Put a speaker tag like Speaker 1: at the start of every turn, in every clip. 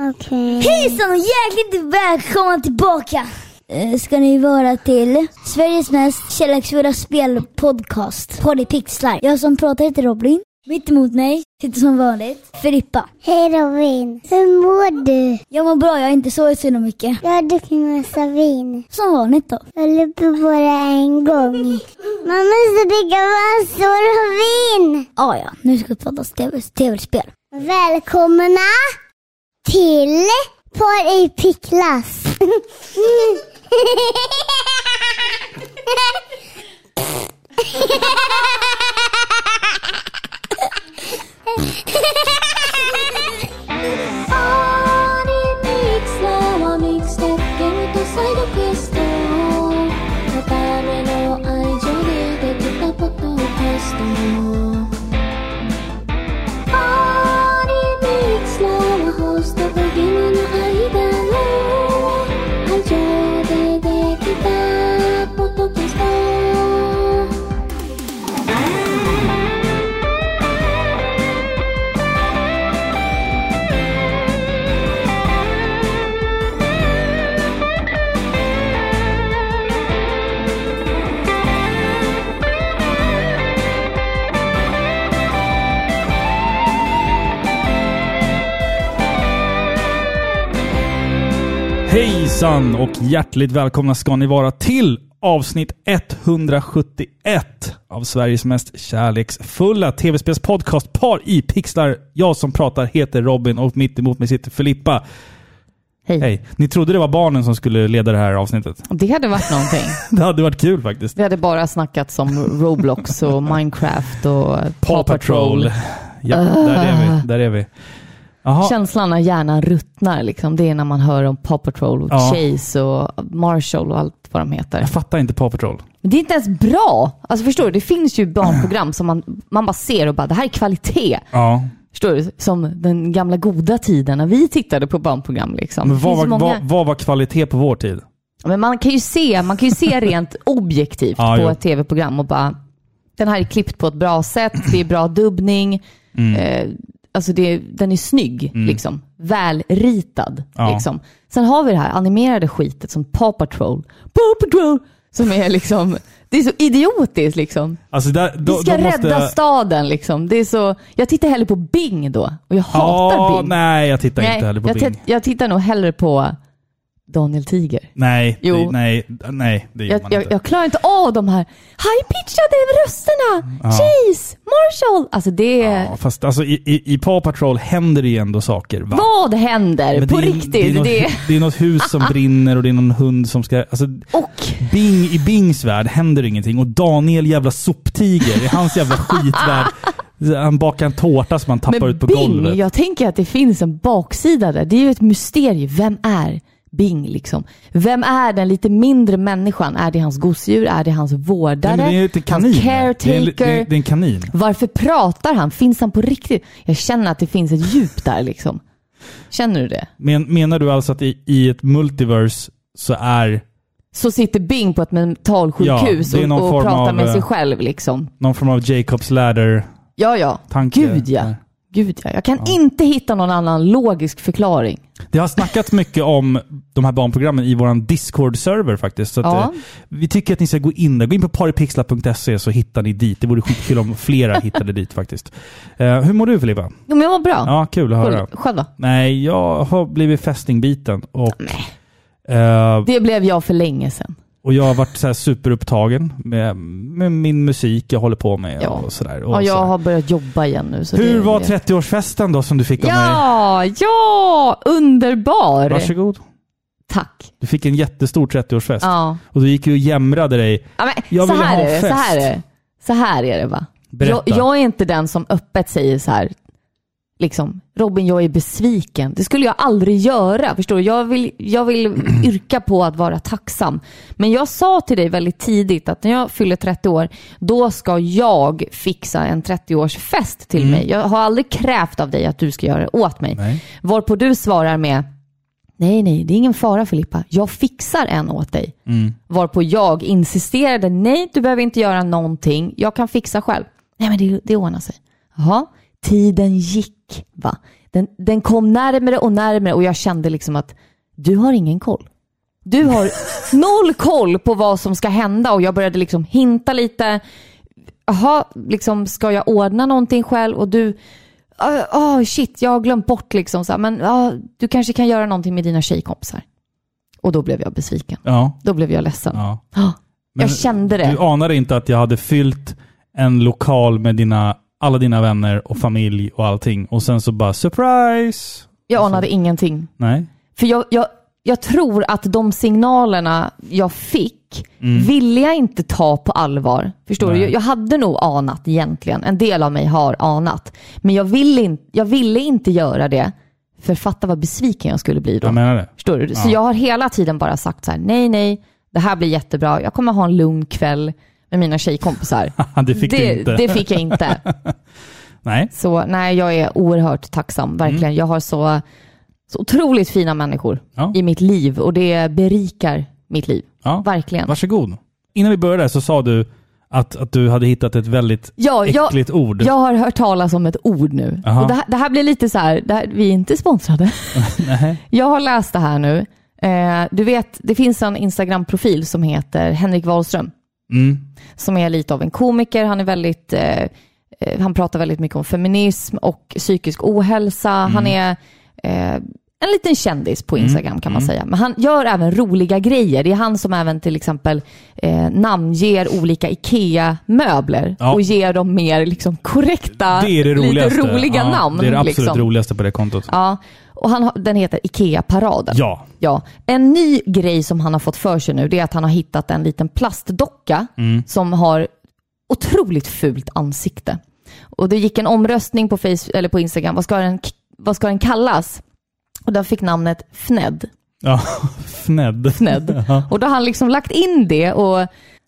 Speaker 1: Okej.
Speaker 2: Hejsan och hjärtligt välkomna tillbaka! Eh, Ska ni vara till Sveriges mest kärleksfulla spelpodcast, Pixlar. Jag som pratar heter Robin. Mitt emot mig sitter som vanligt Filippa.
Speaker 1: Hej Robin. Hur mår du?
Speaker 2: Jag mår bra, jag har inte sovit så himla mycket.
Speaker 1: Jag har druckit massa vin.
Speaker 2: Som vanligt då.
Speaker 1: Jag höll på bara en gång. Man måste dricka massor av vin.
Speaker 2: Ah, ja, nu ska vi prata om TV tv-spel.
Speaker 1: Välkomna till Par i Picklas.
Speaker 3: Hejsan och hjärtligt välkomna ska ni vara till avsnitt 171 av Sveriges mest kärleksfulla tv-spelspodcast Par i pixlar. Jag som pratar heter Robin och mitt emot mig sitter Filippa.
Speaker 4: Hej.
Speaker 3: Hej. Ni trodde det var barnen som skulle leda det här avsnittet.
Speaker 4: Det hade varit någonting.
Speaker 3: Det hade varit kul faktiskt.
Speaker 4: Vi hade bara snackat som Roblox och Minecraft och Paw Patrol. Ah.
Speaker 3: Ja, där är vi. Där är vi. Jaha.
Speaker 4: Känslan när hjärnan ruttnar, liksom, det är när man hör om Paw Patrol och
Speaker 3: Ja.
Speaker 4: Chase och Marshall och allt vad de heter.
Speaker 3: Jag fattar inte Paw Patrol.
Speaker 4: Men det är inte ens bra! Alltså förstår du, det finns ju barnprogram som man, man bara ser och bara, det här är kvalitet.
Speaker 3: Ja.
Speaker 4: Förstår du? Som den gamla goda tiden när vi tittade på barnprogram. Liksom.
Speaker 3: Men
Speaker 4: Det
Speaker 3: vad
Speaker 4: finns
Speaker 3: var,
Speaker 4: många-
Speaker 3: vad, vad var kvalitet på vår tid?
Speaker 4: Men man kan ju se, man kan ju se rent objektivt
Speaker 3: Ja,
Speaker 4: på
Speaker 3: jo.
Speaker 4: ett tv-program och bara, den här är klippt på ett bra sätt, det är bra dubbning,
Speaker 3: Mm.
Speaker 4: eh, alltså det, den är snygg, liksom. välritad.
Speaker 3: Ja.
Speaker 4: Liksom. Sen har vi det här animerade skitet som Paw Patrol, Paw Patrol, som är liksom, det är så idiotiskt liksom.
Speaker 3: Alltså där,
Speaker 4: Vi
Speaker 3: då,
Speaker 4: ska
Speaker 3: då måste...
Speaker 4: rädda staden liksom. Det är så, jag tittar hellre på Bing då, och jag hatar
Speaker 3: Ja,
Speaker 4: Bing.
Speaker 3: nej, jag tittar
Speaker 4: Nej,
Speaker 3: inte heller på
Speaker 4: jag,
Speaker 3: Bing.
Speaker 4: tit- jag tittar nog hellre på Daniel Tiger.
Speaker 3: Nej,
Speaker 4: Jo.
Speaker 3: det, nej, nej, det gör
Speaker 4: Jag,
Speaker 3: man
Speaker 4: jag,
Speaker 3: inte.
Speaker 4: jag klarar inte av de här high-pitchade rösterna.
Speaker 3: Ja.
Speaker 4: Chase, Marshall. Alltså det...
Speaker 3: ja, fast alltså, i, i, i Paw Patrol händer det ju ändå saker. Va?
Speaker 4: Vad händer?
Speaker 3: Men
Speaker 4: på
Speaker 3: det är-
Speaker 4: riktigt? alltså
Speaker 3: Det är, något,
Speaker 4: det Ah,
Speaker 3: det är något hus som brinner och det är någon hund som ska... Alltså,
Speaker 4: och
Speaker 3: Bing, I Bings värld händer ingenting och Daniel jävla soptiger, i hans jävla skitvärld, han bakar en tårta som han tappar
Speaker 4: men
Speaker 3: ut på
Speaker 4: Bing,
Speaker 3: golvet.
Speaker 4: jag tänker att det finns en baksida där. Det är ju ett mysterium. Vem är Bing liksom? Vem är den lite mindre människan? Är det hans gosedjur? Är det hans
Speaker 3: Nej,
Speaker 4: vårdare?
Speaker 3: men det är ju inte kanin.
Speaker 4: Hans
Speaker 3: Det är en-
Speaker 4: caretaker?
Speaker 3: Det är, en- det är en kanin.
Speaker 4: Varför pratar han? Finns han på riktigt? Jag känner att det finns ett djup där liksom. Känner du det?
Speaker 3: Men, menar du alltså att i, i ett multiverse så är
Speaker 4: så sitter Bing på ett mentalsjukhus
Speaker 3: Ja, det är någon
Speaker 4: och, och
Speaker 3: form
Speaker 4: pratar
Speaker 3: av,
Speaker 4: med sig
Speaker 3: eh,
Speaker 4: själv. Liksom.
Speaker 3: någon form av Jacobs ladder
Speaker 4: Ja, ja.
Speaker 3: Tanke-
Speaker 4: Gud ja.
Speaker 3: Nej.
Speaker 4: Gud ja. Jag kan inte hitta någon annan logisk förklaring.
Speaker 3: Det har snackats mycket om de här barnprogrammen i vår Discord-server faktiskt. Så att,
Speaker 4: Ja.
Speaker 3: eh, vi tycker att ni ska gå in där. Gå in på paripixlar.se så hittar ni dit. Det vore skitkul om flera hittade dit faktiskt. Eh, hur mår du Filippa?
Speaker 4: Jo, men jag var bra.
Speaker 3: Ja, kul att höra.
Speaker 4: Cool. Själv då?
Speaker 3: Nej, jag har blivit fästingbiten och, eh,
Speaker 4: Det blev jag för länge sedan.
Speaker 3: och jag har varit så här superupptagen med, med min musik jag håller på med.
Speaker 4: Ja.
Speaker 3: Och sådär.
Speaker 4: Och
Speaker 3: så
Speaker 4: jag
Speaker 3: där.
Speaker 4: har börjat jobba igen nu. Så
Speaker 3: Hur
Speaker 4: det,
Speaker 3: var 30-årsfesten då som du fick av mig?
Speaker 4: Ja, ja, underbar.
Speaker 3: Varsågod.
Speaker 4: Tack.
Speaker 3: Du fick en jättestor 30-årsfest.
Speaker 4: Ja.
Speaker 3: Och du gick ju och jämrade dig.
Speaker 4: Ja, men,
Speaker 3: Jag
Speaker 4: så
Speaker 3: vill
Speaker 4: här
Speaker 3: ha
Speaker 4: är det, så
Speaker 3: fest.
Speaker 4: här är det. Så här är det va.
Speaker 3: Berätta.
Speaker 4: Jag, jag är inte den som öppet säger så här, liksom, Robin jag är besviken. Det skulle jag aldrig göra. Förstår du? Jag vill, jag vill yrka på att vara tacksam. Men jag sa till dig väldigt tidigt att när jag fyller 30 år, då ska jag fixa en 30-årsfest till mig. Jag har aldrig krävt av dig att du ska göra det åt mig.
Speaker 3: Mm. Nej.
Speaker 4: Varpå du svarar med, nej nej, det är ingen fara Filippa. Jag fixar en åt dig. Varpå jag insisterade, nej du behöver inte göra någonting, jag kan fixa själv. Nej men det, det ordnar sig. Jaha, tiden gick va. Den, den kom närmare och närmare och jag kände liksom att du har ingen koll. Du har noll koll på vad som ska hända och jag började liksom hinta lite. Jaha, liksom, ska jag ordna någonting själv? Och du, ah ah, shit, jag har glömt bort liksom. Så här, men ah, du kanske kan göra någonting med dina tjejkompisar. Och då blev jag besviken.
Speaker 3: Ja.
Speaker 4: Då blev jag ledsen.
Speaker 3: ja.
Speaker 4: Ah,
Speaker 3: Men
Speaker 4: jag kände det.
Speaker 3: Du anade inte att jag hade fyllt en lokal med dina, alla dina vänner och familj och allting. Och sen så bara surprise!
Speaker 4: Jag anade ingenting.
Speaker 3: Nej.
Speaker 4: För jag, jag, jag tror att de signalerna jag fick ville jag inte ta på allvar. Förstår
Speaker 3: Mm. Nej.
Speaker 4: du? Jag, jag hade nog anat egentligen. En del av mig har anat. Men jag ville, in, jag ville inte göra det. För fatta vad besviken jag skulle bli då.
Speaker 3: Jag menar det.
Speaker 4: Förstår du? Så
Speaker 3: Ja.
Speaker 4: jag har hela tiden bara sagt så här: nej, nej, det här blir jättebra. Jag kommer ha en lugn kväll med mina tjejkompisar.
Speaker 3: Det fick du inte.
Speaker 4: det fick jag inte.
Speaker 3: Nej.
Speaker 4: Så nej, jag är oerhört tacksam. Verkligen. Jag har så, så otroligt fina människor
Speaker 3: Mm. Ja.
Speaker 4: i mitt liv och det berikar mitt liv.
Speaker 3: Ja.
Speaker 4: Verkligen.
Speaker 3: Varsågod. Innan vi började så sa du att, att du hade hittat ett väldigt
Speaker 4: Ja, jag,
Speaker 3: äckligt ord.
Speaker 4: jag har hört talas om ett ord nu.
Speaker 3: Aha.
Speaker 4: Och det, här, det här blir lite så här, det här, vi är inte sponsrade.
Speaker 3: Nej.
Speaker 4: Jag har läst det här nu. Eh, du vet, det finns en Instagram-profil som heter Henrik Wahlström.
Speaker 3: Mm.
Speaker 4: som är lite av en komiker. Han är väldigt, eh, eh, han pratar väldigt mycket om feminism och psykisk ohälsa.
Speaker 3: Mm.
Speaker 4: Han är eh, en liten kändis på Instagram
Speaker 3: Mm.
Speaker 4: kan man säga. Men han gör även roliga grejer. Det är han som även till exempel eh, namnger olika IKEA-möbler
Speaker 3: Ja.
Speaker 4: och ger dem mer liksom, korrekta,
Speaker 3: Det är det roligaste.
Speaker 4: lite roliga
Speaker 3: ja,
Speaker 4: namn.
Speaker 3: Det är det absolut
Speaker 4: liksom.
Speaker 3: roligaste på det kontot.
Speaker 4: Ja, och han, har- den heter IKEA-paraden.
Speaker 3: Ja.
Speaker 4: Ja, en ny grej som han har fått för sig nu det är att han har hittat en liten plastdocka som har otroligt fult ansikte. Och det gick en omröstning på, Facebook, eller på Instagram, vad ska, den, vad ska den kallas? Och den fick namnet Fned.
Speaker 3: ja. Fnedd.
Speaker 4: Fned.
Speaker 3: Ja.
Speaker 4: Och då har han liksom lagt in det och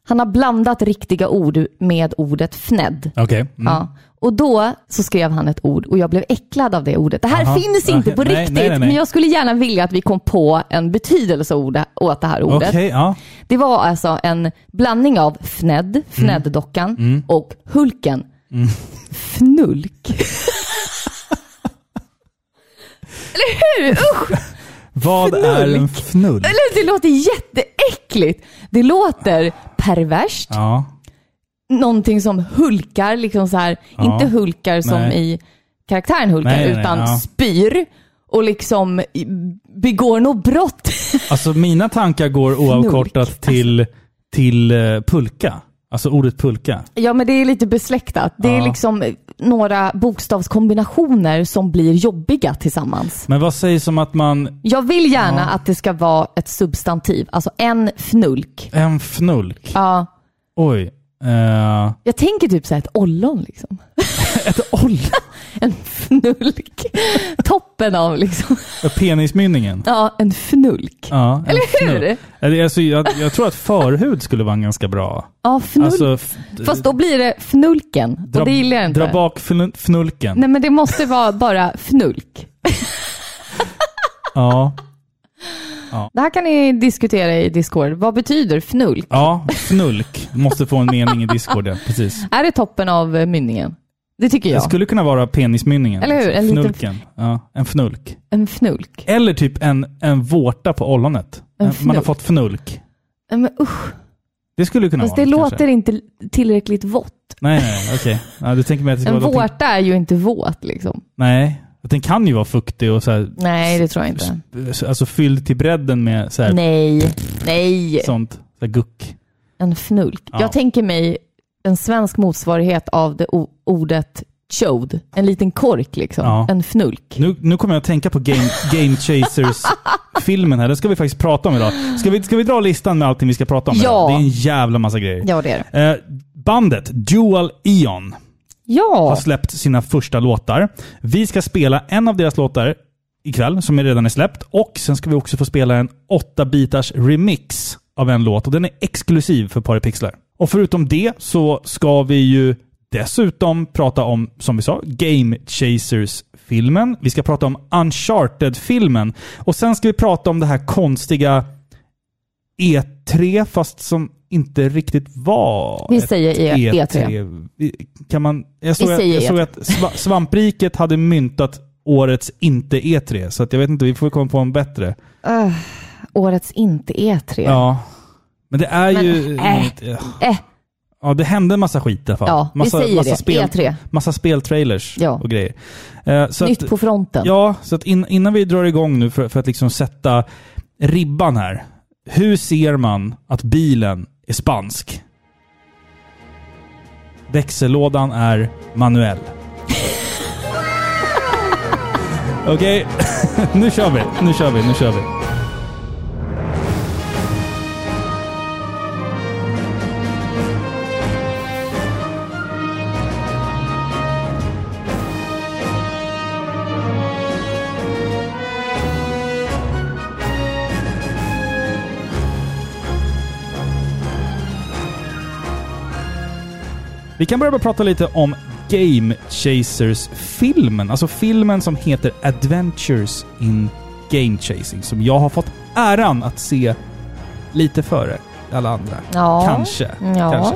Speaker 4: han har blandat riktiga ord med ordet Fned.
Speaker 3: Okej. Mm.
Speaker 4: Ja. Och då så skrev han ett ord och jag blev äcklad av det ordet. Det här
Speaker 3: Aha.
Speaker 4: finns inte på
Speaker 3: Nej, nej,
Speaker 4: riktigt,
Speaker 3: nej, nej.
Speaker 4: men jag skulle gärna vilja att vi kom på en betydelse ord- åt det här ordet.
Speaker 3: Okej, ja.
Speaker 4: Det var alltså en blandning av
Speaker 3: Mm.
Speaker 4: Fned, Fned-dockan och Hulken. Fnulk. Eller hur? Usch!
Speaker 3: Vad är en fnull?
Speaker 4: Eller Det låter jätteäckligt. Det låter perverst.
Speaker 3: Ja.
Speaker 4: någonting som hulkar, liksom så här,
Speaker 3: Ja.
Speaker 4: inte hulkar som
Speaker 3: Nej.
Speaker 4: i karaktären hulkar,
Speaker 3: Nej, nej, nej,
Speaker 4: utan
Speaker 3: ja.
Speaker 4: spyr och liksom i- begår något brott.
Speaker 3: Alltså mina tankar går
Speaker 4: Alltså.
Speaker 3: oavkortat till, till eh, pulka. Alltså ordet pulka.
Speaker 4: ja, men det är lite besläktat. Det
Speaker 3: Ja.
Speaker 4: är liksom några bokstavskombinationer som blir jobbiga tillsammans.
Speaker 3: Men vad sägs om att man,
Speaker 4: Jag vill gärna
Speaker 3: Ja.
Speaker 4: att det ska vara ett substantiv, alltså en fnulk.
Speaker 3: en fnulk?
Speaker 4: Ja,
Speaker 3: Oj. Eh,
Speaker 4: jag tänker typ så här ett ollon liksom.
Speaker 3: ett oll?
Speaker 4: En fnulk. Toppen av liksom.
Speaker 3: Penismynningen?
Speaker 4: Ja, en fnulk.
Speaker 3: Ja, en
Speaker 4: Eller hur?
Speaker 3: fnulk. Eller, Alltså, jag, jag tror att förhud skulle vara en ganska bra.
Speaker 4: Ja, fnulk.
Speaker 3: Alltså, f-
Speaker 4: Fast då blir det fnulken
Speaker 3: dra,
Speaker 4: och det gillar jag inte.
Speaker 3: dra bak fnul- fnulken.
Speaker 4: Nej men det måste vara bara fnulk.
Speaker 3: Ja.
Speaker 4: Det här kan ni diskutera i Discord. Vad betyder fnulk?
Speaker 3: ja, fnulk måste få en mening i Discord. ja. Precis.
Speaker 4: Är det toppen av eh, mynningen? Det tycker
Speaker 3: Det
Speaker 4: jag.
Speaker 3: skulle kunna vara penismynningen. Alltså,
Speaker 4: Eller hur? En liten-
Speaker 3: Fnulken. Ja, en fnulk.
Speaker 4: En fnulk.
Speaker 3: Eller typ en, en vårta på ollonet. Eh,
Speaker 4: En
Speaker 3: Man har
Speaker 4: fnulk.
Speaker 3: fått fnulk.
Speaker 4: Nej, Men usch.
Speaker 3: Det skulle kunna
Speaker 4: Fast
Speaker 3: vara
Speaker 4: det
Speaker 3: något,
Speaker 4: låter
Speaker 3: kanske.
Speaker 4: inte tillräckligt vått.
Speaker 3: Nej, nej, nej, okej. Ja, du tänker mig att det ska
Speaker 4: En
Speaker 3: vara någonting-
Speaker 4: vårta är ju inte våt liksom.
Speaker 3: Nej, den kan ju vara fuktig och så här,
Speaker 4: Nej, det tror jag inte.
Speaker 3: alltså fylld till bredden med så här,
Speaker 4: Nej, nej.
Speaker 3: sånt. Så här guck.
Speaker 4: En fnulk.
Speaker 3: Ja.
Speaker 4: Jag tänker mig en svensk motsvarighet av det o- ordet chode. En liten kork liksom.
Speaker 3: Ja.
Speaker 4: En fnulk.
Speaker 3: Nu, nu kommer jag att tänka på Game, Game Chasers-filmen här. Den ska vi faktiskt prata om idag. Ska vi, ska vi dra listan med allting vi ska prata om
Speaker 4: Ja.
Speaker 3: idag? Det är en jävla massa grejer.
Speaker 4: Ja, det är det.
Speaker 3: Eh, bandet Dual Eon har
Speaker 4: Ja.
Speaker 3: släppt sina första låtar. Vi ska spela en av deras låtar ikväll, som redan är släppt. Och sen ska vi också få spela en 8-bitars remix av en låt. Och den är exklusiv för Paripixlar. Och förutom det så ska vi ju dessutom prata om, som vi sa, Game Chasers-filmen. Vi ska prata om Uncharted-filmen. Och sen ska vi prata om det här konstiga E3, fast som inte riktigt var
Speaker 4: Vi
Speaker 3: ett
Speaker 4: säger E- E3.
Speaker 3: E3. Vi- Kan man, jag såg,
Speaker 4: Vi
Speaker 3: att,
Speaker 4: säger
Speaker 3: jag
Speaker 4: E
Speaker 3: såg
Speaker 4: E3.
Speaker 3: att sva- Svampriket hade myntat årets inte E3. Så att jag vet inte, vi får komma på en bättre.
Speaker 4: Öh, årets inte E E3.
Speaker 3: Ja. Men det är
Speaker 4: Men,
Speaker 3: ju...
Speaker 4: äh. Eh,
Speaker 3: Ja, det hände en massa skit i alla fall.
Speaker 4: ja,
Speaker 3: massa,
Speaker 4: vi säger
Speaker 3: massa
Speaker 4: det. E
Speaker 3: Spel,
Speaker 4: E3.
Speaker 3: massa speltrailers
Speaker 4: Ja.
Speaker 3: och grejer. Eh, så
Speaker 4: Nytt
Speaker 3: att,
Speaker 4: på fronten.
Speaker 3: Ja, så att in, innan vi drar igång nu för, för att liksom sätta ribban här. Hur ser man att bilen är spansk? Växellådan är manuell. Okej, nu kör vi. Nu kör vi. Nu kör vi. Vi kan börja med att prata lite om Game Chasers-filmen. Alltså filmen som heter Adventures in Game Chasing, som jag har fått äran att se lite före alla andra.
Speaker 4: Ja.
Speaker 3: Kanske.
Speaker 4: Ja.
Speaker 3: Kanske.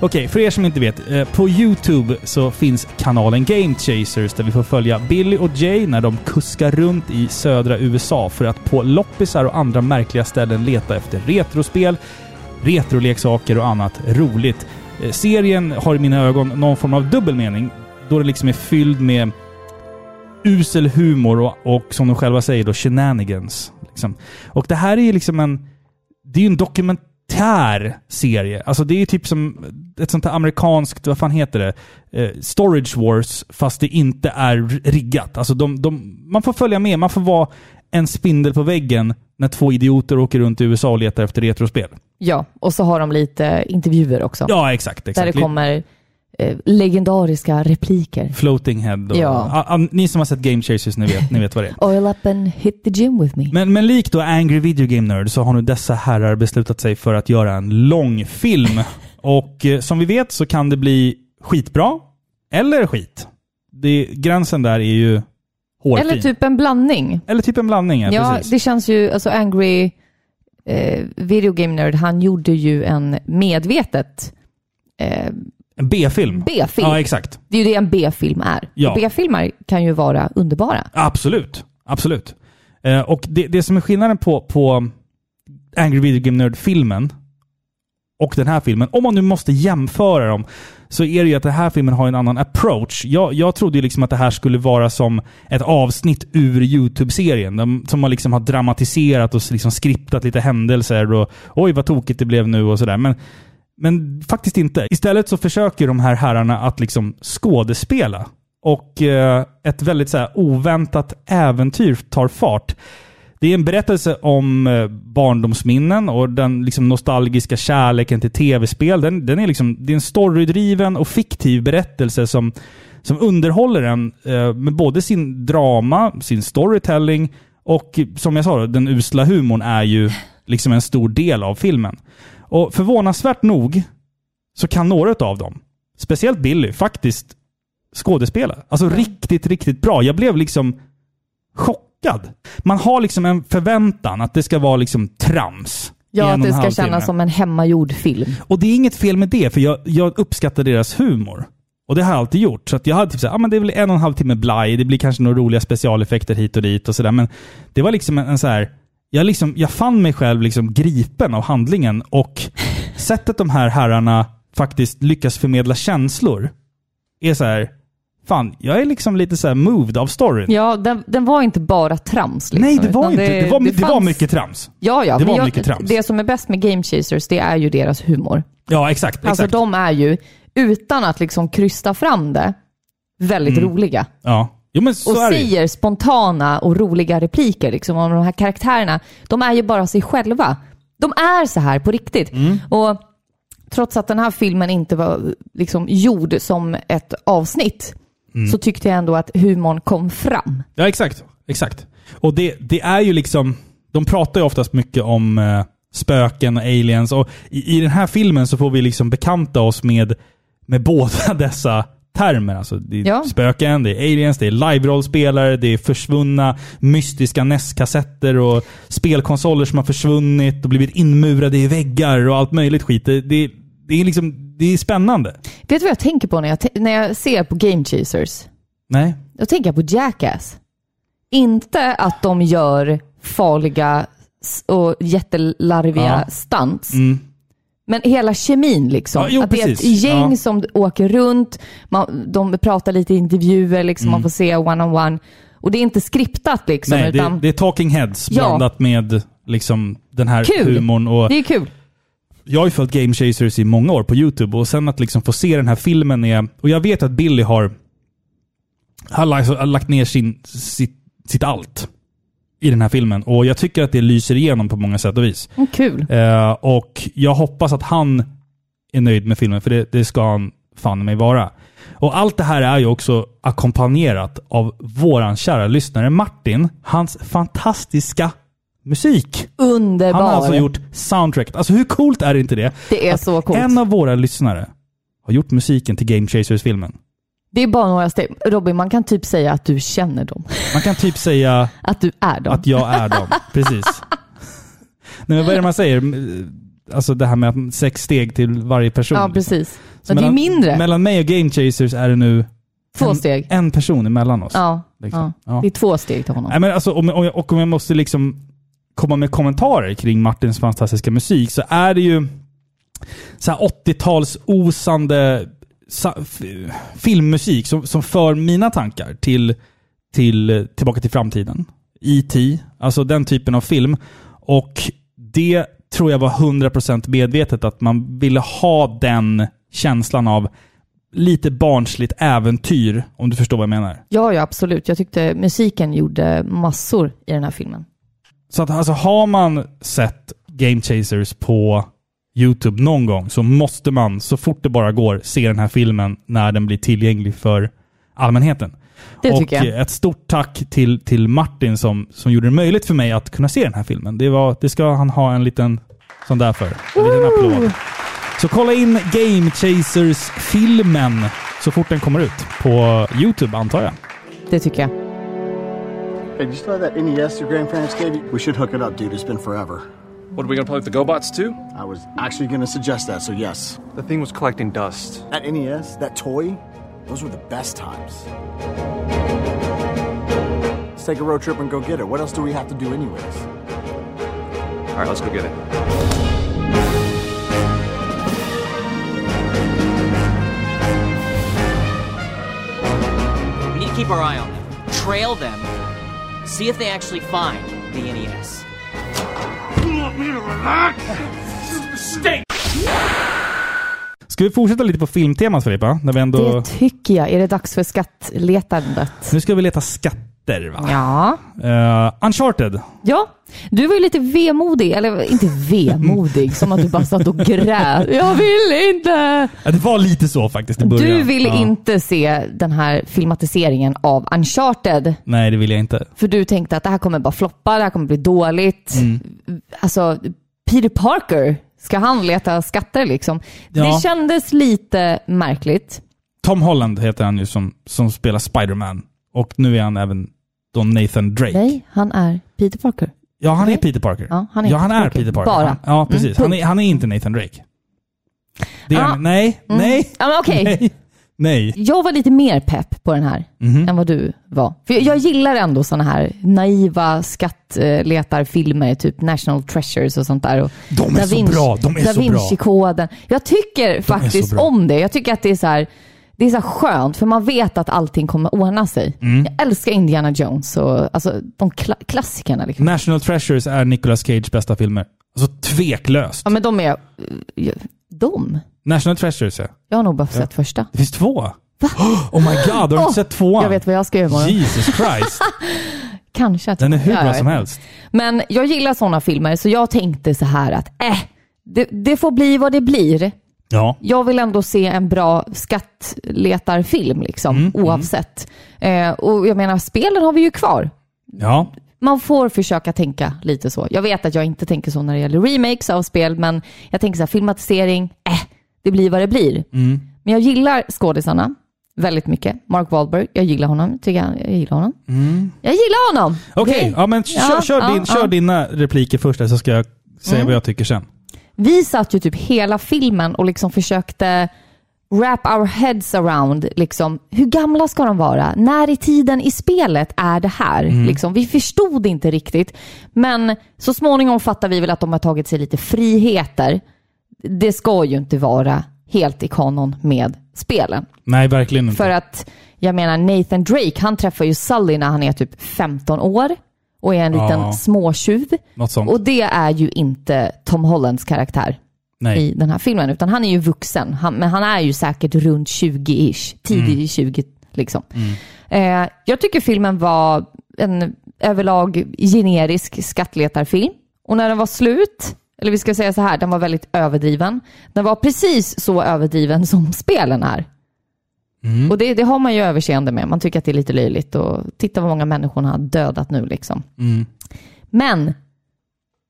Speaker 3: Okej, för er som inte vet. eh, På YouTube så finns kanalen Game Chasers där vi får följa Billy och Jay när de kuskar runt i södra USA för att på loppisar och andra märkliga ställen leta efter retrospel, retroleksaker och annat roligt. Eh, Serien har i mina ögon någon form av dubbelmening då den liksom är fylld med usel humor och, och som de själva säger då shenanigans. Liksom. Och det här är ju liksom en... Det är ju en dokumentär serie. Alltså det är ju typ som ett sånt här amerikanskt, vad fan heter det? Eh, Storage Wars, fast det inte är riggat. Alltså de, de, man får följa med, man får vara en spindel på väggen när två idioter åker runt i USA och letar efter retrospel.
Speaker 4: Ja, och så har de lite intervjuer också.
Speaker 3: Ja, exakt.
Speaker 4: där
Speaker 3: exakt.
Speaker 4: det kommer eh, legendariska repliker.
Speaker 3: Floating Head. Och,
Speaker 4: Ja.
Speaker 3: Ah, ah, ni som har sett Game Chasers, ni vet, ni vet vad det är.
Speaker 4: Oil up and hit the gym with me.
Speaker 3: Men, men likt då Angry Video Game Nerd så har nu dessa herrar beslutat sig för att göra en lång film. Och eh, som vi vet så kan det bli skitbra eller skit. Det, gränsen där är ju hårfin.
Speaker 4: Eller typ en blandning.
Speaker 3: eller typ en blandning, ja,
Speaker 4: Ja,
Speaker 3: precis.
Speaker 4: det känns ju, alltså Angry eh, Video Game Nerd, han gjorde ju en medvetet eh,
Speaker 3: En B-film.
Speaker 4: B-film.
Speaker 3: Ja, exakt.
Speaker 4: det är ju det en B-film är.
Speaker 3: Ja.
Speaker 4: Och B-filmer kan ju vara underbara.
Speaker 3: Absolut. Absolut. Eh, och det, det som är skillnaden på, på Angry Video Game Nerd-filmen och den här filmen, om man nu måste jämföra dem, så är det ju att den här filmen har en annan approach. Jag, jag trodde ju liksom att det här skulle vara som ett avsnitt ur YouTube-serien, där- som man liksom har dramatiserat och liksom skriptat lite händelser och oj vad tokigt det blev nu och sådär. Men, men faktiskt inte. Istället så försöker de här herrarna att liksom skådespela. Och eh, ett väldigt så här, oväntat äventyr tar fart. Det är en berättelse om eh, barndomsminnen och den liksom nostalgiska kärleken till tv-spel. Den, den är liksom, det är en storydriven och fiktiv berättelse som, som underhåller en eh, med både sin drama, sin storytelling och eh, som jag sa, då, den usla humorn är ju liksom en stor del av filmen. Och förvånansvärt nog så kan några av dem, speciellt Billy, faktiskt skådespela. Alltså
Speaker 4: Mm.
Speaker 3: riktigt, riktigt bra. Jag blev liksom chockad. Man har liksom en förväntan att det ska vara liksom trams. i
Speaker 4: Ja,
Speaker 3: en
Speaker 4: att
Speaker 3: och
Speaker 4: det
Speaker 3: en
Speaker 4: ska
Speaker 3: halv
Speaker 4: kännas
Speaker 3: timme.
Speaker 4: som en hemmagjord film.
Speaker 3: Och det är inget fel med det, för jag, jag uppskattar deras humor. Och det har jag alltid gjort. Så att jag hade typ såhär, ah, men det är väl en och en halv timme blaj, det blir kanske några roliga specialeffekter hit och dit och sådär. Men det var liksom en, en så här. Jag, liksom, jag fann mig själv liksom gripen av handlingen och sättet de här herrarna faktiskt lyckas förmedla känslor är så här. fan, jag är liksom lite så här moved av storyn.
Speaker 4: Ja, den, den var inte bara trams. Liksom,
Speaker 3: Nej, det var
Speaker 4: utan
Speaker 3: inte. Det, var, det, var
Speaker 4: fanns-
Speaker 3: mycket trams.
Speaker 4: Ja, ja.
Speaker 3: det
Speaker 4: men
Speaker 3: var
Speaker 4: jag,
Speaker 3: mycket trams.
Speaker 4: Det som är bäst med Game Chasers, det är ju deras humor.
Speaker 3: Ja, exakt.
Speaker 4: Alltså
Speaker 3: exakt.
Speaker 4: de är ju, utan att liksom krysta fram det, väldigt roliga.
Speaker 3: ja. Jo, men Mm. så
Speaker 4: Och
Speaker 3: är det ju.
Speaker 4: säger spontana och roliga repliker liksom, om de här karaktärerna. De är ju bara sig själva. De är så här på riktigt.
Speaker 3: Mm.
Speaker 4: Och trots att den här filmen inte var liksom, gjord som ett avsnitt,
Speaker 3: Mm.
Speaker 4: så tyckte jag ändå att humorn kom fram.
Speaker 3: Ja, exakt. Exakt. Och det, det är ju liksom... De pratar ju oftast mycket om eh, spöken och aliens. Och i, I den här filmen så får vi liksom bekanta oss med, med båda dessa termer. Alltså, det är
Speaker 4: Ja.
Speaker 3: spöken, det är aliens, det är live-rollspelare, det är försvunna mystiska NES-kassetter och spelkonsoler som har försvunnit och blivit inmurade i väggar och allt möjligt skit. Det, det, det är liksom... Det är spännande.
Speaker 4: Vet du vad jag tänker på när jag, te- när jag ser på Game Chasers?
Speaker 3: Nej.
Speaker 4: Då tänker jag på Jackass. Inte att de gör farliga s- och jättelarviga
Speaker 3: Ja.
Speaker 4: stunts.
Speaker 3: Mm.
Speaker 4: Men hela kemin liksom.
Speaker 3: Ja, jo,
Speaker 4: att det är ett
Speaker 3: precis.
Speaker 4: gäng
Speaker 3: Ja.
Speaker 4: som åker runt, man, de pratar lite i intervjuer, liksom, man får se one-on-one. Och det är inte skriptat liksom.
Speaker 3: Mm. Nej,
Speaker 4: utan
Speaker 3: det, det är talking heads
Speaker 4: Ja.
Speaker 3: blandat med liksom den här
Speaker 4: Kul.
Speaker 3: humorn. Och
Speaker 4: det är kul.
Speaker 3: jag har ju följt Game Chasers i många år på YouTube och sen att liksom få se den här filmen är... Och jag vet att Billy har, har, lagt, har lagt ner sin, sitt, sitt allt i den här filmen. Och jag tycker att det lyser igenom på många sätt och vis.
Speaker 4: Mm, Kul.
Speaker 3: Eh, och jag hoppas att han är nöjd med filmen, för det, det ska han fan mig vara. Och allt det här är ju också ackompanjerat av våran kära lyssnare Martin. Hans fantastiska musik.
Speaker 4: Underbar.
Speaker 3: Han har alltså gjort soundtracket. Alltså hur coolt är inte det?
Speaker 4: det är
Speaker 3: att
Speaker 4: så coolt.
Speaker 3: En av våra lyssnare har gjort musiken till Game Chasers-filmen.
Speaker 4: Det är bara några steg. Robin, man kan typ säga att du känner dem.
Speaker 3: Man kan typ säga
Speaker 4: Att du är dem.
Speaker 3: Att jag är dem. Precis. Nej, men vad är det man säger? Alltså det här med att sex steg till varje person.
Speaker 4: ja, precis.
Speaker 3: liksom. Så
Speaker 4: Men det är ju mindre.
Speaker 3: Mellan mig och Game Chasers är det nu
Speaker 4: Två
Speaker 3: en,
Speaker 4: steg.
Speaker 3: en person emellan oss.
Speaker 4: Ja,
Speaker 3: liksom.
Speaker 4: ja.
Speaker 3: Ja.
Speaker 4: det är två steg till honom.
Speaker 3: Nej, men alltså, om, om jag, och om jag måste liksom komma med kommentarer kring Martins fantastiska musik så är det ju så här 80-tals osande sa, f, filmmusik som, som för mina tankar till, till eh, Tillbaka till framtiden. E.T. Alltså den typen av film. Och det tror jag var 100% medvetet att man ville ha den känslan av lite barnsligt äventyr, om du förstår vad jag menar.
Speaker 4: Ja, ja, absolut. Jag tyckte musiken gjorde massor i den här filmen.
Speaker 3: Så att, alltså, har man sett Game Chasers på YouTube någon gång så måste man så fort det bara går se den här filmen när den blir tillgänglig för allmänheten.
Speaker 4: Det
Speaker 3: och
Speaker 4: tycker jag.
Speaker 3: eh, ett stort tack till, till Martin som, som gjorde det möjligt för mig att kunna se den här filmen. Det, var, det ska han ha en liten sån där för. En liten applåd. Så kolla in Game Chasers-filmen så fort den kommer ut på YouTube antar jag.
Speaker 4: Det tycker jag.
Speaker 5: Hey, do you still have that NES your grandparents gave you? We should hook it up, dude. It's been forever.
Speaker 6: What are we gonna play with the GoBots too?
Speaker 5: I was actually going to suggest that, so yes.
Speaker 6: The thing was collecting dust.
Speaker 5: That NES, that toy, those were the best times. Let's take a road trip and go get it. What else do we have to do, anyways?
Speaker 6: All right, let's go get it.
Speaker 7: We need to keep our eye on them, trail them, see if they actually find the E NES.
Speaker 3: Ska vi fortsätta lite på filmtemat Filippa? När vi ändå...
Speaker 4: Det tycker jag. Är det dags för skattletandet?
Speaker 3: Nu ska vi leta skatter va?
Speaker 4: Ja.
Speaker 3: Eh, Uncharted.
Speaker 4: Ja, du var ju lite vemodig. Eller inte vemodig, som att du bara satt och grät. Jag vill inte!
Speaker 3: Ja, det var lite så faktiskt i början.
Speaker 4: Du ville
Speaker 3: ja.
Speaker 4: inte se den här filmatiseringen av Uncharted.
Speaker 3: Nej, det ville jag inte.
Speaker 4: För du tänkte att det här kommer bara floppa, det här kommer bli dåligt. Alltså, Peter Parker, ska han leta skatter liksom?
Speaker 3: Ja.
Speaker 4: Det kändes lite märkligt.
Speaker 3: Tom Holland heter han ju som, som spelar Spider-Man. Och nu är han även då Nathan Drake.
Speaker 4: Nej, han är Peter Parker.
Speaker 3: Ja, han är Peter Parker.
Speaker 4: Ja, han är
Speaker 3: ja,
Speaker 4: Peter
Speaker 3: han är
Speaker 4: Parker.
Speaker 3: Peter Parker.
Speaker 4: Bara.
Speaker 3: Han, ja, precis.
Speaker 4: Mm,
Speaker 3: han, är, han är inte Nathan Drake. Det är
Speaker 4: Ah.
Speaker 3: han, nej, nej,
Speaker 4: Ja, men okej.
Speaker 3: nej, nej.
Speaker 4: Jag var lite mer pepp på den här än vad du var. För jag, jag gillar ändå sådana här naiva skattletarfilmer, typ National Treasures och sånt där. Och
Speaker 3: De är så bra, de är
Speaker 4: da
Speaker 3: så bra.
Speaker 4: Vinci-koden. Jag tycker faktiskt
Speaker 3: bra.
Speaker 4: om det. Jag tycker att det är så här, det är så här skönt, för man vet att allting kommer ordna sig.
Speaker 3: Mm.
Speaker 4: Jag älskar Indiana Jones och alltså, de kla klassikerna. Liksom.
Speaker 3: National Treasures är Nicolas Cage bästa filmer. Alltså tveklöst.
Speaker 4: Ja, men de är... De?
Speaker 3: National Treasures, ja.
Speaker 4: Jag har nog bara sett första.
Speaker 3: Det finns två. Oh my god, har du inte sett tvåan?
Speaker 4: Jag vet vad jag ska göra imorgon.
Speaker 3: Jesus Christ.
Speaker 4: Kanske att
Speaker 3: Den är hur
Speaker 4: Ja, jag
Speaker 3: bra
Speaker 4: vet
Speaker 3: som helst.
Speaker 4: Men jag gillar sådana filmer, så jag tänkte så här att äh, det, det får bli vad det blir.
Speaker 3: Ja.
Speaker 4: Jag vill ändå se en bra skattletarfilm, liksom,
Speaker 3: Mm,
Speaker 4: oavsett. Eh, och jag menar, spelen har vi ju kvar.
Speaker 3: Ja.
Speaker 4: Man får försöka tänka lite så. Jag vet att jag inte tänker så när det gäller remakes av spel, men jag tänker så här, filmatisering, äh, det blir vad det blir. Men jag gillar skådisarna väldigt mycket. Mark Wahlberg, jag gillar honom. Tycker jag, jag gillar honom. Jag gillar honom!
Speaker 3: Okej,
Speaker 4: Okej?
Speaker 3: ja, men kör, kör,
Speaker 4: ja,
Speaker 3: din,
Speaker 4: ja. Mm.
Speaker 3: kör dina repliker först där, så ska jag säga vad jag tycker sen.
Speaker 4: Vi satt ju typ hela filmen och liksom försökte wrap our heads around, liksom, hur gamla ska de vara? När i tiden i spelet är det här? Liksom, vi förstod inte riktigt, men så småningom fattar vi väl att de har tagit sig lite friheter. Det ska ju inte vara helt i kanon med spelen.
Speaker 3: Nej, verkligen inte.
Speaker 4: För att, jag menar Nathan Drake, han träffar ju Sully när han är typ 15 år och är en liten
Speaker 3: Ja.
Speaker 4: småtjuv.
Speaker 3: Något sånt.
Speaker 4: Och det är ju inte Tom Hollands karaktär
Speaker 3: Nej.
Speaker 4: i den här filmen, utan han är ju vuxen. Han, men han är ju säkert runt 20-ish, tidig i 20 liksom. Eh, jag tycker filmen var en överlag generisk skattletarfilm. Och när den var slut, eller vi ska säga så här, den var väldigt överdriven. Den var precis så överdriven som spelen är. Och det, det har man ju överseende med. Man tycker att det är lite löjligt och titta vad många människor har dödat nu liksom. Men,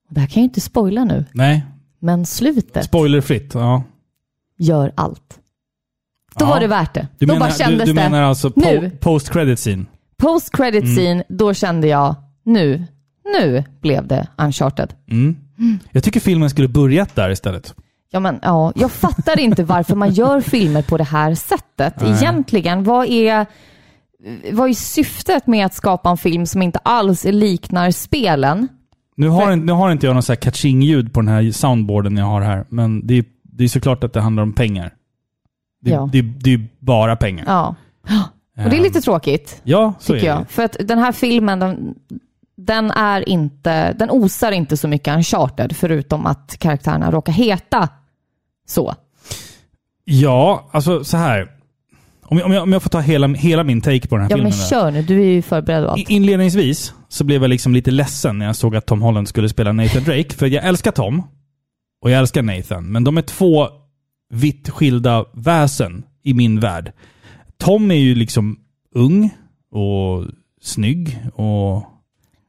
Speaker 4: och det här kan jag ju inte spoila nu,
Speaker 3: Nej.
Speaker 4: men slutet
Speaker 3: Spoilerfritt. Ja.
Speaker 4: gör allt. Då
Speaker 3: Ja.
Speaker 4: var det värt det.
Speaker 3: Du
Speaker 4: då
Speaker 3: menar,
Speaker 4: bara kändes
Speaker 3: du, du
Speaker 4: det.
Speaker 3: menar Mm. alltså po-
Speaker 4: nu.
Speaker 3: post credit scene?
Speaker 4: Post credit scene, då kände jag nu, nu blev det uncharted.
Speaker 3: Jag tycker filmen skulle börjat där istället.
Speaker 4: Ja, men, ja, jag fattar inte varför man gör filmer på det här sättet egentligen. Vad är, vad är syftet med att skapa en film som inte alls liknar spelen?
Speaker 3: Nu har, inte- nu har inte jag någon så här catching-ljud på den här soundboarden jag har här, men det är, det är såklart att det handlar om pengar. Det,
Speaker 4: Ja.
Speaker 3: det, det är ju bara pengar.
Speaker 4: Ja. Och
Speaker 3: Ehm.
Speaker 4: det är lite tråkigt.
Speaker 3: Ja, så
Speaker 4: tycker
Speaker 3: är
Speaker 4: jag.
Speaker 3: det.
Speaker 4: För att den här filmen, den, den, är inte, den osar inte så mycket Uncharted, förutom att karaktärerna råkar heta så.
Speaker 3: Ja, alltså så här. Om jag, om jag, om jag får ta hela, hela min take på den här
Speaker 4: Ja,
Speaker 3: filmen.
Speaker 4: men
Speaker 3: då.
Speaker 4: kör nu. Du är ju förberedd och allt.
Speaker 3: I- Inledningsvis så blev jag liksom lite ledsen när jag såg att Tom Holland skulle spela Nathan Drake. För jag älskar Tom och jag älskar Nathan. Men de är två vitt skilda väsen i min värld. Tom är ju liksom ung och snygg och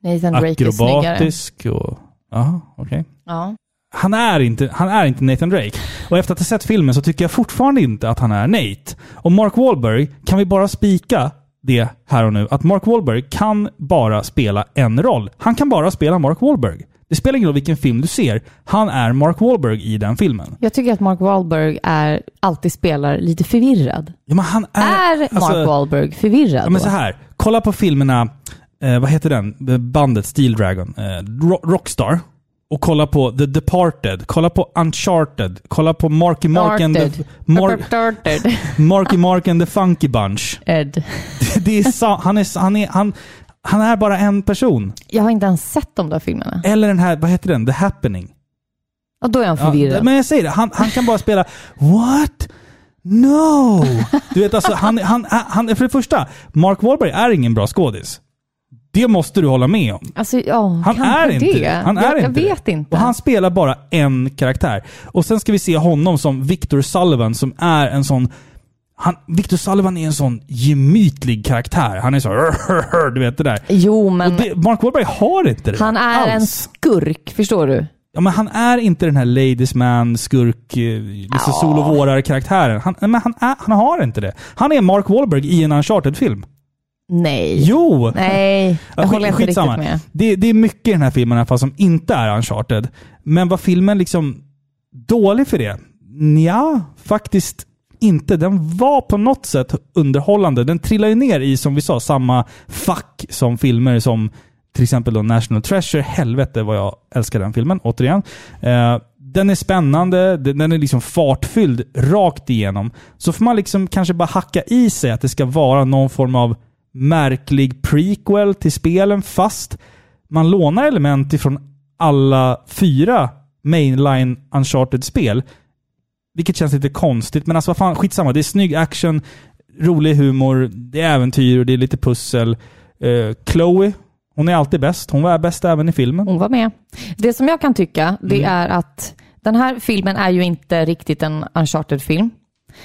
Speaker 4: Nathan Drake är snyggare.
Speaker 3: akrobatisk. Och, aha, okej.
Speaker 4: Ja.
Speaker 3: han, är inte, han är inte Nathan Drake. Och efter att ha sett filmen så tycker jag fortfarande inte att han är Nate. Och Mark Wahlberg, kan vi bara spika det här och nu? Att Mark Wahlberg kan bara spela en roll. Han kan bara spela Mark Wahlberg. Det spelar ingen roll vilken film du ser. Han är Mark Wahlberg i den filmen.
Speaker 4: Jag tycker att Mark Wahlberg är, alltid spelar lite förvirrad.
Speaker 3: Ja, men han är...
Speaker 4: Är Mark
Speaker 3: alltså-
Speaker 4: Wahlberg förvirrad
Speaker 3: Ja, men
Speaker 4: då?
Speaker 3: så här. Kolla på filmerna, eh, vad heter den? Bandet Steel Dragon. Eh, Ro- Rockstar. Och kolla på The Departed. Kolla på Uncharted. Kolla på Marky Mark and the,
Speaker 4: Darted.
Speaker 3: Mar-
Speaker 4: Darted.
Speaker 3: Marky Mark and the Funky Bunch.
Speaker 4: Ed.
Speaker 3: Det är sa- han, är, han, är, han, han är bara en person.
Speaker 4: Jag har inte ens sett de där filmerna.
Speaker 3: Eller den här, vad heter den? The Happening.
Speaker 4: Och då är han
Speaker 3: Ja,
Speaker 4: förvirrad.
Speaker 3: men jag säger det, han, han kan bara spela What? No! Du vet alltså, han, han, han, för det första, Mark Wahlberg är ingen bra skådis. Det måste du hålla med om.
Speaker 4: Alltså, ja,
Speaker 3: Han
Speaker 4: kanske
Speaker 3: är inte
Speaker 4: det.
Speaker 3: det. Han är
Speaker 4: jag, jag
Speaker 3: inte det.
Speaker 4: vet inte.
Speaker 3: Och han spelar bara en karaktär. Och sen ska vi se honom som Victor Sullivan som är en sån... Han, Victor Sullivan är en sån gemytlig karaktär. Han är så du vet det där.
Speaker 4: Jo, men...
Speaker 3: Och det, Mark Wahlberg har inte det
Speaker 4: Han
Speaker 3: där
Speaker 4: är en
Speaker 3: alls.
Speaker 4: skurk, förstår du?
Speaker 3: Ja, men han är inte den här ladies man, skurk, eh, lite sol och vårar-karaktären. Han, nej, men han, är, han har inte det. Han är Mark Wahlberg i en Uncharted-film.
Speaker 4: Nej.
Speaker 3: Jo!
Speaker 4: Nej, jag
Speaker 3: Ja,
Speaker 4: håller
Speaker 3: skit-
Speaker 4: inte riktigt
Speaker 3: skitsamma.
Speaker 4: med.
Speaker 3: Det, det är mycket i den här filmen i alla fall som inte är Uncharted. Men var filmen liksom dålig för det? Ja, faktiskt inte. Den var på något sätt underhållande. Den trillar ju ner i, som vi sa, samma fack som filmer som till exempel då National Treasure. Helvete vad jag älskar den filmen, återigen. Eh, den är spännande, den den är liksom fartfylld rakt igenom. Så får man liksom kanske bara hacka i sig att det ska vara någon form av märklig prequel till spelen, fast man lånar element ifrån alla fyra mainline Uncharted-spel. Vilket känns lite konstigt, men alltså vad fan, skitsamma. Det är snygg action, rolig humor, det är äventyr och det är lite pussel. Eh, Chloe, hon är alltid bäst. Hon var bäst även i filmen.
Speaker 4: Hon var med. Det som jag kan tycka,
Speaker 3: Mm.
Speaker 4: det är att den här filmen är ju inte riktigt en Uncharted-film.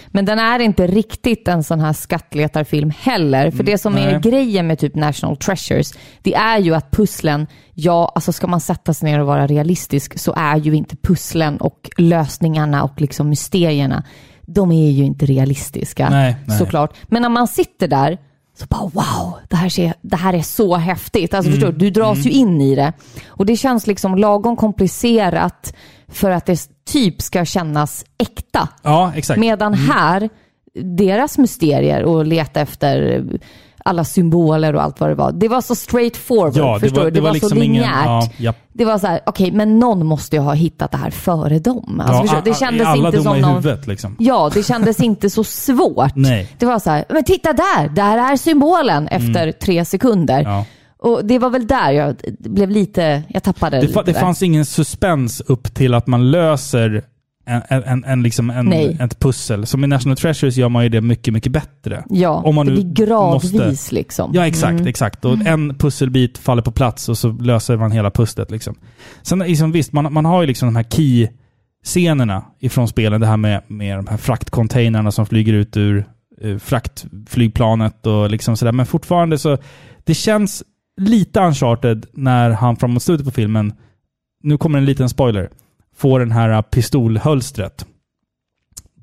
Speaker 4: Men den är inte riktigt en sån här skattletarfilm heller. För det som
Speaker 3: Mm, nej.
Speaker 4: är grejen med typ National Treasures, det är ju att pusslen, ja, alltså ska man sätta sig ner och vara realistisk så är ju inte pusslen och lösningarna och liksom mysterierna, de är ju inte realistiska
Speaker 3: Nej, nej.
Speaker 4: såklart. Men när man sitter där Så bara wow, det här, ser, det här är så häftigt. Alltså, förstår
Speaker 3: Mm.
Speaker 4: du, du dras ju in i det. Och det känns liksom lagom komplicerat för att det typ ska kännas äkta.
Speaker 3: Ja, exakt. Mm.
Speaker 4: Medan här, deras mysterier och leta efter alla symboler och allt vad det var. Det var så straight forward,
Speaker 3: Ja, det
Speaker 4: förstår
Speaker 3: var-
Speaker 4: du?
Speaker 3: det var liksom
Speaker 4: så
Speaker 3: ingen-
Speaker 4: linjärt.
Speaker 3: ja, japp.
Speaker 4: Det var så här, okej, men någon måste ju ha hittat det här före dem. Alltså,
Speaker 3: Ja,
Speaker 4: förstår du?
Speaker 3: a-
Speaker 4: det
Speaker 3: a- är
Speaker 4: kändes
Speaker 3: alla
Speaker 4: inte
Speaker 3: dumma
Speaker 4: som
Speaker 3: i
Speaker 4: någon...
Speaker 3: huvudet liksom.
Speaker 4: Ja, det kändes inte så svårt.
Speaker 3: Nej. Mm.
Speaker 4: Det var så här, men titta där, där är symbolen efter tre sekunder.
Speaker 3: Ja.
Speaker 4: Och det var väl där jag blev lite, jag tappade
Speaker 3: Det,
Speaker 4: lite
Speaker 3: fa- det
Speaker 4: där.
Speaker 3: fanns ingen suspens upp till att man löser en, en, en, en, liksom en,
Speaker 4: Nej.
Speaker 3: ett pussel. Som i National Treasures gör man ju det mycket, mycket bättre.
Speaker 4: Ja,
Speaker 3: Om man
Speaker 4: det
Speaker 3: nu
Speaker 4: blir gradvis
Speaker 3: måste-
Speaker 4: liksom.
Speaker 3: Ja, exakt. exakt. Och En pusselbit faller på plats och så löser man hela pusslet. Liksom. Sen liksom, visst, man, man har ju liksom de här key-scenerna ifrån spelen. Det här med, med de här fraktcontainrarna som flyger ut ur eh, fraktflygplanet och liksom sådär. Men fortfarande så, det känns lite uncharted när han framåt slutet på filmen, nu kommer en liten spoiler, får den här eh, pistolhölstret.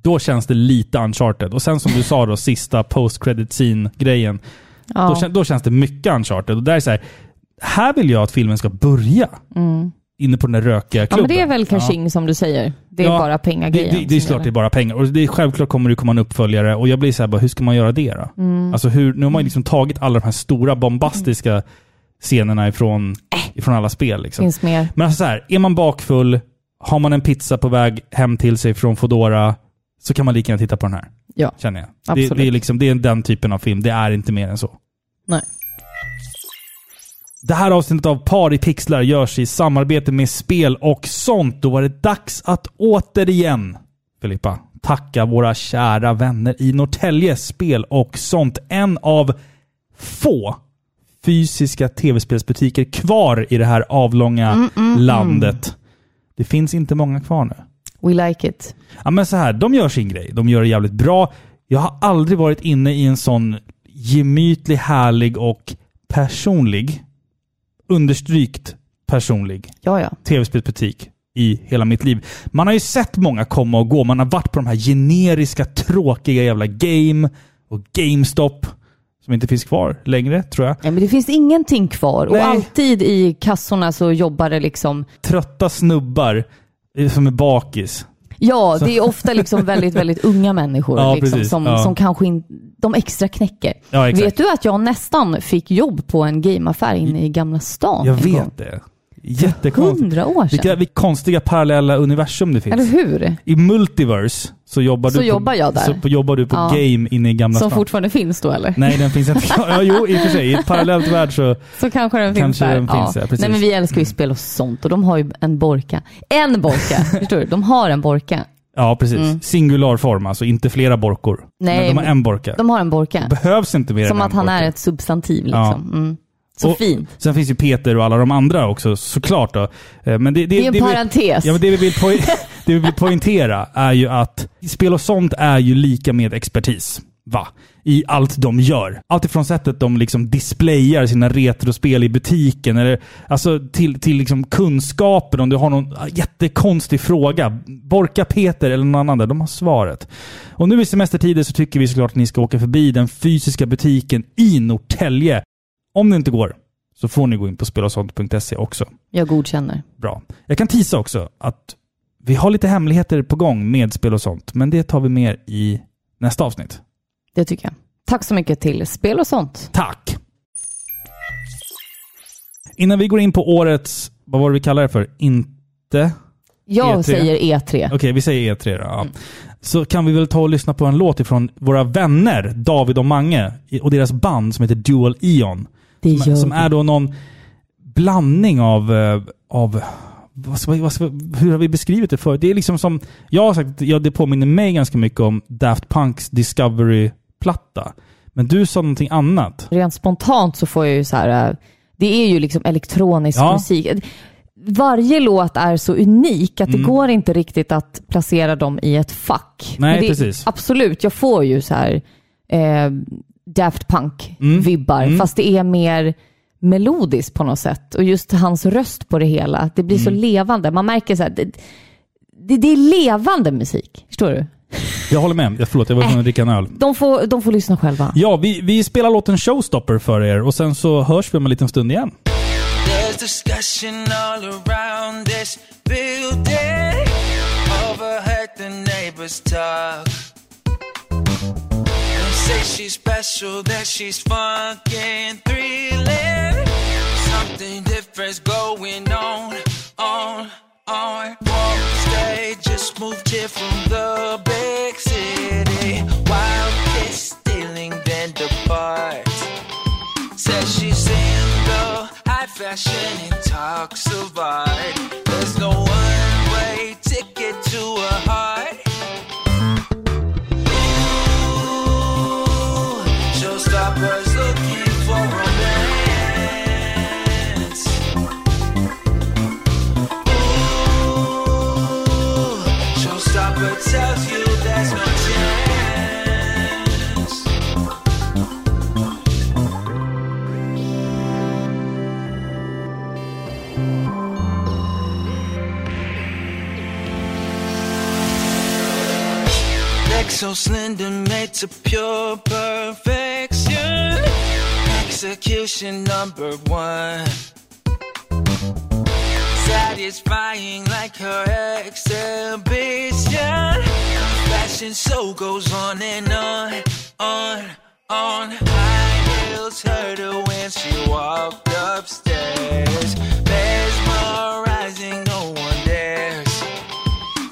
Speaker 3: Då känns det lite uncharted. Och sen som du sa då, sista post-credit scene-grejen.
Speaker 4: Ja.
Speaker 3: Då, kän- då känns det mycket uncharted. Och där är så här, här vill jag att filmen ska börja. Inne på den där rökiga
Speaker 4: Mm. Ja,
Speaker 3: klubben.
Speaker 4: men det är väl
Speaker 3: Ja.
Speaker 4: cashing som du säger. Det är
Speaker 3: Ja,
Speaker 4: bara
Speaker 3: Det,
Speaker 4: pengagrejen.
Speaker 3: det, det är
Speaker 4: som
Speaker 3: klart det är
Speaker 4: gäller.
Speaker 3: bara pengar. Och det är, självklart kommer det komma en uppföljare och jag blir så här, bara, hur ska man göra det då?
Speaker 4: Mm.
Speaker 3: Alltså hur, nu har man ju liksom tagit alla de här stora bombastiska scenerna ifrån, ifrån alla spel. Liksom.
Speaker 4: Äh. Finns mer.
Speaker 3: Men alltså så här, är man bakfull, har man en pizza på väg hem till sig från Fodora så kan man lika gärna titta på den här,
Speaker 4: Ja.
Speaker 3: känner jag. Det,
Speaker 4: Absolut.
Speaker 3: det, är liksom, det är den typen av film, det är inte mer än så.
Speaker 4: Nej.
Speaker 3: Det här avsnittet av Par i pixlar görs i samarbete med spel och sånt. Då var det dags att återigen, Filippa, tacka våra kära vänner i Norrtälje Spel och sånt. En av få fysiska tv-spelsbutiker kvar i det här avlånga landet. Det finns inte många kvar nu.
Speaker 4: We like it.
Speaker 3: Ja, men så här, de gör sin grej. De gör det jävligt bra. Jag har aldrig varit inne i en sån gemytlig, härlig och personlig, understrykt personlig,
Speaker 4: Ja, ja.
Speaker 3: tv-spelsbutik i hela mitt liv. Man har ju sett många komma och gå. Man har varit på de här generiska, tråkiga jävla Game och GameStop som inte finns kvar längre, tror jag.
Speaker 4: Nej, men det finns ingenting kvar.
Speaker 3: Nej.
Speaker 4: Och alltid i kassorna så jobbar det liksom...
Speaker 3: Trötta snubbar eh, som är bakis.
Speaker 4: Ja, det är ofta liksom väldigt, väldigt unga människor
Speaker 3: Ja,
Speaker 4: liksom,
Speaker 3: precis.
Speaker 4: som,
Speaker 3: Ja.
Speaker 4: som kanske in, de extra knäcker.
Speaker 3: Ja, exakt.
Speaker 4: vet du att jag nästan fick jobb på en gameaffär inne i Gamla stan?
Speaker 3: Jag
Speaker 4: en gång?
Speaker 3: vet det. Jättekonstigt.
Speaker 4: Hundra år sedan.
Speaker 3: Vilka, vilka konstiga parallella universum det finns.
Speaker 4: Eller hur?
Speaker 3: I Multiverse så jobbar
Speaker 4: Så
Speaker 3: du
Speaker 4: jobbar
Speaker 3: på,
Speaker 4: jag där.
Speaker 3: Så på, jobbar du på
Speaker 4: Ja.
Speaker 3: Game inne i Gamla
Speaker 4: Som
Speaker 3: stan.
Speaker 4: fortfarande finns då eller?
Speaker 3: Nej, den finns inte. Ja, jo, i och för sig. I ett parallellt värld så...
Speaker 4: Så kanske den
Speaker 3: Kanske
Speaker 4: finns där.
Speaker 3: den finns, ja, precis. Mm.
Speaker 4: Nej men vi älskar ju spel och sånt och de har ju en borka. En borka! förstår du? De har en borka.
Speaker 3: Ja, precis. Singular form, alltså inte flera borkor.
Speaker 4: Mm. Nej,
Speaker 3: men de har
Speaker 4: men-
Speaker 3: en borka.
Speaker 4: De har en borka.
Speaker 3: Behövs inte mer
Speaker 4: Som
Speaker 3: än
Speaker 4: att
Speaker 3: en
Speaker 4: han
Speaker 3: borka.
Speaker 4: är ett substantiv liksom. Mm. Så
Speaker 3: Och-
Speaker 4: fint.
Speaker 3: Sen finns ju Peter och alla de andra också, såklart. Då. Eh, Men det, det,
Speaker 4: Det är en
Speaker 3: det vi-
Speaker 4: parentes.
Speaker 3: Ja, men det vi vill, poj- det vi vill poängtera är ju att spel och sånt är ju lika med expertis. Va? I allt de gör. Allt ifrån sättet de liksom displayar sina retrospel i butiken, eller, alltså till, till liksom kunskapen om du har någon jättekonstig fråga. Borka Peter eller någon annan där, de har svaret. Och nu i semestertider så tycker vi såklart att ni ska åka förbi den fysiska butiken i Norrtälje. Om det inte går så får ni gå in på spelosont.se också.
Speaker 4: Jag godkänner.
Speaker 3: Bra. Jag kan tisa också att vi har lite hemligheter på gång med spel och sånt, men det tar vi med i nästa avsnitt.
Speaker 4: Det tycker jag. Tack så mycket till Spel och sånt.
Speaker 3: Tack! Innan vi går in på årets, vad var det vi kallar det för? Inte?
Speaker 4: Jag
Speaker 3: E3.
Speaker 4: säger E E3.
Speaker 3: E Okej, vi säger E3 då. Ja. Så kan vi väl ta och lyssna på en låt ifrån våra vänner David och Mange och deras band som heter Dual Eon. Som,
Speaker 4: Det gör
Speaker 3: som
Speaker 4: vi.
Speaker 3: är då någon blandning av, eh, av vad ska, vi- vad ska, vi- hur har vi beskrivit det förut? Det är liksom som, jag har sagt, ja, det påminner mig ganska mycket om Daft Punks Discovery-platta. Men du sa någonting annat.
Speaker 4: Rent spontant så får jag ju så här, eh, det är ju liksom elektronisk
Speaker 3: Ja.
Speaker 4: musik. Varje låt är så unik att
Speaker 3: Mm.
Speaker 4: det går inte riktigt att placera dem i ett fack.
Speaker 3: Nej,
Speaker 4: Men det,
Speaker 3: precis.
Speaker 4: Absolut, jag får ju så här eh, Daft
Speaker 3: Mm.
Speaker 4: Punk-vibbar, fast det är mer melodiskt på något sätt. Och just hans röst på det
Speaker 3: Mm.
Speaker 4: hela, att det blir så levande. Man märker så här, det, det, det är levande musik. Förstår du?
Speaker 3: Jag håller med. Jag, förlåt, jag var tvungen att dricka en öl.
Speaker 4: De får, de får lyssna själva.
Speaker 3: Ja, vi, vi spelar låten Showstopper för er och sen så hörs vi om en liten stund igen.
Speaker 8: There's discussion all around this building. Overheard the neighbors talk. They say she's special, that she's funkin' thrilling. Something different's going on, on, on. Won't stay, just moved here from the big city. Wild kids stealing, then depart. Says she's single, high fashion, and talks of art. There's no one way ticket to her heart. Ooh, showstoppers looking for romance. Ooh, showstopper tells you there's no chance. Neck so slender, made to pure perfection. Execution number one. Satisfying like her exhibition. Fashion so goes on and on, on, on. High heels hurt her when she walked upstairs. Mesmerizing, no one dares.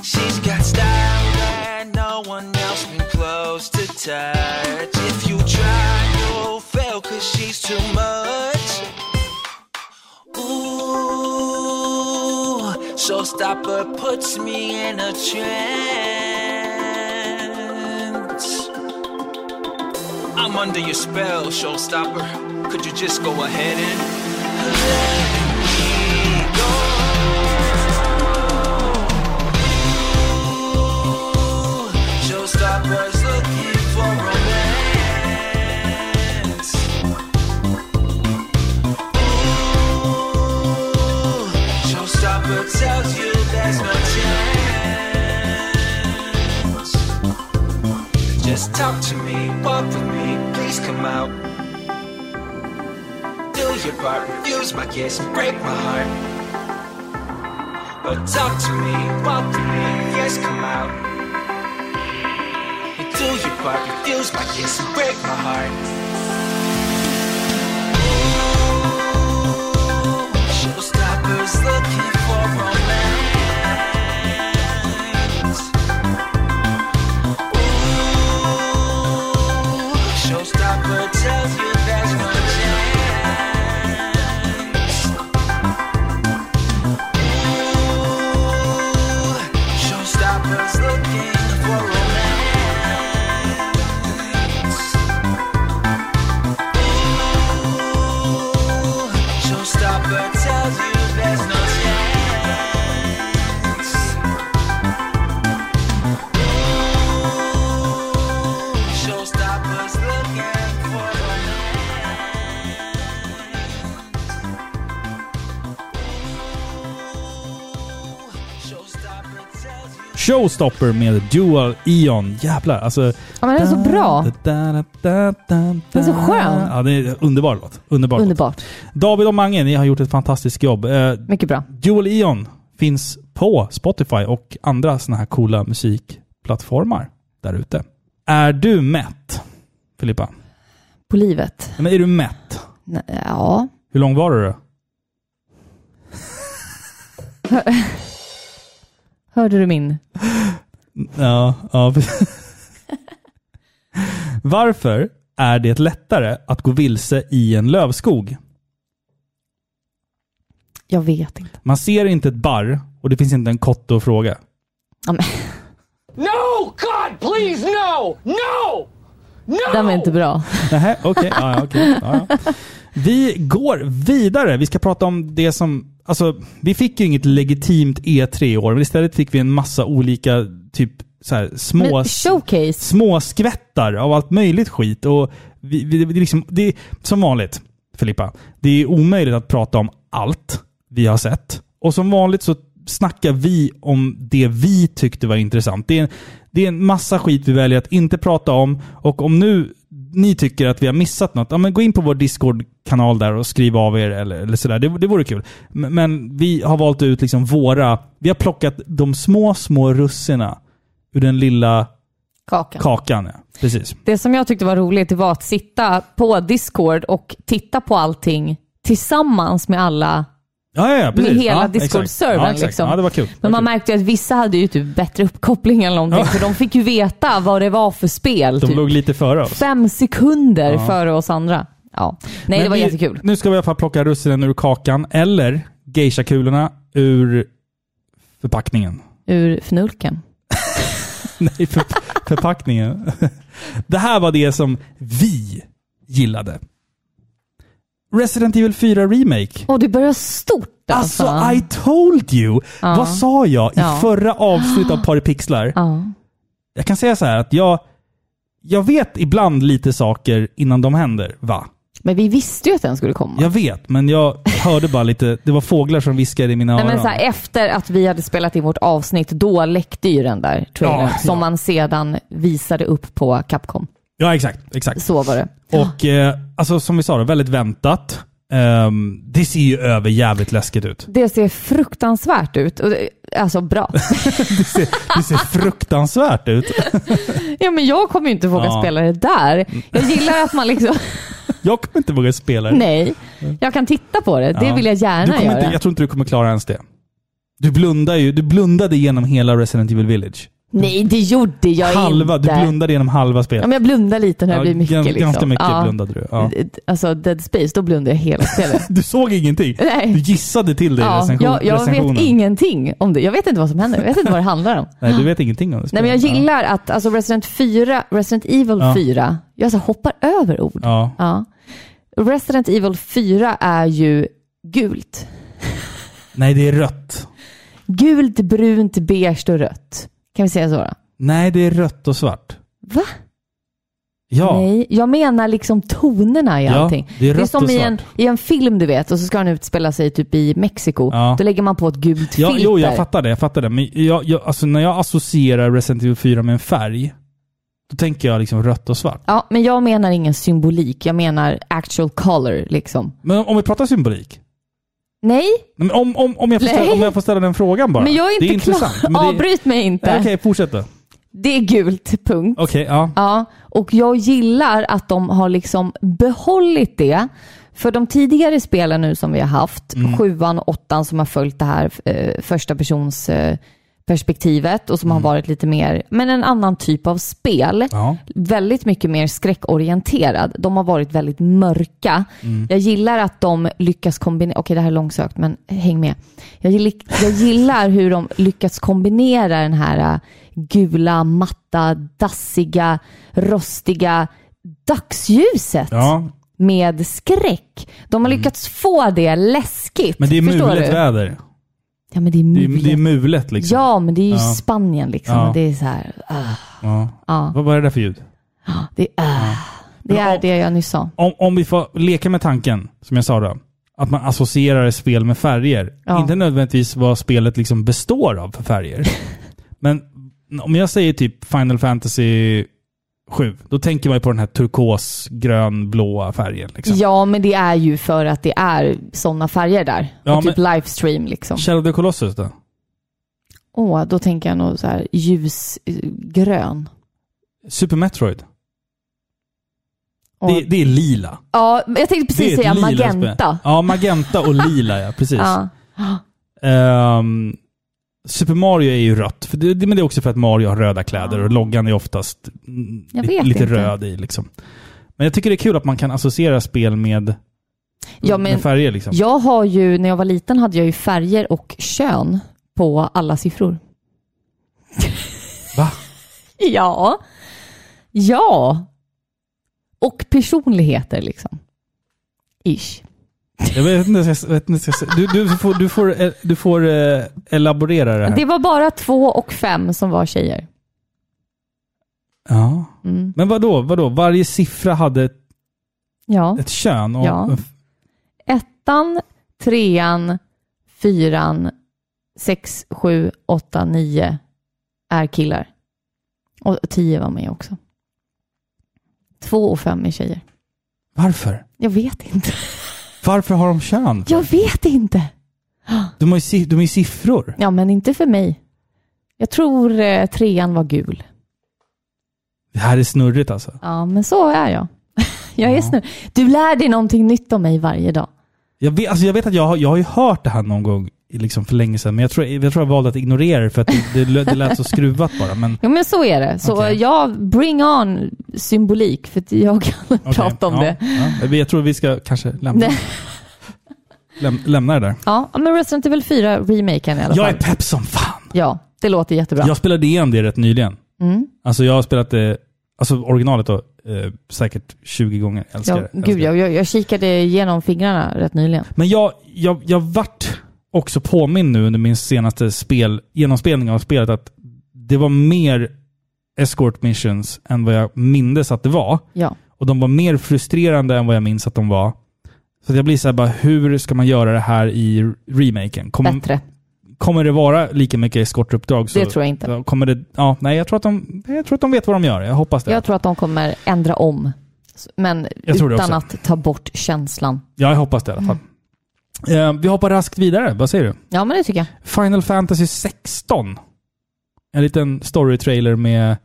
Speaker 8: She's got style that no one else been close to touch. If you try, you'll fail cause she's too much. Ooh, showstopper puts me in a trance. I'm under your spell, showstopper. Could you just go ahead and let me go? Showstoppers looking for romance. Ooh, showstopper tells you there's no chance. Just talk to me, walk with me, please come out. Do your part, refuse my kiss, break my heart. But talk to me, walk with me, yes, come out. You do your part, refuse my kiss and break my heart. Showstoppers looking for romance. Ooh, showstopper tells you there's no chance. Ooh, showstoppers looking for romance. Showstopper tells you there's no chance. Ooh, Showstoppers looking for romance. Ooh, Showstopper tells you.
Speaker 3: Showstopper med Dual Eon. Jävlar, alltså...
Speaker 4: Ja, men den är så bra.
Speaker 3: Den är
Speaker 4: är så skön.
Speaker 3: Ja, det är en underbar låt. Underbar låt.
Speaker 4: Underbart.
Speaker 3: David och Mange, ni har gjort ett fantastiskt jobb. Eh,
Speaker 4: Mycket bra.
Speaker 3: Dual Eon finns på Spotify och andra sådana här coola musikplattformar där ute. Är du mätt, Filippa?
Speaker 4: På livet.
Speaker 3: Nej, Men är du mätt?
Speaker 4: Nej, Ja.
Speaker 3: Hur lång var du då?
Speaker 4: Hörde du min?
Speaker 3: Ja, ja. Varför är det lättare att gå vilse i en lövskog?
Speaker 4: Jag vet inte.
Speaker 3: Man ser inte ett barr och det finns inte en kotte att fråga.
Speaker 4: Ja, men,
Speaker 9: No! God, please, no! No! No!
Speaker 4: den var inte bra.
Speaker 3: Nähä, okej. ja, ja, okej. ja, ja. Vi går vidare. Vi ska prata om det som... Alltså, vi fick ju inget legitimt E3 i år, men istället fick vi en massa olika typ så här, små...
Speaker 4: Men, showcase.
Speaker 3: små skvättar av allt möjligt skit. Och vi, vi, det, är liksom, det är som vanligt, Filippa, det är omöjligt att prata om allt vi har sett. Och som vanligt så snackar vi om det vi tyckte var intressant. Det är, det är en massa skit vi väljer att inte prata om. Och om nu ni tycker att vi har missat något, ja, men gå in på vår Discord-kanal där och skriv av er eller, eller sådär. Det, det vore kul. Men, men vi har valt ut liksom våra... Vi har plockat de små, små russina ur den lilla
Speaker 4: Kakan.
Speaker 3: kakan. Ja. Precis.
Speaker 4: Det som jag tyckte var roligt det var att sitta på Discord och titta på allting tillsammans med alla.
Speaker 3: Ja, ja, ja, precis.
Speaker 4: hela
Speaker 3: ja, exakt.
Speaker 4: Discord-servern,
Speaker 3: Ja, exakt.
Speaker 4: liksom.
Speaker 3: Ja, det var kul.
Speaker 4: Men
Speaker 3: Det var
Speaker 4: man
Speaker 3: kul.
Speaker 4: märkte ju att vissa hade ju typ bättre uppkoppling eller någonting,
Speaker 3: Ja.
Speaker 4: för de fick ju veta vad det var för spel.
Speaker 3: De
Speaker 4: typ.
Speaker 3: låg lite före oss.
Speaker 4: Fem sekunder
Speaker 3: Ja.
Speaker 4: före oss andra. Ja. Nej,
Speaker 3: Men
Speaker 4: det var
Speaker 3: vi,
Speaker 4: jättekul.
Speaker 3: Nu ska vi i alla fall plocka russinen ur kakan, eller geishakulorna ur förpackningen.
Speaker 4: Ur fnulken.
Speaker 3: Nej, för, förpackningen. Det här var det som vi gillade. Resident Evil 4 Remake.
Speaker 4: Och det börjar stort alltså.
Speaker 3: Alltså, I told you!
Speaker 4: Ja.
Speaker 3: Vad sa jag i
Speaker 4: Ja.
Speaker 3: förra avsnittet av Paripixlar?
Speaker 4: Ja.
Speaker 3: Jag kan säga så här att jag, jag vet ibland lite saker innan de händer, va?
Speaker 4: Men vi visste ju att den skulle komma.
Speaker 3: Jag vet, men jag hörde bara lite. Det var fåglar som viskade i mina
Speaker 4: Nej,
Speaker 3: öron.
Speaker 4: men så här, efter att vi hade spelat in vårt avsnitt, då läckte ju den där trailern
Speaker 3: Ja, ja.
Speaker 4: som man sedan visade upp på Capcom.
Speaker 3: Ja, exakt. exakt.
Speaker 4: Så var det.
Speaker 3: Och eh, alltså, som vi sa, då, väldigt väntat. Ehm, det ser ju över jävligt läskigt ut.
Speaker 4: Det ser fruktansvärt ut. Och det- Alltså bra.
Speaker 3: Det ser, det ser fruktansvärt ut.
Speaker 4: ja, men jag kommer ju inte våga
Speaker 3: Ja.
Speaker 4: spela det där. Jag gillar att man liksom...
Speaker 3: Jag kommer inte våga spela det.
Speaker 4: Nej, jag kan titta på det. Det
Speaker 3: Ja.
Speaker 4: vill jag
Speaker 3: du
Speaker 4: gärna
Speaker 3: kommer
Speaker 4: göra.
Speaker 3: inte, Jag tror inte du kommer klara ens det. Du blundar ju. Du blundade genom hela Resident Evil Village.
Speaker 4: Nej, det gjorde jag
Speaker 3: halva,
Speaker 4: inte.
Speaker 3: Du blundade genom halva spelet.
Speaker 4: Ja, men jag blundar lite när det
Speaker 3: Ja,
Speaker 4: blir mycket.
Speaker 3: gans-
Speaker 4: liksom.
Speaker 3: Ganska mycket
Speaker 4: ja.
Speaker 3: blundade du. Ja.
Speaker 4: Alltså Dead Space, då blundar jag hela spelet.
Speaker 3: Du såg ingenting.
Speaker 4: Nej.
Speaker 3: Du gissade till det i
Speaker 4: Ja,
Speaker 3: recension,
Speaker 4: jag, jag
Speaker 3: recensionen.
Speaker 4: vet ingenting om det. Jag vet inte vad som händer. Jag vet inte vad det handlar om.
Speaker 3: Nej, du vet ingenting om det.
Speaker 4: Nej, men jag
Speaker 3: spelet.
Speaker 4: gillar att alltså Resident, 4, Resident Evil
Speaker 3: Ja.
Speaker 4: 4, jag så hoppar över ord. Ja.
Speaker 3: Ja. Ja.
Speaker 4: Resident Evil 4 är ju gult.
Speaker 3: Nej, det är rött.
Speaker 4: Gult, brunt, beige och rött. Kan vi säga så då?
Speaker 3: Nej, det är rött och svart.
Speaker 4: Va?
Speaker 3: Ja.
Speaker 4: Nej, jag menar liksom tonerna i
Speaker 3: Ja,
Speaker 4: allting.
Speaker 3: det är rött
Speaker 4: som
Speaker 3: och
Speaker 4: i
Speaker 3: svart.
Speaker 4: en, i en film du vet och så ska den utspela sig typ i Mexiko.
Speaker 3: Ja.
Speaker 4: Då lägger man på ett gult
Speaker 3: Ja,
Speaker 4: filter.
Speaker 3: jo, jag fattar det. Jag fattar det. Men jag, jag, alltså, när jag associerar Resident Evil 4 med en färg, då tänker jag liksom rött och svart.
Speaker 4: Ja, men jag menar ingen symbolik. Jag menar actual color liksom.
Speaker 3: Men om, om vi pratar symbolik?
Speaker 4: Nej,
Speaker 3: Nej, men Om, om, om, jag får
Speaker 4: Nej.
Speaker 3: ställa, om jag får ställa den frågan bara.
Speaker 4: men jag är
Speaker 3: det är
Speaker 4: inte
Speaker 3: intressant.
Speaker 4: klar.
Speaker 3: men det är-
Speaker 4: Avbryt mig inte.
Speaker 3: Okej, fortsätt då. Okej,
Speaker 4: Det är gult, punkt.
Speaker 3: ja.
Speaker 4: Ja, och jag gillar att de har liksom behållit det. För de tidigare spelen nu som vi har haft,
Speaker 3: Mm.
Speaker 4: sjuan och åttan som har följt det här eh, första persons eh, perspektivet och som har varit lite mer, men en annan typ av spel.
Speaker 3: Mm. Ja.
Speaker 4: Väldigt mycket mer skräckorienterad. De har varit väldigt mörka.
Speaker 3: Mm.
Speaker 4: Jag gillar att de lyckas kombinera, okej det här är långsökt men häng med. Jag, gill- jag gillar hur de lyckas kombinera den här eh, gula, matta, dassiga, rostiga dagsljuset
Speaker 3: ja. Mm.
Speaker 4: med skräck. De har lyckats få det läskigt.
Speaker 3: Men det är
Speaker 4: Förstår
Speaker 3: mulet
Speaker 4: du?
Speaker 3: väder.
Speaker 4: Ja, men det är
Speaker 3: Det är,
Speaker 4: mulet.
Speaker 3: det är mulet liksom.
Speaker 4: Ja, men det är ju
Speaker 3: Ja.
Speaker 4: Spanien liksom.
Speaker 3: Ja.
Speaker 4: Och Det är så här, ah,
Speaker 3: Ja.
Speaker 4: ja.
Speaker 3: Vad var det där för ljud?
Speaker 4: det, är, ah. det
Speaker 3: Men
Speaker 4: är
Speaker 3: om-
Speaker 4: det jag nyss sa.
Speaker 3: Om, om vi får leka med tanken, som jag sa då, att man associerar ett spel med färger.
Speaker 4: Ja.
Speaker 3: Inte nödvändigtvis vad spelet liksom består av för färger. Men om jag säger typ Final Fantasy 7, då tänker man ju på den här turkos, grön, blåa färgen. Liksom.
Speaker 4: Ja, men det är ju för att det är sådana färger där.
Speaker 3: Ja,
Speaker 4: och typ livestream liksom.
Speaker 3: Shadow of the Colossus då?
Speaker 4: Åh, då tänker jag nog så här ljusgrön.
Speaker 3: Super Metroid?
Speaker 4: Och,
Speaker 3: Det, det är lila.
Speaker 4: ja, men jag
Speaker 3: det
Speaker 4: tänkte
Speaker 3: är
Speaker 4: precis
Speaker 3: ett
Speaker 4: säga
Speaker 3: lila
Speaker 4: magenta.
Speaker 3: spel. Ja, magenta och lila ja, precis.
Speaker 4: Ja.
Speaker 3: Ehm, Super Mario är ju rött, för det, det- men det är också för att Mario har röda kläder och loggan är oftast mm,
Speaker 4: Jag
Speaker 3: li-
Speaker 4: vet
Speaker 3: lite
Speaker 4: inte.
Speaker 3: röd i. Liksom. Men jag tycker det är kul att man kan associera spel med,
Speaker 4: Ja, men
Speaker 3: med färger. Liksom.
Speaker 4: jag har ju, när jag var liten hade jag ju färger och kön på alla siffror.
Speaker 3: Va?
Speaker 4: Ja. Ja. Och personligheter liksom. Ish.
Speaker 3: Jag vet inte, jag vet inte, jag- du, du får, du får, eh, du får eh, elaborera det här.
Speaker 4: Det var bara två och fem som var tjejer.
Speaker 3: Ja.
Speaker 4: Mm.
Speaker 3: Men vadå, vadå? Varje siffra hade ett,
Speaker 4: Ja.
Speaker 3: ett kön? Och,
Speaker 4: Ja. Ettan, trean, fyran, sex, sju, åtta, nio är killar. Och tio var med också. Två och fem är tjejer.
Speaker 3: Varför?
Speaker 4: Jag vet inte.
Speaker 3: Varför har de kön?
Speaker 4: Jag vet inte.
Speaker 3: De har ju, si- de är ju siffror.
Speaker 4: Ja, men inte för mig. Jag tror eh, trean var gul.
Speaker 3: Det här är snurrigt alltså.
Speaker 4: Ja, men så är jag. jag är
Speaker 3: Ja.
Speaker 4: snurr. Du lär dig någonting nytt om mig varje dag.
Speaker 3: Jag vet, alltså jag vet att jag har, jag har ju hört det här någon gång i liksom för länge sedan, men jag tror jag, tror jag valde att ignorera det för att det, det, det lät så skruvat bara. Men
Speaker 4: Jo, men så är det. Så
Speaker 3: Okej.
Speaker 4: jag bring on symbolik, för att jag kan
Speaker 3: Okej,
Speaker 4: prata om
Speaker 3: ja,
Speaker 4: det.
Speaker 3: Ja. Jag tror vi ska kanske lämna,
Speaker 4: Nej.
Speaker 3: läm, lämna det där.
Speaker 4: Ja, men Resident Evil 4 remaken i alla
Speaker 3: Jag
Speaker 4: fall.
Speaker 3: är pepp som fan!
Speaker 4: Ja, det låter jättebra.
Speaker 3: Jag spelade igen det rätt nyligen.
Speaker 4: Mm.
Speaker 3: Alltså jag har spelat det, alltså originalet då, eh, säkert 20 gånger. Jag Älskar
Speaker 4: Ja,
Speaker 3: det. Älskar
Speaker 4: gud,
Speaker 3: det.
Speaker 4: jag, jag, jag kikade igenom fingrarna rätt nyligen.
Speaker 3: Men jag, jag, jag vart också påminn nu under min senaste spel, genomspelning av spelet att det var mer escort missions än vad jag mindes att det var.
Speaker 4: Ja.
Speaker 3: Och de var mer frustrerande än vad jag minns att de var. Så att jag blir så här bara, hur ska man göra det här i remaken? Kommer,
Speaker 4: Bättre.
Speaker 3: kommer det vara lika mycket eskortuppdrag? Mm. Så
Speaker 4: Det tror jag inte.
Speaker 3: Kommer det, ja, nej, jag tror, att de, jag tror att de vet vad de gör. Jag hoppas det.
Speaker 4: Jag tror att de kommer ändra om, S- men
Speaker 3: Jag tror det
Speaker 4: utan
Speaker 3: också.
Speaker 4: att ta bort känslan.
Speaker 3: Ja, jag hoppas det i alla fall.
Speaker 4: Mm.
Speaker 3: Eh, vi hoppar raskt vidare. Vad säger du?
Speaker 4: Ja, men det tycker jag.
Speaker 3: Final Fantasy 16. En liten story-trailer med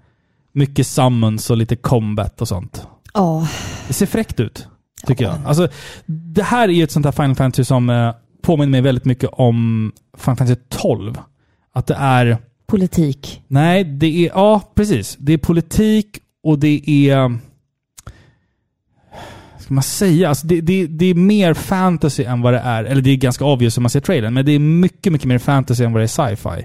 Speaker 3: mycket summons och lite combat och sånt.
Speaker 4: Ja,
Speaker 3: Det ser fräckt ut, tycker jag. Alltså, det här är ju ett sånt här Final Fantasy som eh, påminner mig väldigt mycket om Final Fantasy 12. Att det är...
Speaker 4: politik.
Speaker 3: Nej, det är... Ja, precis. Det är politik och det är... Ska man säga? Alltså det, det, det är mer fantasy än vad det är. Eller det är ganska obvious om man ser trailern, men det är mycket, mycket mer fantasy än vad det är sci-fi.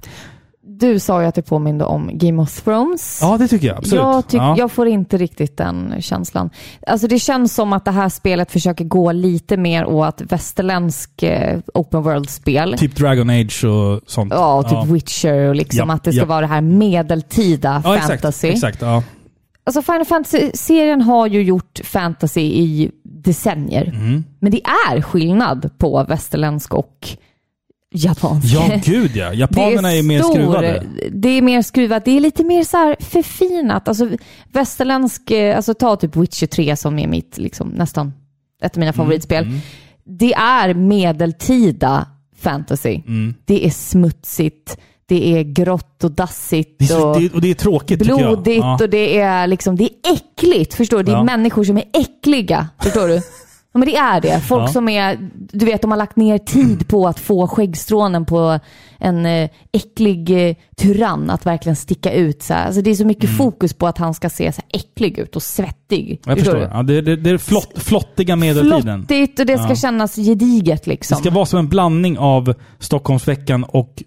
Speaker 4: Du sa ju att det påminde om Game of Thrones.
Speaker 3: Ja, det tycker jag. Absolut.
Speaker 4: Jag, tyck,
Speaker 3: ja.
Speaker 4: jag får inte riktigt den känslan. Alltså det känns som att det här spelet försöker gå lite mer åt västerländsk eh, open world-spel.
Speaker 3: Typ Dragon Age och sånt.
Speaker 4: Ja, och typ Witcher och liksom
Speaker 3: Ja,
Speaker 4: att det ska
Speaker 3: ja.
Speaker 4: vara det här medeltida
Speaker 3: Ja, exakt.
Speaker 4: fantasy.
Speaker 3: exakt ja.
Speaker 4: Alltså Final Fantasy-serien har ju gjort fantasy i decennier.
Speaker 3: Mhm.
Speaker 4: Men det är skillnad på västerländsk och japansk.
Speaker 3: ja, gud ja. Japanerna är, mer
Speaker 4: stor-
Speaker 3: skruvade.
Speaker 4: Det är mer skruvat. Det är lite mer så här förfinat. Alltså, västerländsk, eh, alltså ta typ Witcher 3 som är mitt, liksom, nästan ett av
Speaker 3: Mm.
Speaker 4: mina favoritspel. Det är medeltida fantasy.
Speaker 3: Mm.
Speaker 4: Det är smutsigt, det är grått och dassigt.
Speaker 3: Det är, så,
Speaker 4: och
Speaker 3: det, är- och det är tråkigt tycker jag.
Speaker 4: blodigt
Speaker 3: Ja.
Speaker 4: och det är liksom, det är äckligt. Förstår du? Det är
Speaker 3: Ja.
Speaker 4: människor som är äckliga. Förstår du? Ja, men det är det. Folk
Speaker 3: Ja.
Speaker 4: som är, du vet, de har lagt ner tid på att få skäggstrånen på en eh, äcklig eh, tyrann att verkligen sticka ut. Så här. Alltså, det är så mycket
Speaker 3: Mm.
Speaker 4: fokus på att han ska se så här äcklig ut och svettig.
Speaker 3: Jag förstår.
Speaker 4: du?
Speaker 3: Ja, det, det, det är flott, flottiga medeltiden.
Speaker 4: Flottigt och det ska
Speaker 3: Ja.
Speaker 4: kännas gediget
Speaker 3: Det
Speaker 4: liksom.
Speaker 3: ska vara som en blandning av Stockholmsveckan och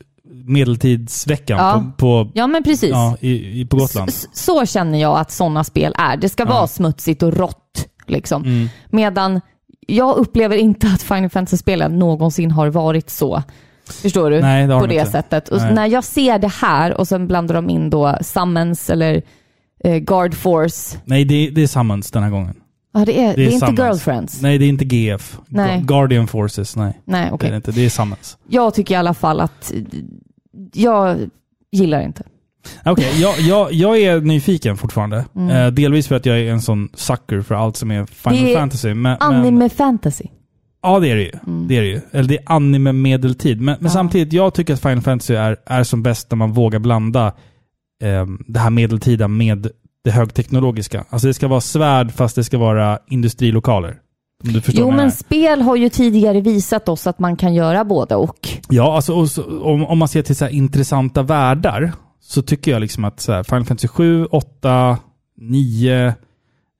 Speaker 3: medeltidsveckan
Speaker 4: Ja.
Speaker 3: på, på,
Speaker 4: Ja, men precis.
Speaker 3: ja, i, i, på Gotland.
Speaker 4: S- Så känner jag att sådana spel är. Det ska vara smutsigt och rått. Liksom.
Speaker 3: Mm.
Speaker 4: Medan jag upplever inte att Final Fantasy-spelen någonsin har varit så. Förstår du?
Speaker 3: Nej, det har
Speaker 4: På
Speaker 3: de
Speaker 4: det
Speaker 3: inte.
Speaker 4: sättet. Och
Speaker 3: Nej.
Speaker 4: när jag ser det här och sen blandar de in då Summons eller eh, Guard Force.
Speaker 3: Nej, det, det är Summons den här gången.
Speaker 4: Ja, det är, det är, inte
Speaker 3: Summons.
Speaker 4: Girlfriends. Nej,
Speaker 3: Nej, det är inte GF.
Speaker 4: Nej.
Speaker 3: Guardian Forces, nej.
Speaker 4: okej.
Speaker 3: Det är det inte. Det är Summons.
Speaker 4: Jag tycker i alla fall att eh, jag gillar inte.
Speaker 3: Okej, jag, jag, jag är nyfiken fortfarande.
Speaker 4: Mm.
Speaker 3: Eh, delvis för att jag är en sån sucker för allt som är Final
Speaker 4: Det är
Speaker 3: Fantasy. Men,
Speaker 4: Anime
Speaker 3: men,
Speaker 4: fantasy.
Speaker 3: ja, det är det ju. Det är det ju. Eller det är anime medeltid. Men, men
Speaker 4: Ja.
Speaker 3: samtidigt, jag tycker att Final Fantasy är, är som bäst när man vågar blanda ehm, det här medeltida med det högteknologiska. Alltså det ska vara svärd fast det ska vara industrilokaler. Om du förstår
Speaker 4: Jo,
Speaker 3: vad jag
Speaker 4: men
Speaker 3: menar.
Speaker 4: spel har ju tidigare visat oss att man kan göra både och.
Speaker 3: Ja, alltså och så, om, om man ser till så här intressanta världar så tycker jag liksom att så här, Final Fantasy 7, 8, 9,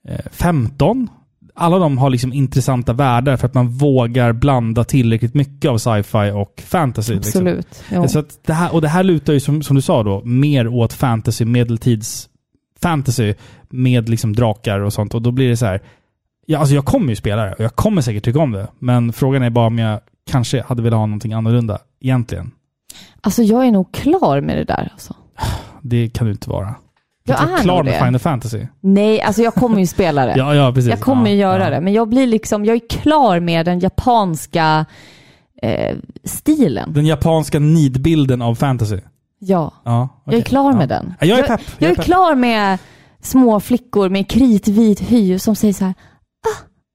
Speaker 3: eh, 15. Alla de har liksom intressanta världar för att man vågar blanda tillräckligt mycket av sci-fi och fantasy. Liksom.
Speaker 4: Absolut. Jo.
Speaker 3: Så att det här, och det här lutar ju som, som du sa då, mer åt fantasy, medeltids fantasy med liksom drakar och sånt. Och då blir det så här, ja, alltså jag kommer ju spela det och jag kommer säkert tycka om det. Men frågan är bara om jag kanske hade velat ha någonting annorlunda egentligen.
Speaker 4: Alltså jag är nog klar med det där. Alltså.
Speaker 3: Det kan du inte vara. Du
Speaker 4: Jag
Speaker 3: inte
Speaker 4: är
Speaker 3: klar
Speaker 4: nog
Speaker 3: med
Speaker 4: det.
Speaker 3: Final Fantasy.
Speaker 4: Nej, alltså jag kommer ju spela det.
Speaker 3: Ja, ja, precis.
Speaker 4: jag kommer
Speaker 3: ja,
Speaker 4: ju göra
Speaker 3: ja.
Speaker 4: det, men jag blir liksom, jag är klar med den japanska eh, stilen.
Speaker 3: Den japanska nidbilden av fantasy.
Speaker 4: Ja,
Speaker 3: Ja,
Speaker 4: jag är
Speaker 3: okej.
Speaker 4: klar
Speaker 3: ja.
Speaker 4: med den.
Speaker 3: Ja, jag är
Speaker 4: jag,
Speaker 3: pepp. Jag
Speaker 4: jag
Speaker 3: är
Speaker 4: är
Speaker 3: pepp.
Speaker 4: klar med små flickor med kritvit hy som säger så här ah.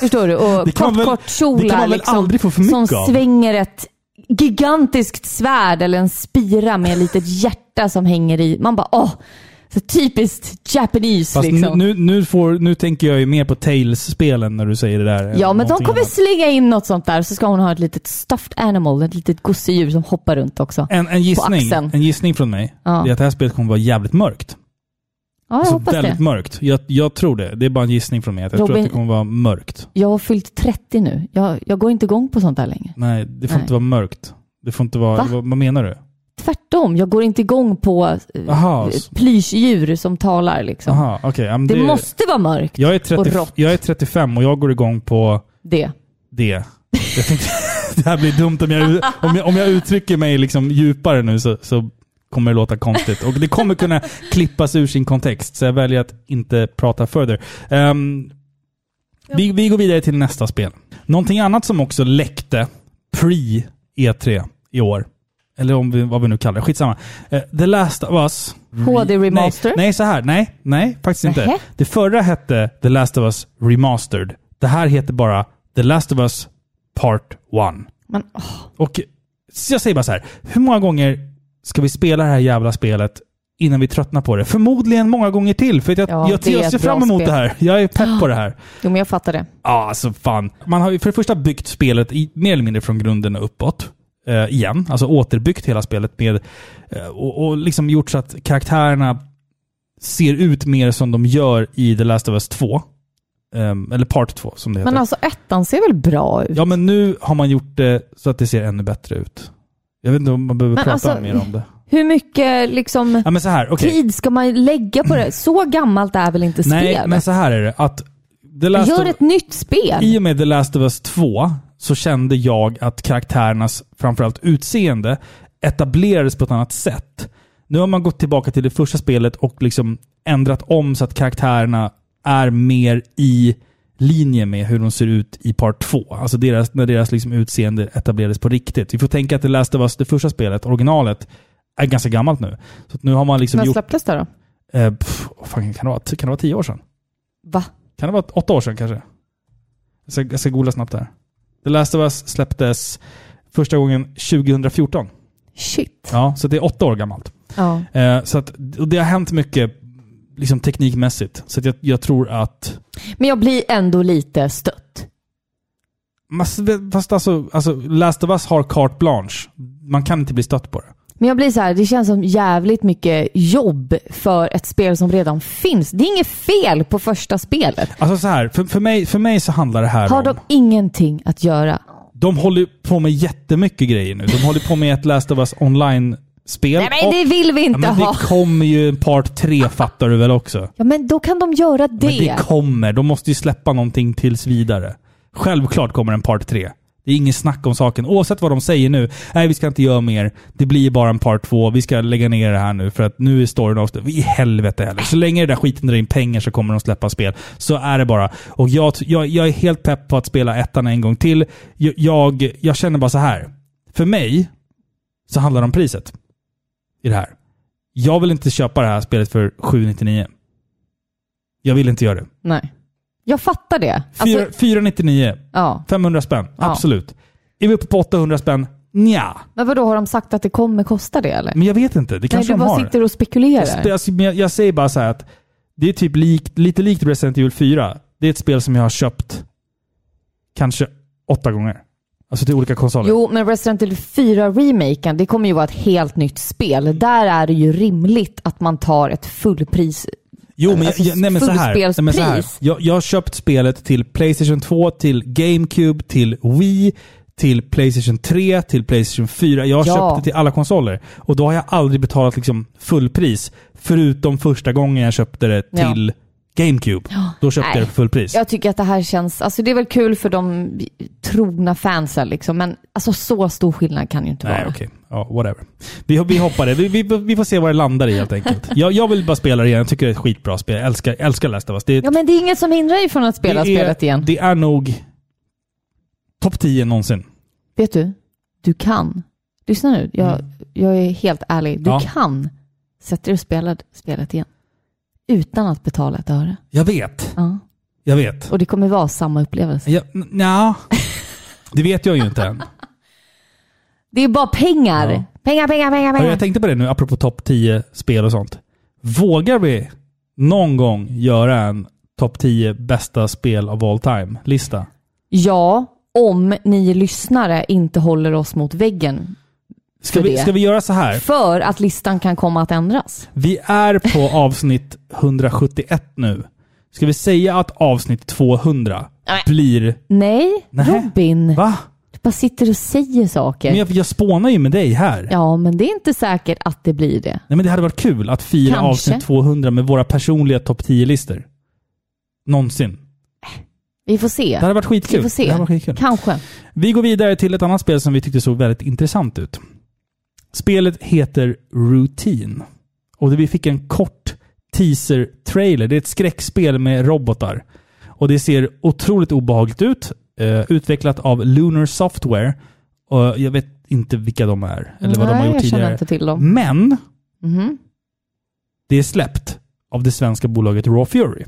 Speaker 4: Förstår du? Och
Speaker 3: Det kan man
Speaker 4: kort,
Speaker 3: väl-
Speaker 4: kort
Speaker 3: det kan
Speaker 4: kjolar
Speaker 3: man väl
Speaker 4: liksom,
Speaker 3: aldrig få för
Speaker 4: som
Speaker 3: mycket av?
Speaker 4: svänger ett gigantiskt svärd eller en spira med ett litet hjärta som hänger i. Man bara åh, så typiskt Japanese
Speaker 3: Fast
Speaker 4: liksom.
Speaker 3: nu, nu, nu, får, nu tänker jag ju mer på Tales-spelen när du säger det där. än
Speaker 4: Ja, men de
Speaker 3: någonting
Speaker 4: kommer
Speaker 3: annat.
Speaker 4: slänga in något sånt där så ska hon ha ett litet stuffed animal, ett litet gosedjur som hoppar runt också.
Speaker 3: En, en, gissning,
Speaker 4: axeln.
Speaker 3: en gissning från mig
Speaker 4: Ja.
Speaker 3: det är att det här spelet kommer vara jävligt mörkt.
Speaker 4: Ja, jag
Speaker 3: Alltså
Speaker 4: hoppas
Speaker 3: väldigt
Speaker 4: det.
Speaker 3: mörkt. Jag, jag tror det. Det är bara en gissning från mig. Att jag tror
Speaker 4: Robin-
Speaker 3: att det kommer vara mörkt.
Speaker 4: Jag har fyllt 30 nu. Jag, jag går inte igång på sånt där längre.
Speaker 3: Nej, det får
Speaker 4: Nej.
Speaker 3: inte vara mörkt. Det får inte vara...
Speaker 4: Va?
Speaker 3: Vad, vad menar du?
Speaker 4: Tvärtom, jag går inte igång på
Speaker 3: Aha,
Speaker 4: Aha. plyschdjur som talar liksom.
Speaker 3: Jaha, okej. ja, men
Speaker 4: Det,
Speaker 3: det-
Speaker 4: måste vara mörkt,
Speaker 3: jag, är
Speaker 4: och
Speaker 3: 30,
Speaker 4: rått.
Speaker 3: jag är 35 och jag går igång på
Speaker 4: det.
Speaker 3: det. Jag tänkte, det här blir dumt om jag, om jag, om jag uttrycker mig liksom djupare nu så, så kommer det låta konstigt. Och det kommer kunna klippas ur sin kontext, så jag väljer att inte prata further. Ehm, vi, vi går vidare till nästa spel. Någonting annat som också läckte pre-E3 i år, eller om vi, vad vi nu kallar det, skitsamma. Eh, The Last of Us...
Speaker 4: HD Remaster?
Speaker 3: Mm. Nej, nej, så här. Nej, nej faktiskt
Speaker 4: Nähä?
Speaker 3: inte. Det förra hette The Last of Us Remastered. Det här heter bara The Last of Us Part 1.
Speaker 4: Men,
Speaker 3: Och så jag säger bara så här, hur många gånger ska vi spela det här jävla spelet innan vi tröttnar på det? Förmodligen många gånger till, för att jag,
Speaker 4: Ja,
Speaker 3: jag,
Speaker 4: det är
Speaker 3: jag
Speaker 4: ett
Speaker 3: ser
Speaker 4: bra
Speaker 3: fram emot
Speaker 4: spel.
Speaker 3: det här. Jag är pepp på det här.
Speaker 4: Jo, men jag fattar det.
Speaker 3: Ja, alltså fan. Man har ju för det första byggt spelet i, mer eller mindre från grunden och uppåt. Eh, igen. Alltså återbyggt hela spelet med... Eh, och, och liksom gjort så att karaktärerna ser ut mer som de gör i The Last of Us 2. Ehm, eller Part 2 som det heter.
Speaker 4: Men alltså ettan ser väl bra ut?
Speaker 3: ja, men nu har man gjort det så att det ser ännu bättre ut. Jag vet inte om man behöver
Speaker 4: Men
Speaker 3: prata
Speaker 4: alltså-
Speaker 3: mer om det.
Speaker 4: Hur mycket liksom
Speaker 3: Ja, men så här. Okej.
Speaker 4: tid ska man lägga på det? Så gammalt är väl inte
Speaker 3: Nej,
Speaker 4: spelet?
Speaker 3: men så här är det. Att The Last
Speaker 4: Gör
Speaker 3: of...
Speaker 4: ett nytt spel!
Speaker 3: I och med The Last of Us 2 så kände jag att karaktärernas, framförallt utseende, etablerades på ett annat sätt. Nu har man gått tillbaka till det första spelet och liksom ändrat om så att karaktärerna är mer i linje med hur de ser ut i part 2. Alltså deras, när deras liksom utseende etablerades på riktigt. Vi får tänka att The Last of Us, det första spelet, originalet, är ganska gammalt nu. Så att nu har man liksom
Speaker 4: När
Speaker 3: gjort...
Speaker 4: släpptes det då?
Speaker 3: Eh, pff, vad fan, kan, det vara, kan det vara tio år sedan?
Speaker 4: Va?
Speaker 3: Kan det vara åtta år sedan kanske? Jag ska, jag ska googla snabbt här. The Last of Us släpptes första gången 2014.
Speaker 4: Shit.
Speaker 3: Ja, så det är åtta år gammalt.
Speaker 4: Ja.
Speaker 3: Eh, så att, och det har hänt mycket liksom teknikmässigt. Så att jag, jag tror att...
Speaker 4: Men jag blir ändå lite stött.
Speaker 3: Mass- Fast alltså, alltså, Last of Us har carte blanche. Man kan inte bli stött på det.
Speaker 4: Men jag blir så här, det känns som jävligt mycket jobb för ett spel som redan finns. Det är inget fel på första spelet.
Speaker 3: Alltså så här, för, för, mig, för mig så handlar det här
Speaker 4: Har
Speaker 3: om...
Speaker 4: de ingenting att göra?
Speaker 3: De håller ju på med jättemycket grejer nu. De håller på med ett Last of Us online-spel.
Speaker 4: Nej men
Speaker 3: och-
Speaker 4: det vill vi
Speaker 3: Ja,
Speaker 4: inte
Speaker 3: men
Speaker 4: ha!
Speaker 3: det kommer ju en part tre fattar du väl också?
Speaker 4: Ja men då kan de göra det.
Speaker 3: Men det kommer. De måste ju släppa någonting tills vidare. Självklart kommer en part 3. Det är ingen snack om saken. Oavsett vad de säger nu. Nej, vi ska inte göra mer. Det blir bara en part 2. Vi ska lägga ner det här nu för att nu är storyn avslutad. I helvete heller. Så länge det där skiten drar in pengar så kommer de släppa spel. Så är det bara. Och jag, jag, jag är helt pepp på att spela ettan en gång till. Jag, jag, jag känner bara så här. För mig så handlar det om priset. I det här. Jag vill inte köpa det här spelet för 799. Jag vill inte göra det.
Speaker 4: Nej. Jag fattar det. Alltså,
Speaker 3: Fyra- 499.
Speaker 4: ja.
Speaker 3: 500 spänn.
Speaker 4: Ja.
Speaker 3: Absolut. Är vi uppe på 800 spänn? Nja.
Speaker 4: Men vadå, har de sagt att det kommer kosta det eller?
Speaker 3: Men jag vet inte. Det
Speaker 4: Nej,
Speaker 3: kanske
Speaker 4: du
Speaker 3: de
Speaker 4: bara
Speaker 3: har.
Speaker 4: sitter och spekulerar.
Speaker 3: Jag, spe- alltså, men jag, jag säger bara så här att det är typ likt, lite likt Resident Evil 4. Det är ett spel som jag har köpt kanske åtta gånger. Alltså till olika konsoler.
Speaker 4: Jo, men Resident Evil 4-remaken, det kommer ju vara ett helt nytt spel. Där är det ju rimligt att man tar ett fullpris.
Speaker 3: Jo, men,
Speaker 4: Alltså,
Speaker 3: jag, jag, nej, men så här. Nej, men så här.
Speaker 4: fullspelspris.
Speaker 3: Jag, jag har köpt spelet till Playstation 2, till GameCube, till Wii, till Playstation 3, till Playstation 4. Jag har
Speaker 4: Ja.
Speaker 3: köpt det till alla konsoler. Och då har jag aldrig betalat liksom fullpris. Förutom första gången jag köpte det
Speaker 4: Ja.
Speaker 3: till GameCube. Då köpte
Speaker 4: nej.
Speaker 3: jag det för fullpris.
Speaker 4: Jag tycker att det här känns, alltså det är väl kul för de trogna fansen liksom, men alltså så stor skillnad kan ju inte
Speaker 3: Nej,
Speaker 4: vara.
Speaker 3: okej. Ja, whatever. Vi, vi hoppar det. Vi, vi, vi får se vad det landar i helt enkelt. Jag, jag vill bara spela det igen. Jag tycker det är ett skitbra spel. Jag älskar, älskar Last of Us. Det är ett
Speaker 4: Ja, men det är inget som hindrar dig från att spela
Speaker 3: det är,
Speaker 4: spelet igen.
Speaker 3: Det är nog topp 10 någonsin.
Speaker 4: Vet du? Du kan. Lyssna nu, jag, jag är helt ärlig. Du
Speaker 3: Mm. Ja.
Speaker 4: kan sätta dig och spela spelet igen. Utan att betala ett öre.
Speaker 3: Jag vet.
Speaker 4: Ja.
Speaker 3: Jag vet.
Speaker 4: Och det kommer vara samma upplevelse.
Speaker 3: Jag, n- nja. Det vet jag ju inte än.
Speaker 4: Det är bara pengar.
Speaker 3: Ja.
Speaker 4: Pengar, pengar, pengar,
Speaker 3: Ja,
Speaker 4: pengar.
Speaker 3: Jag tänkte på det nu, apropå topp 10 spel och sånt. Vågar vi någon gång göra en topp 10 bästa spel of all time-lista?
Speaker 4: Ja, om ni lyssnare inte håller oss mot väggen.
Speaker 3: Ska
Speaker 4: För
Speaker 3: vi,
Speaker 4: det.
Speaker 3: ska vi göra så här?
Speaker 4: För att listan kan komma att ändras.
Speaker 3: Vi är på avsnitt 171 nu. Ska vi säga att avsnitt 200 blir...
Speaker 4: Nej,
Speaker 3: Nej.
Speaker 4: Robin.
Speaker 3: Va?
Speaker 4: Du bara sitter och säger saker.
Speaker 3: Men jag, jag spånar ju med dig här.
Speaker 4: Ja, men det är inte säkert att det blir det.
Speaker 3: Nej, men det hade varit kul att fira
Speaker 4: Kanske.
Speaker 3: avsnitt 200 med våra personliga topp 10-listor. Någonsin.
Speaker 4: Vi får se.
Speaker 3: Det hade varit skitkul.
Speaker 4: Vi får
Speaker 3: Det
Speaker 4: se.
Speaker 3: hade varit skitkul.
Speaker 4: Kanske.
Speaker 3: Vi går vidare till ett annat spel som vi tyckte såg väldigt intressant ut. Spelet heter Routine. Och det- vi fick en kort teaser-trailer. Det är ett skräckspel med robotar. Och det ser otroligt obehagligt ut. Eh, utvecklat av Lunar Software. Och jag vet inte vilka de är, eller vad
Speaker 4: Nej,
Speaker 3: de har gjort
Speaker 4: jag känner
Speaker 3: tidigare. Mm.
Speaker 4: inte till dem.
Speaker 3: Men
Speaker 4: Mhm.
Speaker 3: det är släppt av det svenska bolaget Raw Fury.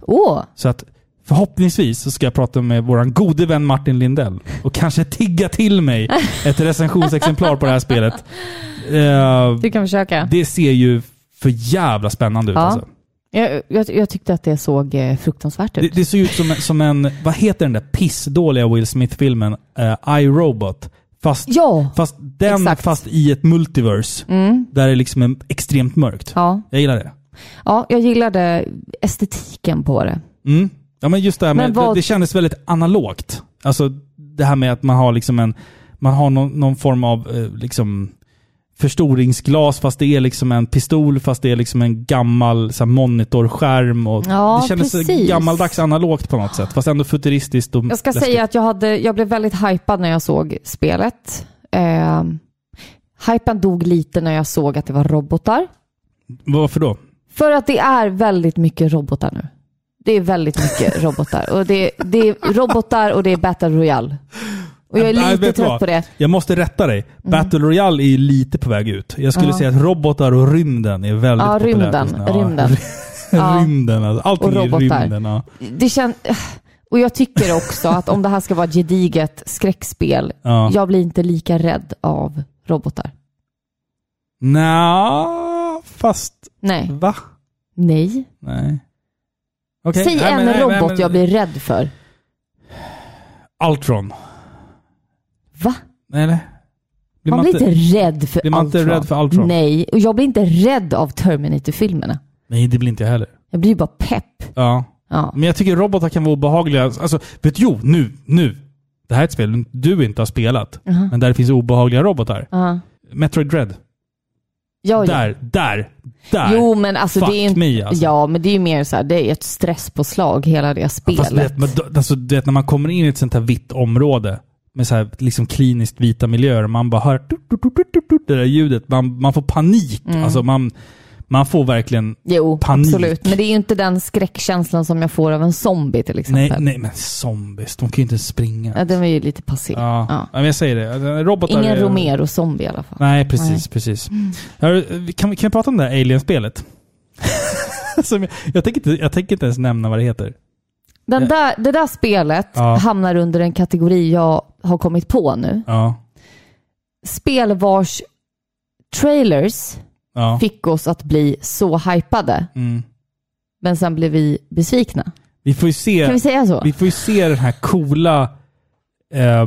Speaker 4: Åh,
Speaker 3: Så att förhoppningsvis så ska jag prata med våran gode vän Martin Lindell och kanske tigga till mig ett recensionsexemplar på det här spelet. Eh,
Speaker 4: du kan försöka.
Speaker 3: det ser ju för jävla spännande ut
Speaker 4: Ja.
Speaker 3: alltså.
Speaker 4: Jag, jag, jag tyckte att det såg eh, fruktansvärt
Speaker 3: Det,
Speaker 4: ut.
Speaker 3: det ser ju ut som, en- som en, vad heter den där pissdåliga Will Smith-filmen? Eh, I, Robot. Fast,
Speaker 4: Ja,
Speaker 3: fast den,
Speaker 4: exakt.
Speaker 3: fast i ett multiverse. Där det liksom är extremt mörkt.
Speaker 4: Mm. ja,
Speaker 3: Jag gillar det.
Speaker 4: ja, jag gillade estetiken på det.
Speaker 3: Mm. Ja, men just det här med,
Speaker 4: Men vad-
Speaker 3: det, det kändes väldigt analogt. Alltså det här med att man har liksom en, man har någon, någon form av eh, liksom förstoringsglas fast det är liksom en pistol fast det är liksom en gammal så här, monitorskärm. Och
Speaker 4: Ja,
Speaker 3: det kändes så
Speaker 4: precis.
Speaker 3: gammaldags analogt på något sätt fast ändå futuristiskt. Och
Speaker 4: Jag ska
Speaker 3: läskigt.
Speaker 4: säga att jag, hade, jag blev väldigt hypad när jag såg spelet. Eh, hypen dog lite när jag såg att det var robotar.
Speaker 3: Varför då?
Speaker 4: För att det är väldigt mycket robotar nu. Det är väldigt mycket robotar. Och det, det är robotar och det är Battle Royale. Och jag
Speaker 3: Nej,
Speaker 4: är
Speaker 3: vet
Speaker 4: lite
Speaker 3: du
Speaker 4: trött
Speaker 3: vad?
Speaker 4: på det.
Speaker 3: Jag måste rätta dig. Battle Royale är ju lite på väg ut. Jag skulle
Speaker 4: Mm.
Speaker 3: säga
Speaker 4: Ja.
Speaker 3: att robotar och rymden är väldigt
Speaker 4: Ja,
Speaker 3: populärt
Speaker 4: rymden.
Speaker 3: just nu.
Speaker 4: Rymden. Ja.
Speaker 3: rymden alltså. Allting
Speaker 4: Och
Speaker 3: är i
Speaker 4: robotar.
Speaker 3: rymden. Ja.
Speaker 4: det kän... Och jag tycker också att om det här ska vara ett gediget skräckspel,
Speaker 3: Ja.
Speaker 4: jag blir inte lika rädd av robotar.
Speaker 3: Nja, fast
Speaker 4: Nej.
Speaker 3: va?
Speaker 4: Nej.
Speaker 3: Nej. Okej,
Speaker 4: Säg
Speaker 3: nej,
Speaker 4: en
Speaker 3: men- nej,
Speaker 4: robot
Speaker 3: nej, men-
Speaker 4: jag blir rädd för.
Speaker 3: Ultron.
Speaker 4: Va?
Speaker 3: Nej, eller? Blir
Speaker 4: Man blir inte rädd för
Speaker 3: blir man inte
Speaker 4: Ultron.
Speaker 3: rädd för Ultron?
Speaker 4: Nej, och jag blir inte rädd av Terminator-filmerna.
Speaker 3: Nej, det blir inte jag heller.
Speaker 4: Jag blir bara pepp.
Speaker 3: Ja.
Speaker 4: Ja.
Speaker 3: Men jag tycker robotar kan vara obehagliga. Alltså, vet du, jo, nu, nu. Det här är ett spel du inte har spelat, men där det finns obehagliga robotar.
Speaker 4: Ja.
Speaker 3: Metroid Dread.
Speaker 4: Ja, ja.
Speaker 3: Där, där, där.
Speaker 4: Jo, men alltså
Speaker 3: Fuck
Speaker 4: det är inte...
Speaker 3: me, alltså.
Speaker 4: Ja, men det är ju mer så här, det är ett stresspåslag hela det spelet.
Speaker 3: Fast du vet, men, då- alltså, du vet, när man kommer in i ett sånt här vitt område med så här liksom kliniskt vita miljöer, man bara hör tut, tut, tut, tut, tut, det där ljudet. Man, man får panik.
Speaker 4: Mm.
Speaker 3: Alltså, man, man får verkligen...
Speaker 4: Jo,
Speaker 3: Panik.
Speaker 4: absolut. Men det är ju inte den skräckkänslan som jag får av en zombie till
Speaker 3: Nej,
Speaker 4: exempel.
Speaker 3: nej, men zombies. De kan ju inte ens springa.
Speaker 4: Ja, den var ju lite passé.
Speaker 3: Ja.
Speaker 4: Ja.
Speaker 3: men jag säger det. Alltså, Robotar
Speaker 4: Ingen
Speaker 3: är-
Speaker 4: Romero-zombie i alla fall.
Speaker 3: Nej, precis.
Speaker 4: Nej. Mm.
Speaker 3: precis. Hör, vi- Kan, vi- kan vi prata om det här Alien-spelet? Som jag, jag, tänker inte, jag tänker inte ens nämna vad det heter.
Speaker 4: Den där, det där spelet
Speaker 3: Ja.
Speaker 4: hamnar under en kategori jag har kommit på nu.
Speaker 3: Ja.
Speaker 4: Spel vars trailers
Speaker 3: ja.
Speaker 4: fick oss att bli så hypade,
Speaker 3: Mm.
Speaker 4: men sen blev vi besvikna.
Speaker 3: Vi får ju se...
Speaker 4: Kan vi säga så?
Speaker 3: Vi får ju se den här coola eh,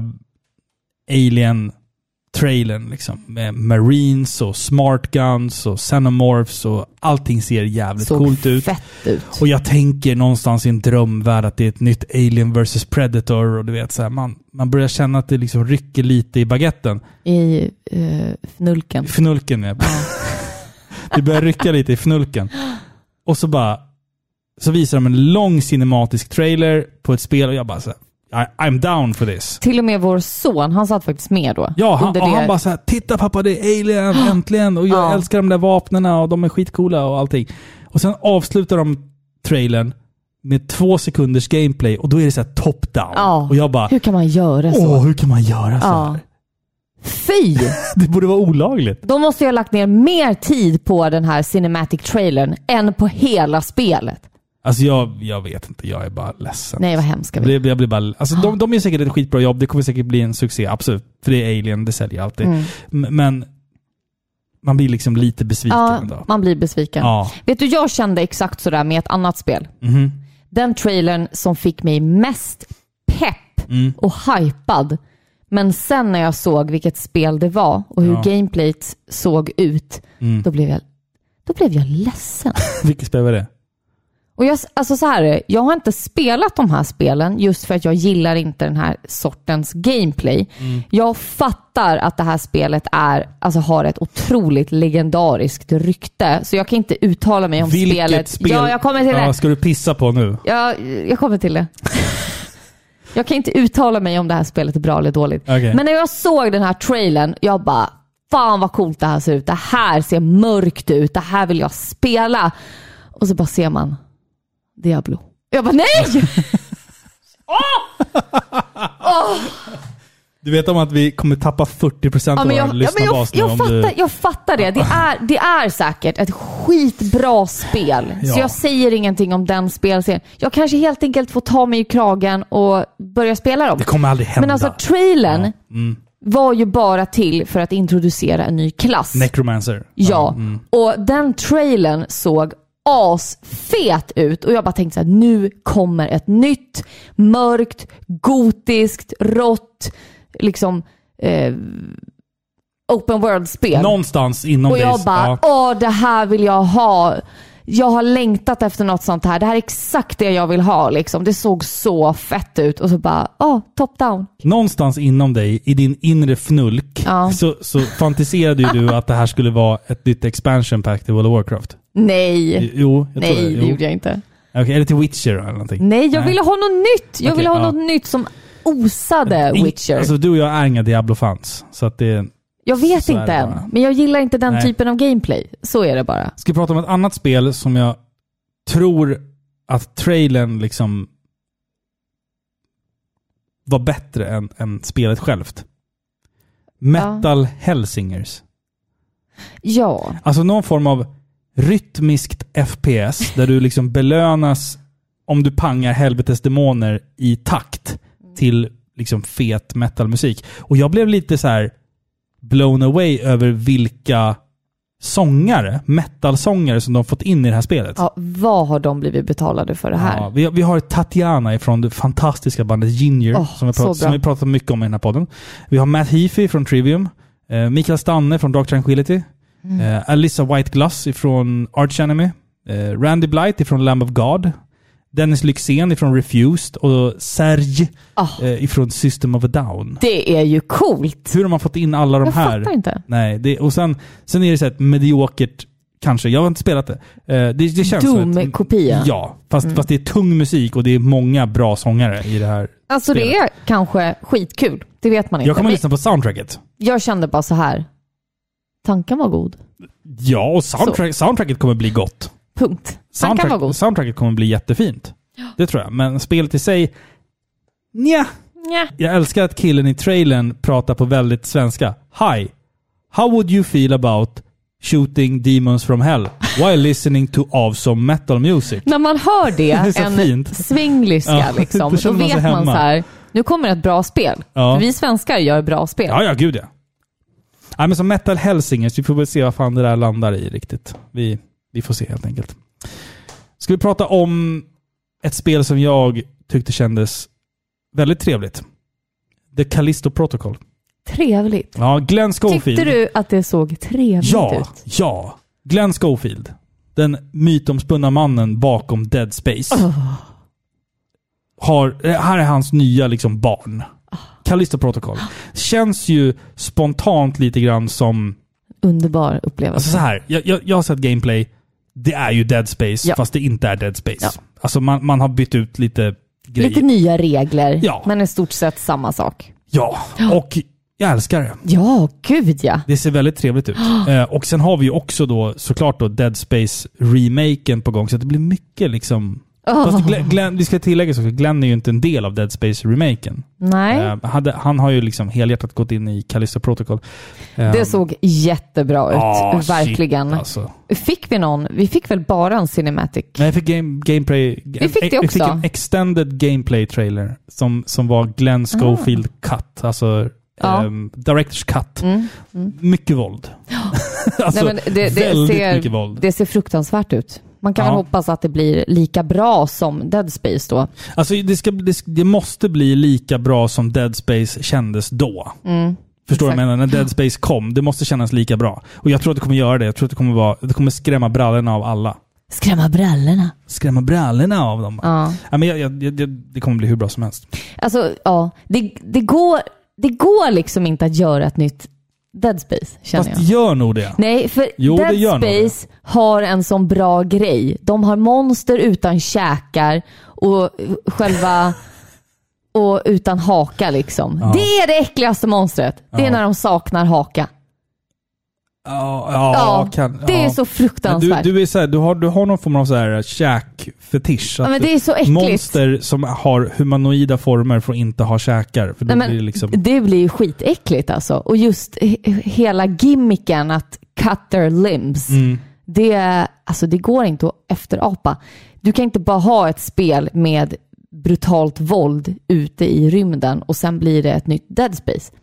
Speaker 3: alien-trailern liksom. Med marines och smart guns och xenomorphs och allting ser jävligt
Speaker 4: Såg
Speaker 3: coolt ut.
Speaker 4: fett ut.
Speaker 3: Och jag tänker någonstans i en drömvärld att det är ett nytt Alien vs Predator och du vet så här, man, man börjar känna att det liksom rycker lite i baguetten.
Speaker 4: I eh, fnulken.
Speaker 3: I fnulken är Det börjar rycka lite i fnulken. Och så bara, så visar de en lång cinematisk trailer på ett spel och jag bara så här, I, I'm down for this.
Speaker 4: Till och med vår son, han satt faktiskt med då.
Speaker 3: Ja, han,
Speaker 4: under
Speaker 3: och
Speaker 4: det-
Speaker 3: han bara såhär, titta pappa det är Alien äntligen och jag
Speaker 4: Ja.
Speaker 3: älskar de där vapnena och de är skitcoola och allting. Och sen avslutar de trailern med två sekunders gameplay och då är det så här top-down.
Speaker 4: Ja.
Speaker 3: Och jag bara,
Speaker 4: Hur kan man göra så?
Speaker 3: åh, hur kan man göra så
Speaker 4: Ja.
Speaker 3: här?
Speaker 4: Fy!
Speaker 3: Det borde vara olagligt.
Speaker 4: De måste ju ha lagt ner mer tid på den här cinematic trailern än på hela spelet.
Speaker 3: Alltså jag, jag vet inte, jag är bara ledsen.
Speaker 4: Nej, vad hemska
Speaker 3: Jag
Speaker 4: vi är.
Speaker 3: blir, jag blir bara, alltså de, de gör säkert ett skitbra jobb, det kommer säkert bli en succé, absolut. För det är Alien, det säljer alltid.
Speaker 4: Mm.
Speaker 3: M- Men man blir liksom lite besviken
Speaker 4: Ja,
Speaker 3: ändå.
Speaker 4: man blir besviken.
Speaker 3: Ja. Mhm.
Speaker 4: Vet du, jag kände exakt sådär med ett annat spel. Den trailern som fick mig mest pepp
Speaker 3: Mm.
Speaker 4: och hypad. Men sen när jag såg vilket spel det var och hur
Speaker 3: Ja. Mm.
Speaker 4: gameplayt såg ut, då, blev jag, då blev jag ledsen.
Speaker 3: Vilket spel var det?
Speaker 4: Och jag, alltså så här, är det. jag har inte spelat de här spelen just för att jag gillar inte den här sortens gameplay.
Speaker 3: Mm.
Speaker 4: Jag fattar att det här spelet är, alltså har ett otroligt legendariskt rykte, så jag kan inte uttala mig om
Speaker 3: Vilket
Speaker 4: spelet.
Speaker 3: spel?
Speaker 4: Ja, jag kommer till
Speaker 3: Ja,
Speaker 4: det.
Speaker 3: Ska du pissa på nu?
Speaker 4: Jag, jag kommer till det. jag kan inte uttala mig om det här spelet är bra eller dåligt.
Speaker 3: Okej.
Speaker 4: Men när jag såg den här trailern, jag bara Fan vad coolt det här ser ut. Det här ser mörkt ut. Det här vill jag spela. Och så bara ser man Diablo. Jag bara nej!
Speaker 3: Du vet om att vi kommer tappa 40%
Speaker 4: Ja,
Speaker 3: av våra
Speaker 4: men jag, ja, men
Speaker 3: lyssnarbas nu
Speaker 4: jag, jag,
Speaker 3: om
Speaker 4: fattar,
Speaker 3: du...
Speaker 4: jag fattar det. Det är, det är säkert ett skitbra spel.
Speaker 3: Ja.
Speaker 4: Så jag säger ingenting om den spelserien. Jag kanske helt enkelt får ta mig i kragen och börja spela dem.
Speaker 3: Det kommer aldrig hända.
Speaker 4: Men alltså trailern var ju bara till för att introducera en ny klass.
Speaker 3: Necromancer.
Speaker 4: ja, och den trailern såg asfet ut och jag bara tänkte så här, nu kommer ett nytt mörkt, gotiskt, rått, liksom eh, open world-spel.
Speaker 3: Någonstans inom
Speaker 4: Och jag
Speaker 3: det-
Speaker 4: bara,
Speaker 3: ja.
Speaker 4: åh det här vill jag ha. Jag har längtat efter något sånt här. Det här är exakt det jag vill ha. Liksom. Det såg så fett ut. Och så bara, åh, top down.
Speaker 3: Någonstans inom dig, i din inre fnulk,
Speaker 4: Ja.
Speaker 3: så, så fantiserade ju du att det här skulle vara ett nytt expansion pack till World of Warcraft.
Speaker 4: Nej.
Speaker 3: Jo, jag tror
Speaker 4: Nej,
Speaker 3: Jo.
Speaker 4: det gjorde jag inte.
Speaker 3: Okej, eller till Witcher eller någonting.
Speaker 4: Nej, jag ville ha något nytt. Jag
Speaker 3: Okej,
Speaker 4: ville ha
Speaker 3: ja.
Speaker 4: något nytt som osade
Speaker 3: In-
Speaker 4: Witcher.
Speaker 3: Alltså du och jag är inga Diablo-fans. Så att det...
Speaker 4: jag vet
Speaker 3: så är
Speaker 4: inte
Speaker 3: det
Speaker 4: än,
Speaker 3: bara.
Speaker 4: men jag gillar inte den
Speaker 3: Nej.
Speaker 4: typen av gameplay. Så är det bara.
Speaker 3: Ska vi prata om ett annat spel som jag tror att trailern liksom var bättre än, än spelet självt. Metal Helsingers.
Speaker 4: Ja,
Speaker 3: Alltså någon form av rytmiskt FPS där du liksom belönas om du pangar helvetes demoner i takt till liksom fet metalmusik. Och jag blev lite så här blown away över vilka sångare, metalsångare som de fått in i det här spelet.
Speaker 4: ja vad har de blivit betalade för det här?
Speaker 3: Ja, vi, vi har Tatiana från det fantastiska bandet Ginger,
Speaker 4: Åh,
Speaker 3: som, vi pratat,
Speaker 4: så bra.
Speaker 3: som vi pratat mycket om i den här podden. Vi har Matt Heafy från Trivium, eh, Mikael Stanne från Dark Tranquility,
Speaker 4: Mm.
Speaker 3: eh, Alyssa Whiteglass från Arch Enemy, eh, Randy Blight från Lamb of God, Dennis Lyxzén från Refused och Serge
Speaker 4: Ah.
Speaker 3: eh, ifrån System of a Down.
Speaker 4: Det är ju coolt.
Speaker 3: Hur har man fått in alla de
Speaker 4: Jag
Speaker 3: här?
Speaker 4: fattar inte.
Speaker 3: Nej, det, och sen, sen är det så här ett mediokert, kanske, jag har inte spelat det. Eh, det, det känns som ett-
Speaker 4: Doom-kopia.
Speaker 3: Ja, fast,
Speaker 4: Mm.
Speaker 3: fast det är tung musik och det är många bra sångare i det här.
Speaker 4: Alltså det är kanske skitkul. Det vet man inte.
Speaker 3: Jag kommer
Speaker 4: Men-
Speaker 3: lyssna på soundtracket.
Speaker 4: jag kände bara så här. Tanken var god.
Speaker 3: Ja, och soundtrack, soundtracket kommer bli gott.
Speaker 4: Punkt. Tanken var god.
Speaker 3: Soundtrack, soundtracket kommer bli jättefint. Det tror jag. Men spelet i sig, nja.
Speaker 4: Nja.
Speaker 3: Jag älskar att killen i trailern pratar på väldigt svenska. Hi, how would you feel about shooting demons from hell while listening to awesome metal music?
Speaker 4: När man hör det,
Speaker 3: Det är så
Speaker 4: en
Speaker 3: fint.
Speaker 4: swingliska
Speaker 3: Ja,
Speaker 4: liksom,
Speaker 3: då
Speaker 4: då
Speaker 3: känner man sig
Speaker 4: vet man så
Speaker 3: hemma.
Speaker 4: här. Nu kommer ett bra spel.
Speaker 3: Ja.
Speaker 4: För vi svenskar gör bra spel.
Speaker 3: Ja, ja, gud ja. Nej, men som Metal Helsingers, vi får väl se vad fan det där landar i riktigt. Vi, vi får se helt enkelt. Ska vi prata om ett spel som jag tyckte kändes väldigt trevligt? The Callisto Protocol.
Speaker 4: Trevligt.
Speaker 3: Ja, Glenn Schofield.
Speaker 4: Tyckte du att det såg trevligt
Speaker 3: Ja,
Speaker 4: ut?
Speaker 3: ja. Glenn Schofield. Den mytomspunna mannen bakom Dead Space. Har, eh, här är hans nya liksom barn. Callisto Protocol. Känns ju spontant lite grann som
Speaker 4: Underbar
Speaker 3: Alltså
Speaker 4: upplevelse.
Speaker 3: så här, jag, jag, jag har sett gameplay. Det är ju Dead Space,
Speaker 4: Ja.
Speaker 3: fast det inte är Dead Space.
Speaker 4: Ja.
Speaker 3: Alltså man, man har bytt ut lite grejer.
Speaker 4: Lite nya regler,
Speaker 3: Ja.
Speaker 4: men i stort sett samma sak.
Speaker 3: ja, och jag älskar det.
Speaker 4: Ja, gud ja.
Speaker 3: Det ser väldigt trevligt ut. Eh, och sen har vi ju också då såklart då Dead Space remaken på gång, så att det blir mycket liksom Fast Glenn, Glenn, vi ska tillägga också, Glenn är ju inte en del av Dead Space-remaken.
Speaker 4: Nej,
Speaker 3: Eh, hade, han har ju liksom helhjärtat gått in i Callisto Protocol. Eh,
Speaker 4: det såg jättebra ut.
Speaker 3: ah,
Speaker 4: verkligen.
Speaker 3: Shit, alltså.
Speaker 4: Fick vi någon? Vi fick väl bara en cinematic?
Speaker 3: Nej, jag fick game, gameplay...
Speaker 4: Vi fick det
Speaker 3: Jag fick
Speaker 4: också.
Speaker 3: en extended gameplay-trailer som, som var Glenn Schofield cut, alltså
Speaker 4: Ah. Ja. Mm,
Speaker 3: ehm, Directors cut. Mycket våld. alltså,
Speaker 4: Nej, men det, det,
Speaker 3: väldigt
Speaker 4: ser,
Speaker 3: mycket våld.
Speaker 4: det ser fruktansvärt ut. Man kan
Speaker 3: Ja.
Speaker 4: väl hoppas att det blir lika bra som Dead Space då.
Speaker 3: Alltså det, ska, det, ska- det måste bli lika bra som Dead Space kändes då.
Speaker 4: Mm,
Speaker 3: Förstår du vad jag menar? När Dead Space kom, det måste kännas lika bra. Och jag tror att det kommer göra det. Jag tror att det kommer, vara, det kommer skrämma brallorna av alla.
Speaker 4: Skrämma brallorna.
Speaker 3: Skrämma brallorna av dem.
Speaker 4: Ja.
Speaker 3: Ja, men jag, jag, jag, det kommer bli hur bra som helst.
Speaker 4: Alltså, ja. Det, det, går, det går liksom inte att göra ett nytt Dead Space, känner
Speaker 3: Fast
Speaker 4: jag.
Speaker 3: gör nog det.
Speaker 4: Nej, för
Speaker 3: Jo, det gör
Speaker 4: Dead
Speaker 3: nog det.
Speaker 4: Space har en sån bra grej. De har monster utan käkar och själva... Och utan haka liksom. Det är det äckligaste monstret. Det är
Speaker 3: Ja.
Speaker 4: när de saknar haka.
Speaker 3: Ja, ja,
Speaker 4: Ja,
Speaker 3: kan,
Speaker 4: det
Speaker 3: ja.
Speaker 4: är så
Speaker 3: Men du,
Speaker 4: fruktansvärt.
Speaker 3: du, är så här, du, har, du har någon form av så här käkfetisch.
Speaker 4: Ja,
Speaker 3: Att
Speaker 4: men det är så äckligt.
Speaker 3: Monster som har humanoida former får inte ha käkar. För då
Speaker 4: Nej, men
Speaker 3: blir det liksom...
Speaker 4: Det blir ju skitäckligt alltså. Och just he- hela gimmicken att cut their limbs.
Speaker 3: Mm.
Speaker 4: Det, alltså det går inte att efterapa. Du kan inte bara ha ett spel med brutalt våld ute i rymden och sen blir det ett nytt Dead Space.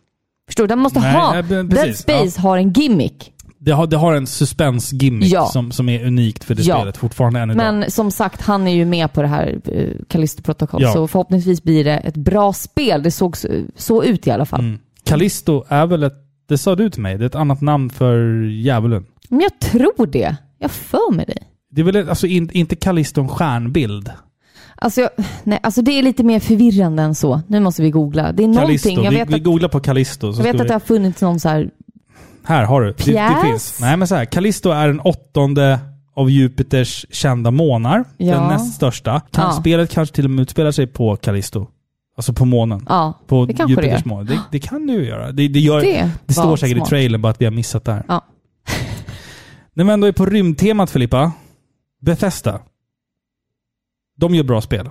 Speaker 4: Förstår du? Den måste
Speaker 3: Nej,
Speaker 4: ha...
Speaker 3: nej, men
Speaker 4: Dead
Speaker 3: precis, ja.
Speaker 4: Space har en gimmick.
Speaker 3: Det har, det har en suspensgimmick
Speaker 4: Ja.
Speaker 3: som, som är unikt för det
Speaker 4: Ja.
Speaker 3: spelet fortfarande än idag.
Speaker 4: Men som sagt, han är ju med på det här eh, Callisto-protokoll.
Speaker 3: Ja.
Speaker 4: Så förhoppningsvis blir det ett bra spel. Det såg så, så ut i alla fall.
Speaker 3: Mm. Callisto är väl ett, det sa du till mig, det är ett annat namn för djävulen.
Speaker 4: Men jag tror det. Jag för mig det.
Speaker 3: Det är väl ett- alltså in, inte Callisto en stjärnbild?
Speaker 4: Alltså, jag, nej, alltså det är lite mer förvirrande än så. Nu måste vi googla. Det är
Speaker 3: Callisto,
Speaker 4: någonting. Jag
Speaker 3: vi,
Speaker 4: vet,
Speaker 3: vi
Speaker 4: att,
Speaker 3: googlar på Callisto. Så
Speaker 4: jag vet
Speaker 3: ska
Speaker 4: att
Speaker 3: vi,
Speaker 4: det har funnits någon så här...
Speaker 3: Här har du. Det, det
Speaker 4: Pjäs?
Speaker 3: finns. Nej men så här, Callisto är den åttonde av Jupiters kända månar. Den
Speaker 4: Ja.
Speaker 3: näst största. Kan,
Speaker 4: Ja.
Speaker 3: Spelet kanske till och med utspelar sig på Callisto. Alltså på månen.
Speaker 4: Ja,
Speaker 3: På
Speaker 4: det kanske det
Speaker 3: Jupiters
Speaker 4: är.
Speaker 3: måne. Det, det kan du ju göra. Det, det, gör,
Speaker 4: Det
Speaker 3: det,
Speaker 4: var
Speaker 3: står säkert
Speaker 4: smart.
Speaker 3: i trailern bara att vi har missat det här.
Speaker 4: Ja.
Speaker 3: När vi ändå är på rymdtemat Filippa. Bethesda. De gör bra spel.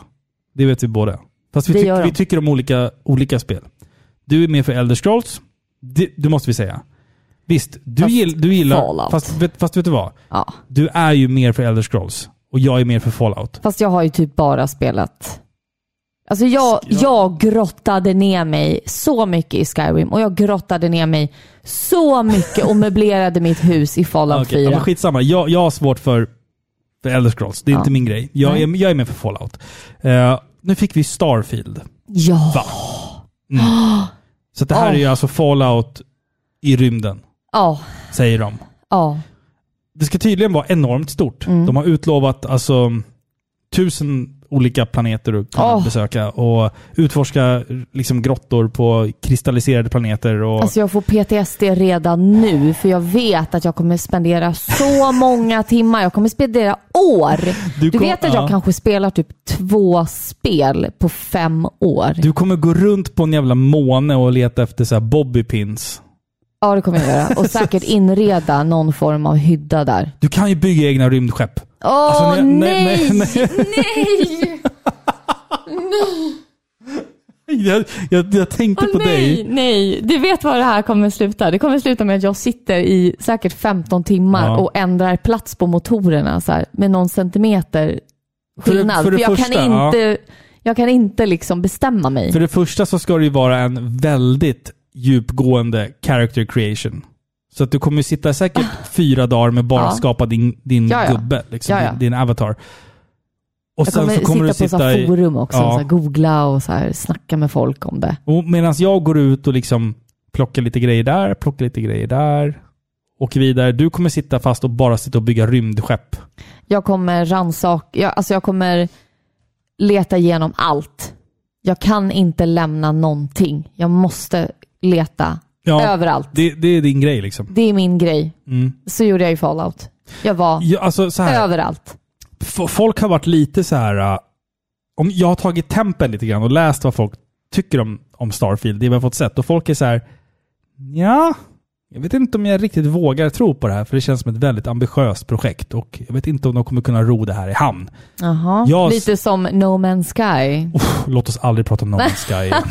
Speaker 3: Det vet vi båda. Fast vi,
Speaker 4: Det
Speaker 3: tyck-
Speaker 4: gör de.
Speaker 3: vi tycker om olika, olika spel. Du är med för Elder Scrolls. Det, det måste vi säga. Visst, du,
Speaker 4: Fast
Speaker 3: gill, du gillar...
Speaker 4: Fallout.
Speaker 3: Fast, vet- fast vet du vad?
Speaker 4: Ja.
Speaker 3: Du är ju mer för Elder Scrolls. Och jag är mer för Fallout.
Speaker 4: Fast jag har ju typ bara spelat... Alltså jag,
Speaker 3: Skyrim.
Speaker 4: jag grottade ner mig så mycket i Skyrim och jag grottade ner mig så mycket och möblerade mitt hus i Fallout
Speaker 3: Okej, ja,
Speaker 4: 4.
Speaker 3: men skitsamma. Jag, jag har svårt för, för Elder Scrolls. Det är
Speaker 4: Ja.
Speaker 3: inte min grej. Jag är, jag är med för Fallout. Eh, nu fick vi Starfield.
Speaker 4: ja.
Speaker 3: Va? Så det här
Speaker 4: Oh.
Speaker 3: är ju alltså Fallout i rymden,
Speaker 4: ja,
Speaker 3: säger de.
Speaker 4: ja,
Speaker 3: Det ska tydligen vara enormt stort.
Speaker 4: Mm.
Speaker 3: De har utlovat alltså tusen olika planeter att kunna
Speaker 4: Oh.
Speaker 3: besöka och utforska liksom grottor på kristalliserade planeter. Och,
Speaker 4: Alltså jag får PTSD redan nu för jag vet att jag kommer spendera så många timmar. Jag kommer spendera år.
Speaker 3: Du
Speaker 4: Du,
Speaker 3: kom-
Speaker 4: vet att jag
Speaker 3: ja.
Speaker 4: kanske spelar typ två spel på fem år.
Speaker 3: du kommer gå runt på en jävla måne och leta efter så här bobbypins.
Speaker 4: Ja, det kommer jag göra. Och säkert inreda någon form av hydda där.
Speaker 3: Du kan ju bygga egna rymdskepp.
Speaker 4: Åh
Speaker 3: Alltså, nej, nej,
Speaker 4: nej!
Speaker 3: nej,
Speaker 4: Nej!
Speaker 3: Jag, jag, jag tänkte
Speaker 4: Åh,
Speaker 3: Typ på
Speaker 4: nej,
Speaker 3: dig.
Speaker 4: nej! Du vet var det här kommer sluta. Det kommer sluta med att jag sitter i säkert 15 timmar
Speaker 3: Ja.
Speaker 4: och ändrar plats på motorerna så här, med någon centimeter
Speaker 3: För det-
Speaker 4: skillnad.
Speaker 3: för det
Speaker 4: jag,
Speaker 3: första,
Speaker 4: kan
Speaker 3: ja.
Speaker 4: inte, jag kan inte liksom bestämma mig.
Speaker 3: För det första så ska det ju vara en väldigt djupgående character creation. Så att du kommer ju sitta säkert fyra dagar med bara
Speaker 4: Ah. Ja.
Speaker 3: skapa din, din
Speaker 4: Ja, ja.
Speaker 3: gubbe, liksom,
Speaker 4: Ja, ja.
Speaker 3: din- din avatar. Och
Speaker 4: jag
Speaker 3: sen
Speaker 4: kommer,
Speaker 3: så kommer du
Speaker 4: sitta på så
Speaker 3: sitta
Speaker 4: här
Speaker 3: i...
Speaker 4: forum också,
Speaker 3: Ja.
Speaker 4: så här, googla och så här, snacka med folk om det.
Speaker 3: Medan jag går ut och liksom plockar lite grejer där, plockar lite grejer där, åker vidare. Du kommer sitta fast och bara sitta och bygga rymdskepp.
Speaker 4: Jag kommer rannsaka, jag, alltså jag kommer leta igenom allt. Jag kan inte lämna någonting. Jag måste leta
Speaker 3: Ja.
Speaker 4: överallt.
Speaker 3: Det, det är din grej liksom.
Speaker 4: Det är min grej.
Speaker 3: Mm.
Speaker 4: Så gjorde jag i Fallout. Jag var
Speaker 3: Ja, alltså, så här.
Speaker 4: överallt.
Speaker 3: F- folk har varit lite så här... äh, om jag har tagit tempen lite grann och läst vad folk tycker om, om Starfield, det vi har fått sett, och folk är så här... ja Jag vet inte om jag riktigt vågar tro på det här, för det känns som ett väldigt ambitiöst projekt och jag vet inte om de kommer kunna ro det här i hamn.
Speaker 4: Jaha.
Speaker 3: Jag-
Speaker 4: Lite som No Man's Sky.
Speaker 3: Uff, låt oss aldrig prata om No Man's Sky igen.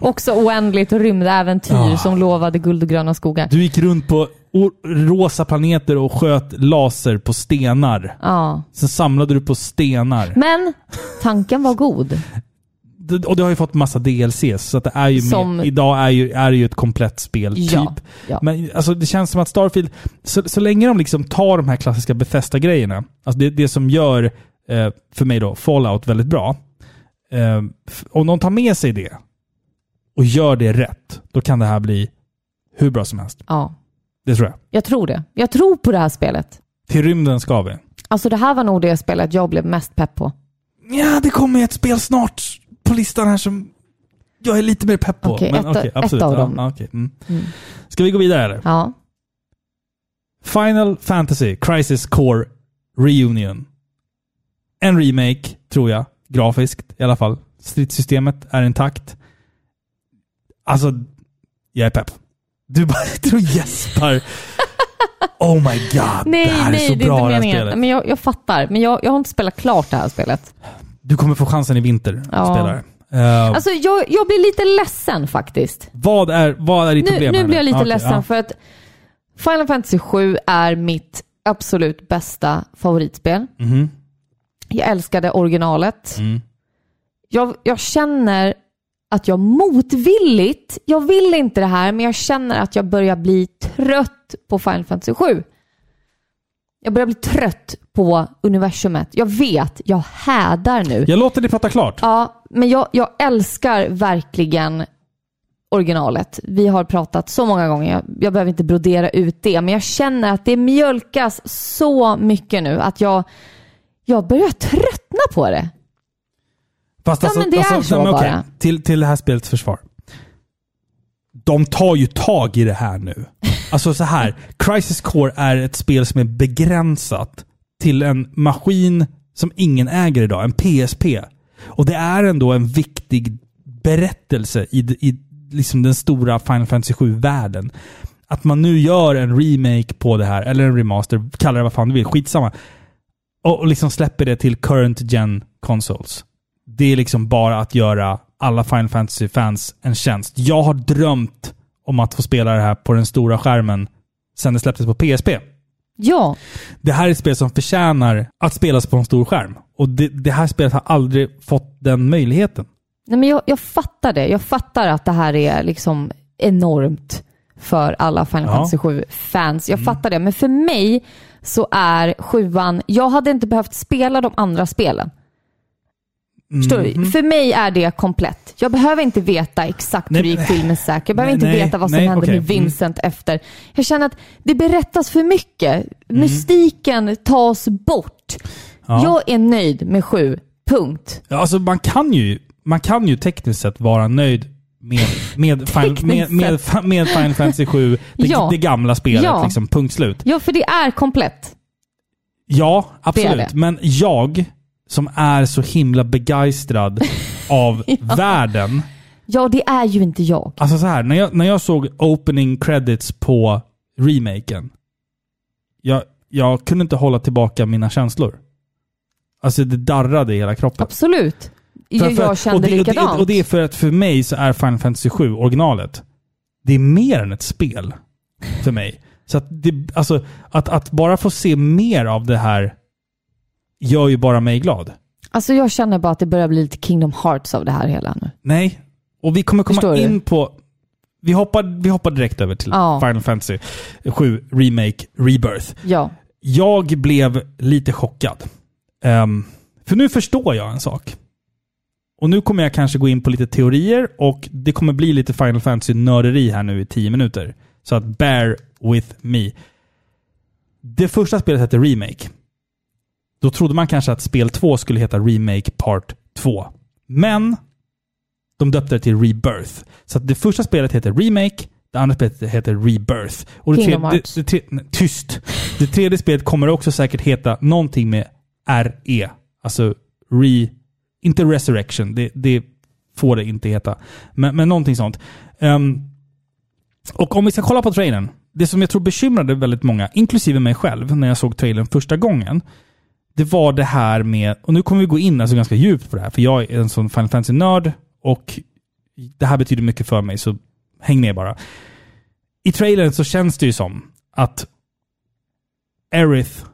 Speaker 4: Också oändligt rymdäventyr
Speaker 3: Ah.
Speaker 4: som lovade guld och gröna skogar.
Speaker 3: Du gick runt på o- rosa planeter och sköt laser på stenar.
Speaker 4: Ja.
Speaker 3: Sen samlade du på stenar.
Speaker 4: Men tanken var god.
Speaker 3: Typ. Det- Och det har ju fått massa DLCs, så att det är ju
Speaker 4: Som-
Speaker 3: med, idag är ju, är ju ett komplett spel,
Speaker 4: Ja,
Speaker 3: typ.
Speaker 4: ja.
Speaker 3: Men alltså, det känns som att Starfield, så, så länge de liksom tar de här klassiska Bethesda-grejerna, alltså det, det som gör, eh, för mig då, Fallout väldigt bra. Eh, f- om de tar med sig det och gör det rätt, då kan det här bli hur bra som helst.
Speaker 4: Ja.
Speaker 3: Det tror jag.
Speaker 4: Jag tror det. Jag tror på det här spelet.
Speaker 3: Till rymden ska vi.
Speaker 4: Alltså det här var nog det spelet jag blev mest pepp på.
Speaker 3: Ja, det kommer ett spel snart på listan här som jag är lite mer pepp på.
Speaker 4: Okej, ett-
Speaker 3: okej,
Speaker 4: ett av
Speaker 3: Ja,
Speaker 4: dem.
Speaker 3: Ja, okej, mm. Ska vi gå vidare eller?
Speaker 4: Ja.
Speaker 3: Final Fantasy Crisis Core Reunion. En remake, tror jag. Grafiskt i alla fall. Stridssystemet är intakt. Alltså, jag är pepp. Du bara tror gäspar. Oh my god,
Speaker 4: Nej,
Speaker 3: det här
Speaker 4: nej,
Speaker 3: är så
Speaker 4: det
Speaker 3: bra det
Speaker 4: är inte
Speaker 3: här
Speaker 4: meningen.
Speaker 3: spelet.
Speaker 4: Men jag, jag fattar, men jag, jag har inte spelat klart det här spelet.
Speaker 3: Du kommer få chansen i vinter,
Speaker 4: Ja.
Speaker 3: spelare. Eh,
Speaker 4: Alltså jag, jag blir lite ledsen faktiskt.
Speaker 3: vad, är, vad är ditt
Speaker 4: Nu,
Speaker 3: problem?
Speaker 4: nu
Speaker 3: här Ah,
Speaker 4: blir jag lite
Speaker 3: Okej,
Speaker 4: ledsen
Speaker 3: ja.
Speaker 4: för att Final Fantasy 7 är mitt absolut bästa favoritspel.
Speaker 3: Mhm.
Speaker 4: Jag älskade originalet.
Speaker 3: Mm.
Speaker 4: Jag, jag känner att jag motvilligt, jag vill inte det här, men jag känner att jag börjar bli trött på Final Fantasy 7. Jag börjar bli trött på universumet. Jag vet, jag hädar nu.
Speaker 3: Jag låter dig prata klart.
Speaker 4: Ja, men jag, jag älskar verkligen originalet. Vi har pratat så många gånger, jag, jag behöver inte brodera ut det, men jag känner att det mjölkas så mycket nu att jag, jag börjar tröttna på det.
Speaker 3: Fast alltså,
Speaker 4: Ja, men det är så
Speaker 3: nej, men
Speaker 4: bara.
Speaker 3: okej. Till, till det här spelets försvar. De tar ju tag i det här nu. Alltså så här, Crisis Core är ett spel som är begränsat till en maskin som ingen äger idag, en PSP. Och det är ändå en viktig berättelse i, d- i liksom den stora Final Fantasy 7-världen. Att man nu gör en remake på det här, eller en remaster, kalla det vad fan du vill, skitsamma. Och, och liksom släpper det till current gen consoles. Det är liksom bara att göra alla Final Fantasy-fans en tjänst. Jag har drömt om att få spela det här på den stora skärmen sen det släpptes på PSP.
Speaker 4: Ja,
Speaker 3: Det här är ett spel som förtjänar att spelas på en stor skärm. Och det, det här spelet har aldrig fått den möjligheten.
Speaker 4: nej men jag, jag fattar det. Jag fattar att det här är liksom enormt för alla Final
Speaker 3: Ja. Mm.
Speaker 4: Fantasy 7-fans. Jag fattar det, men för mig så är sjuan, jag hade inte behövt spela de andra spelen. Förstår du?
Speaker 3: Mhm.
Speaker 4: För mig är det komplett. Jag behöver inte veta exakt
Speaker 3: Nej,
Speaker 4: hur det gick
Speaker 3: men-
Speaker 4: till med Zack. Jag behöver
Speaker 3: Nej,
Speaker 4: inte
Speaker 3: nej,
Speaker 4: veta vad som
Speaker 3: nej,
Speaker 4: hände
Speaker 3: okej. Mm.
Speaker 4: med Vincent efter. Jag känner att det berättas för mycket.
Speaker 3: Mm.
Speaker 4: Mystiken tas bort. Jag är nöjd med sju. Punkt.
Speaker 3: Ja, Alltså man kan ju, man kan ju tekniskt sett vara nöjd med, med, fin, med, med, med Final Fantasy 7, det,
Speaker 4: Ja.
Speaker 3: det gamla spelet,
Speaker 4: Ja.
Speaker 3: liksom, punkt slut.
Speaker 4: Ja, för det är komplett.
Speaker 3: Ja,
Speaker 4: Det är
Speaker 3: absolut.
Speaker 4: det.
Speaker 3: Men jag, som är så himla begeistrad av världen.
Speaker 4: Ja, det är ju inte jag.
Speaker 3: Alltså så här, när jag, när jag såg opening credits på remaken. Jag, jag kunde inte hålla tillbaka mina känslor. Alltså det darrade i hela kroppen.
Speaker 4: Absolut.
Speaker 3: För- för-
Speaker 4: jag kände
Speaker 3: och det,
Speaker 4: likadant.
Speaker 3: Och det, och det är för att för mig så är Final Fantasy 7 originalet, det är mer än ett spel för mig. Så att, det, alltså, att, att bara få se mer av det här gör ju bara mig glad.
Speaker 4: Alltså jag känner bara att det börjar bli lite Kingdom Hearts av det här hela nu.
Speaker 3: Nej, och vi kommer komma
Speaker 4: Förstår du?
Speaker 3: in på... Vi hoppar, vi hoppar direkt över till
Speaker 4: Ja.
Speaker 3: Final Fantasy 7 Remake Rebirth.
Speaker 4: Ja.
Speaker 3: Jag blev lite chockad. Ehm, för nu förstår jag en sak. Och nu kommer jag kanske gå in på lite teorier och det kommer bli lite Final Fantasy-nörderi här nu i tio minuter. Så att bear with me. Det första spelet hette Remake. Då trodde man kanske att spel 2 skulle heta Remake Part 2. Men de döpte det till Rebirth. Så att det första spelet heter Remake, det andra spelet heter Rebirth. Och det
Speaker 4: Kingdom
Speaker 3: tredje,
Speaker 4: Hearts.
Speaker 3: det, det tre, nej, tyst! Det tredje spelet kommer också säkert heta någonting med RE. Alltså Re... Inte Resurrection, det, det får det inte heta. Men, men någonting sånt. Ehm, Och om vi ska kolla på trailern. Det som jag tror bekymrade väldigt många, inklusive mig själv, när jag såg trailern första gången. Det var det här med, och nu kommer vi gå in alltså ganska djupt på det här, för jag är en sån Final Fantasy-nörd och det här betyder mycket för mig, så häng med bara. I trailern så känns det ju som att Aerith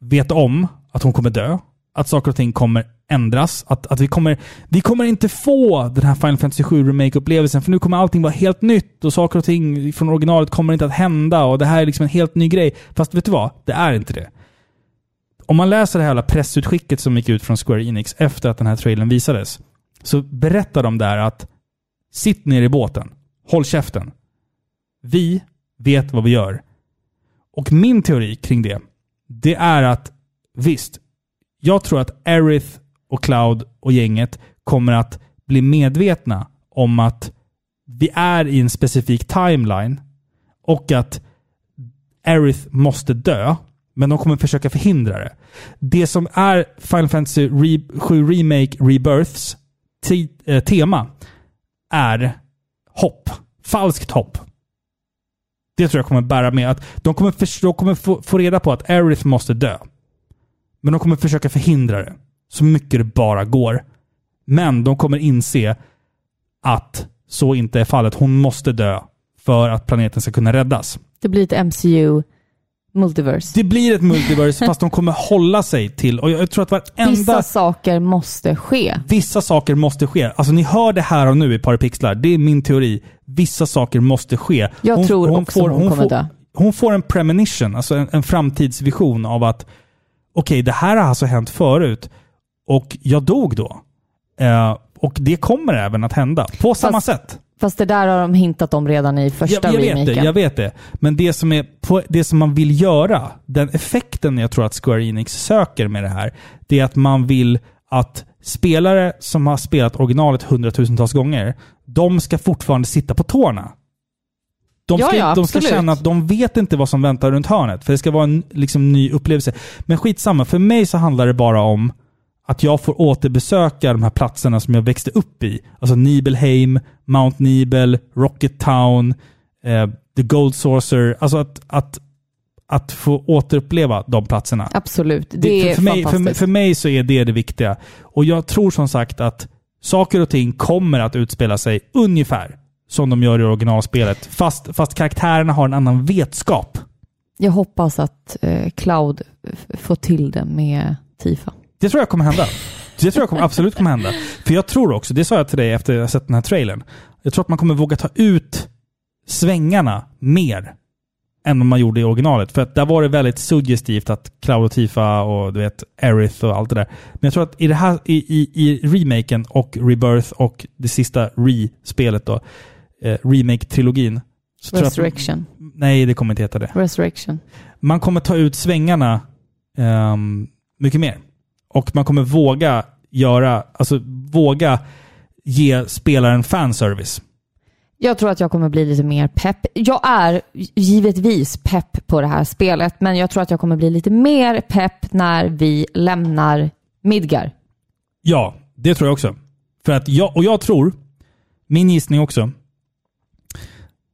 Speaker 3: vet om att hon kommer dö, att saker och ting kommer ändras, att, att vi, kommer, vi kommer inte få den här Final Fantasy 7 Remake-upplevelsen, för nu kommer allting vara helt nytt och saker och ting från originalet kommer inte att hända och det här är liksom en helt ny grej. Fast vet du vad? Det är inte det. Om man läser det här jävla pressutskicket som gick ut från Square Enix efter att den här trailern visades, så berättar de där att sitt ner i båten, håll käften. Vi vet vad vi gör. Och min teori kring det, det är att visst, jag tror att Aerith och Cloud och gänget kommer att bli medvetna om att vi är i en specifik timeline och att Aerith måste dö, men de kommer försöka förhindra det. Det som är Final Fantasy Re- 7 Remake Rebirths ti- eh, tema är hopp. Falskt hopp. Det tror jag kommer bära med att de kommer, förs- de kommer få, få reda på att Aerith måste dö. Men de kommer försöka förhindra det så mycket det bara går. Men de kommer inse att så inte är fallet. Hon måste dö för att planeten ska kunna räddas.
Speaker 4: Det blir ett MCU multiverse.
Speaker 3: Det blir ett multiverse fast de kommer hålla sig till, och jag jag tror att varenda...
Speaker 4: Vissa saker måste ske.
Speaker 3: Vissa saker måste ske. Alltså ni hör det här och nu i Parapixlar. Det är min teori. Vissa saker måste ske.
Speaker 4: Jag tror också hon kommer
Speaker 3: får,
Speaker 4: dö.
Speaker 3: Hon får en premonition, alltså en, en framtidsvision av att okej, det här har alltså hänt förut och jag dog då. Eh, och det kommer även att hända på samma sätt.
Speaker 4: Fast det där har de hintat om redan i
Speaker 3: Jag,
Speaker 4: första
Speaker 3: jag vet
Speaker 4: remaken.
Speaker 3: det, jag vet det. Men det som, är på, det som man vill göra, den effekten jag tror att Square Enix söker med det här, det är att man vill att spelare som har spelat originalet hundratusentals gånger, de ska fortfarande sitta på tårna. De
Speaker 4: Ja,
Speaker 3: ska,
Speaker 4: ja,
Speaker 3: de ska
Speaker 4: absolut.
Speaker 3: känna att de vet inte vad som väntar runt hörnet, för det ska vara en liksom, ny upplevelse. Men skitsamma, för mig så handlar det bara om att jag får återbesöka de här platserna som jag växte upp i. Alltså Nibelheim, Mount Nibel, Rocket Town, eh, The Gold Saucer. Alltså att, att, att få återuppleva de platserna.
Speaker 4: Absolut. Det, är
Speaker 3: för, mig, för, mig-
Speaker 4: fantastiskt.
Speaker 3: för mig så är det det viktiga. Och jag tror som sagt att saker och ting kommer att utspela sig ungefär som de gör i originalspelet. Fast, fast karaktärerna har en annan vetskap.
Speaker 4: Jag hoppas att eh, Cloud f- får till det med Tifa.
Speaker 3: Det tror jag kommer hända. Det tror jag kommer, absolut kommer hända. För jag tror också, det sa jag till dig efter jag sett den här trailern, jag tror att man kommer våga ta ut svängarna mer än vad man gjorde i originalet. För att där var det väldigt suggestivt att Cloud och Tifa och du vet, Aerith och allt det där. Men jag tror att i, det här, i, i, i remaken och Rebirth och det sista Re-spelet då, eh, Remake-trilogin. så tror jag att-
Speaker 4: Resurrection.
Speaker 3: Nej, det kommer inte heta det
Speaker 4: Resurrection.
Speaker 3: man kommer ta ut svängarna ehm, mycket mer. Och man kommer våga göra, alltså våga ge spelaren fanservice.
Speaker 4: Jag tror att jag kommer bli lite mer pepp. Jag är givetvis pepp på det här spelet, men jag tror att jag kommer bli lite mer pepp när vi lämnar Midgar.
Speaker 3: Ja, det tror jag också. För att jag, och jag tror, min gissning också,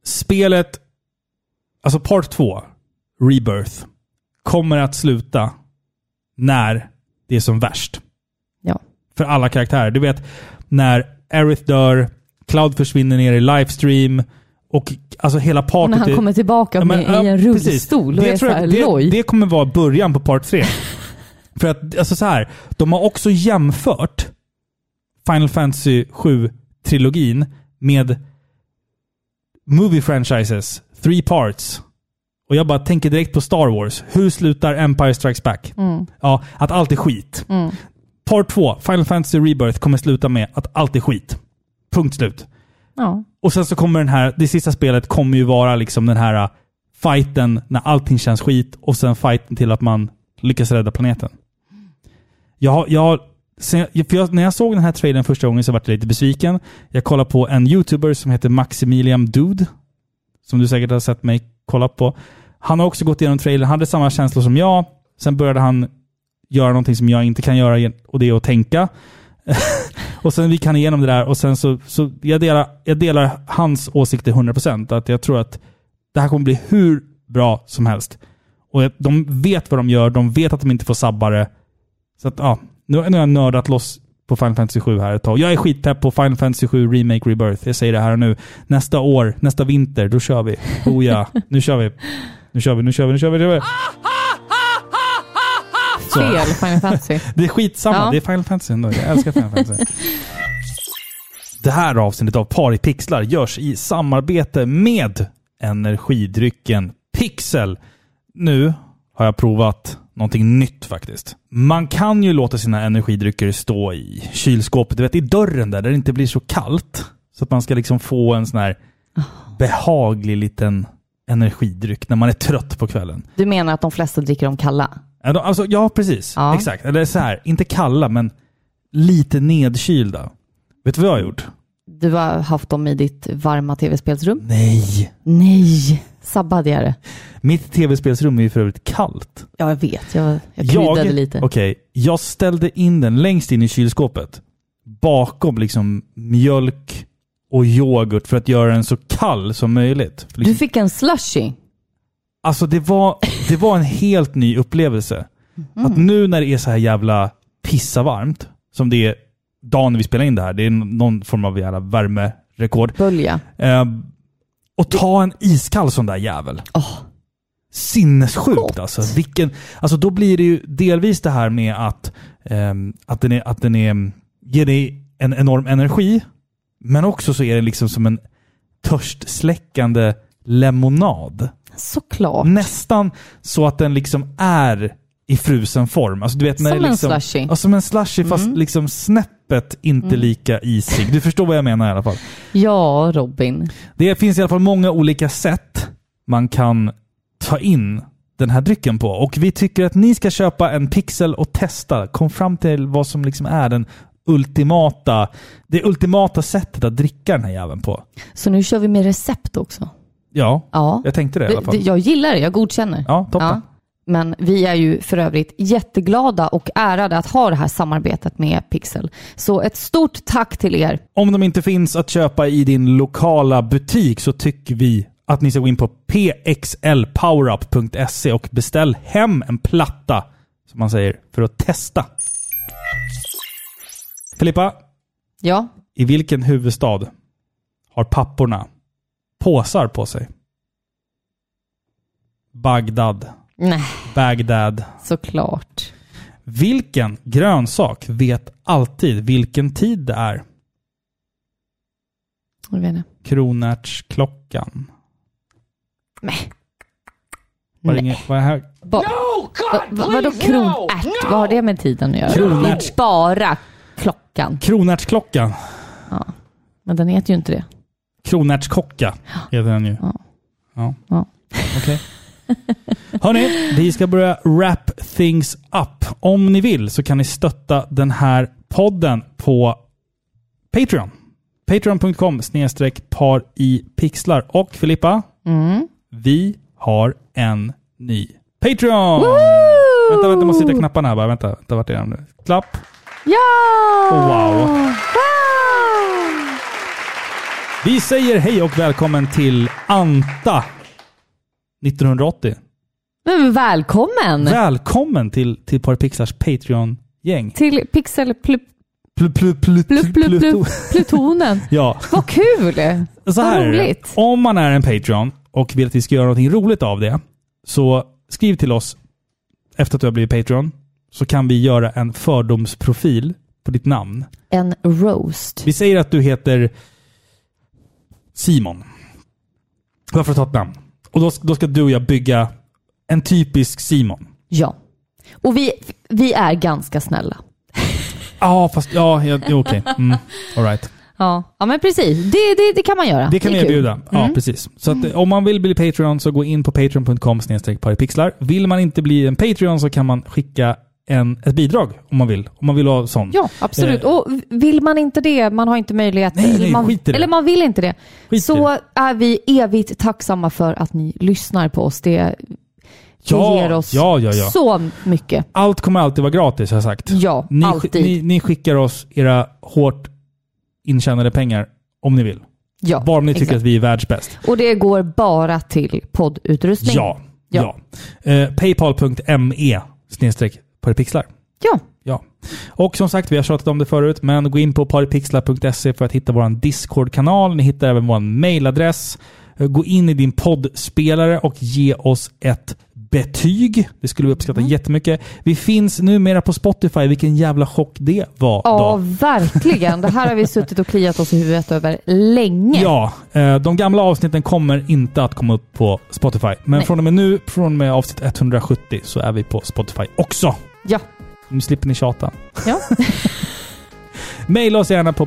Speaker 3: spelet, alltså part 2, Rebirth, kommer att sluta när det är som värst.
Speaker 4: Ja.
Speaker 3: för alla karaktärer. Du vet, när Aerith dör, Cloud försvinner ner i livestream och alltså hela partyt...
Speaker 4: När han
Speaker 3: är-
Speaker 4: kommer tillbaka
Speaker 3: Ja, men,
Speaker 4: med, i en
Speaker 3: ja, precis.
Speaker 4: rullstol och är
Speaker 3: tror jag-
Speaker 4: såhär
Speaker 3: det,
Speaker 4: loj.
Speaker 3: det kommer vara början på part 3. för att, alltså så här, de har också jämfört Final Fantasy 7-trilogin med movie franchises, three parts. Och jag bara tänker direkt på Star Wars. Hur slutar Empire Strikes Back?
Speaker 4: Mm.
Speaker 3: Ja, att allt är skit. Part 2, Final Fantasy Rebirth, kommer sluta med att allt är skit. Punkt slut.
Speaker 4: Ja.
Speaker 3: Och sen så kommer den här, det sista spelet kommer ju vara liksom den här uh, fighten när allting känns skit och sen fighten till att man lyckas rädda planeten. Jag, har- jag, har- sen jag, för jag, när jag såg den här trailern första gången så var jag lite besviken. Jag kollade på en youtuber som heter Maximilian Dude, som du säkert har sett mig kolla på. Han har också gått igenom trailern, han hade samma känslor som jag. Sen började han göra någonting som jag inte kan göra, och det är att tänka. och sen vi kan igenom det där och sen så, så jag, delar, jag delar hans åsikt till 100%. Att jag tror att det här kommer bli hur bra som helst. Och jag- de vet vad de gör, de vet att de inte får sabbare. Så att ja, nu, nu har jag nördat loss på Final Fantasy 7 här ett tag. Jag är skitpepp på Final Fantasy 7 Remake Rebirth. Jag säger det här och nu. Nästa år, nästa vinter, då kör vi. Oh ja, nu kör vi. Nu kör vi, nu kör vi, nu kör vi. Nu kör vi. Så.
Speaker 4: Fel Final Fantasy.
Speaker 3: Det är skitsamma,
Speaker 4: Ja.
Speaker 3: det är Final Fantasy ändå. Jag älskar Final Fantasy. Det här avsnittet av Par i pixlar görs i samarbete med energidrycken Pixel. Nu har jag provat någonting nytt faktiskt. Man kan ju låta sina energidrycker stå i kylskåpet, du vet i dörren där, där det inte blir så kallt. Så att man ska liksom få en sån här behaglig liten energidryck när man är trött på kvällen.
Speaker 4: Du menar att de flesta dricker de kalla?
Speaker 3: Ja, de- Alltså, ja precis.
Speaker 4: Ja.
Speaker 3: Exakt. Eller så här, inte kalla, men lite nedkylda. Vet du vad jag har gjort?
Speaker 4: Du har haft dem i ditt varma tv-spelsrum?
Speaker 3: Nej!
Speaker 4: Nej, sabbade jag det?
Speaker 3: Mitt tv-spelsrum är ju för övrigt kallt.
Speaker 4: Ja, jag vet. Jag, jag kryddade lite.
Speaker 3: Okej, jag ställde in den längst in i kylskåpet. Bakom liksom mjölk och yoghurt för att göra den så kall som möjligt. För
Speaker 4: Du
Speaker 3: liksom,
Speaker 4: fick en slushy.
Speaker 3: Alltså det var, det var en helt ny upplevelse. Att nu när det är så här jävla pissavarmt, som det är dagen vi spelar in det här, det är någon form av jävla värmerekord.
Speaker 4: Bölja.
Speaker 3: Eh, och ta en iskall sån där jävel. Sinnessjukt
Speaker 4: Gott.
Speaker 3: alltså. Vilken, alltså. Då blir det ju delvis det här med att, ehm, att den, är, att den är, ger dig en enorm energi, men också så är det liksom som en törstsläckande lemonad.
Speaker 4: Såklart.
Speaker 3: Nästan så att den liksom är i frusen form. Alltså, du vet, när
Speaker 4: Som
Speaker 3: det
Speaker 4: en
Speaker 3: liksom,
Speaker 4: slushy. Mm.
Speaker 3: Ja, som en slushy fast liksom snäppet inte lika isig. Du förstår vad jag menar i alla fall.
Speaker 4: Ja, Robin.
Speaker 3: Det finns i alla fall många olika sätt man kan ta in den här drycken på. Och vi tycker att ni ska köpa en pixel och testa. Kom fram till vad som liksom är den ultimata, det ultimata sättet att dricka den här jäveln på.
Speaker 4: Så nu kör vi med recept också.
Speaker 3: Ja,
Speaker 4: Ja.
Speaker 3: jag tänkte det i alla fall.
Speaker 4: Det- Jag gillar det, jag godkänner.
Speaker 3: Ja, toppen.
Speaker 4: Men vi är ju för övrigt jätteglada och ärade att ha det här samarbetet med Pixel. Så ett stort tack till er.
Speaker 3: Om de inte finns att köpa i din lokala butik så tycker vi att ni ska gå in på pxlpowerup.se och beställ hem en platta, som man säger, för att testa. Filippa,
Speaker 4: Ja,
Speaker 3: i vilken huvudstad har papporna påsar på sig? Bagdad.
Speaker 4: nej,
Speaker 3: Bagdad.
Speaker 4: såklart.
Speaker 3: Vilken grönsak vet alltid vilken tid det är?
Speaker 4: Jag vet inte.
Speaker 3: Kronärtsklockan.
Speaker 4: Nej.
Speaker 3: Var det
Speaker 4: Nej.
Speaker 3: inget- var det här?
Speaker 4: Ba-
Speaker 9: No,
Speaker 4: va-
Speaker 9: God,
Speaker 4: va- vadå
Speaker 9: please, no!
Speaker 4: kronärt? Vad har det med tiden att göra?
Speaker 3: Kronärt.
Speaker 4: Det är Bara klockan.
Speaker 3: Kronärtsklockan.
Speaker 4: Men den heter ju inte det.
Speaker 3: Kronärtskocka heter den ju.
Speaker 4: Ja.
Speaker 3: Ja.
Speaker 4: Ja.
Speaker 3: Okej. Hörni, vi ska börja wrap things up. Om ni vill så kan ni stötta den här podden på Patreon. Patreon.com snedstreck par i pixlar. Och Filippa,
Speaker 4: Mm.
Speaker 3: vi har en ny Patreon! Vänta, vänta, jag måste sitta knapparna här bara. Vänta, vänta, vart är den nu? Klapp.
Speaker 4: Ja!
Speaker 3: Och Oh, wow. Vi säger hej och välkommen till Anta 1980.
Speaker 4: Men välkommen
Speaker 3: Välkommen till, till Par Pixlars Patreon-gäng.
Speaker 4: till Pixel pl-
Speaker 3: Plu, plu, plu,
Speaker 4: plu- plu-
Speaker 3: Pluto.
Speaker 4: plu- Plutonen.
Speaker 3: Ja,
Speaker 4: Vad kul!
Speaker 3: så här är det.
Speaker 4: roligt.
Speaker 3: Om man är en Patreon och vill att vi ska göra någonting roligt av det, så skriv till oss efter att du har blivit Patreon, så kan vi göra en fördomsprofil på ditt namn.
Speaker 4: En roast.
Speaker 3: Vi säger att du heter Simon. Varför ta ett namn? Och då, då ska du och jag bygga en typisk Simon.
Speaker 4: Ja. Och vi, vi är ganska snälla.
Speaker 3: Ja, fast ja, ja okej. Mm, all right.
Speaker 4: Ja, ja men precis. Det, det, det kan man göra.
Speaker 3: Det kan vi
Speaker 4: är kul.
Speaker 3: erbjuda. Ja, precis. Så att, eh, om man vill bli Patreon så gå in på patreon.com paripixlar. Vill man inte bli en Patreon så kan man skicka en, ett bidrag om man vill. Om man vill ha sån.
Speaker 4: Ja, absolut.
Speaker 3: Eh.
Speaker 4: Och vill man inte det, man har inte möjlighet,
Speaker 3: Nej, nej,
Speaker 4: man,
Speaker 3: skit i det.
Speaker 4: eller man vill inte det,
Speaker 3: Skit i
Speaker 4: så är vi evigt tacksamma för att ni lyssnar på oss. Det,
Speaker 3: Ja,
Speaker 4: det ger oss
Speaker 3: ja, ja, ja.
Speaker 4: så mycket.
Speaker 3: Allt kommer alltid vara gratis har jag sagt.
Speaker 4: Ja,
Speaker 3: Ni, sk-
Speaker 4: alltid.
Speaker 3: ni, ni skickar oss era hårt intjänade pengar om ni vill.
Speaker 4: ja,
Speaker 3: Bara om ni tycker
Speaker 4: exakt.
Speaker 3: att vi är världsbäst.
Speaker 4: Och det går bara till poddutrustning.
Speaker 3: Ja. ja.
Speaker 4: Ja.
Speaker 3: Eh, Paypal.me snedstreck paripixlar.
Speaker 4: Ja.
Speaker 3: Ja. Och som sagt, vi har tjatat om det förut, men gå in på paripixlar.se för att hitta vår Discord-kanal. Ni hittar även vår mailadress. Eh, Gå in i din poddspelare och ge oss ett betyg. Det skulle vi
Speaker 4: Mm.
Speaker 3: uppskatta jättemycket. Vi finns numera på Spotify. Vilken jävla chock det var.
Speaker 4: Ja,
Speaker 3: då.
Speaker 4: verkligen. Det här har vi suttit och kliat oss i huvudet över länge.
Speaker 3: Ja, eh, de gamla avsnitten kommer inte att komma upp på Spotify. Men
Speaker 4: Nej.
Speaker 3: från och med nu, från och med avsnitt 170, så är vi på Spotify också.
Speaker 4: Ja.
Speaker 3: Nu slipper ni tjata.
Speaker 4: Ja.
Speaker 3: Maila oss gärna på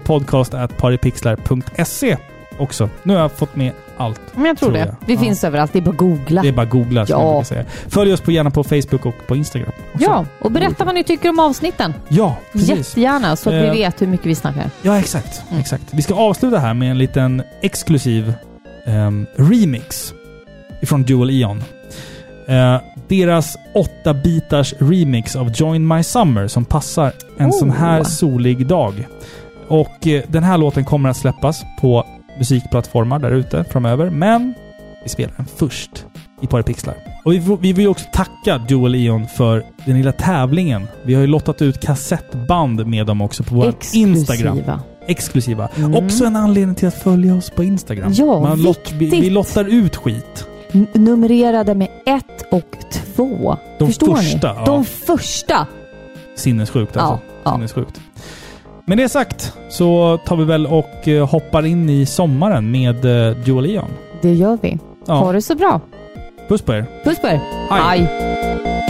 Speaker 3: podcast.paripixlar.se också. Nu har jag fått med allt.
Speaker 4: Men jag tror,
Speaker 3: Tror
Speaker 4: det.
Speaker 3: jag.
Speaker 4: Vi
Speaker 3: Ja.
Speaker 4: finns överallt. Det är bara att googla.
Speaker 3: Det är bara att googla, som
Speaker 4: Ja.
Speaker 3: jag brukar säga. Följ oss på, gärna på Facebook och på Instagram. också.
Speaker 4: Ja, och berätta vad ni tycker om avsnitten.
Speaker 3: Ja, precis.
Speaker 4: Jättegärna, så att
Speaker 3: Eh.
Speaker 4: vi vet hur mycket vi snackar.
Speaker 3: Ja, exakt. exakt. Vi ska avsluta här med en liten exklusiv ehm, remix ifrån Dual Eon. Eh, deras 8-bitars remix av Join My Summer som passar en sån här
Speaker 4: Oh.
Speaker 3: solig dag. Och eh, den här låten kommer att släppas på musikplattformar där ute framöver, men vi spelar den först i Paripixlar. Och vi, vi vill ju också tacka Dual Eon för den lilla tävlingen. Vi har ju lottat ut kassettband med dem också på vår Instagram
Speaker 4: Exklusiva.
Speaker 3: exklusiva.
Speaker 4: Mm.
Speaker 3: Också en anledning till att följa oss på Instagram.
Speaker 4: Ja,
Speaker 3: vi,
Speaker 4: viktigt.
Speaker 3: vi lottar ut skit.
Speaker 4: N- numrerade med ett och två.
Speaker 3: De
Speaker 4: Förstår
Speaker 3: första,
Speaker 4: ni?
Speaker 3: ja.
Speaker 4: De första!
Speaker 3: Sinnessjukt alltså.
Speaker 4: Ja, ja.
Speaker 3: Sinnessjukt. Med det sagt så tar vi väl och eh, hoppar in i sommaren med eh, Dual Eon.
Speaker 4: Det gör vi. Ha
Speaker 3: Ja,
Speaker 4: det så bra.
Speaker 3: puss på er.
Speaker 4: Puss på er.
Speaker 3: Hej.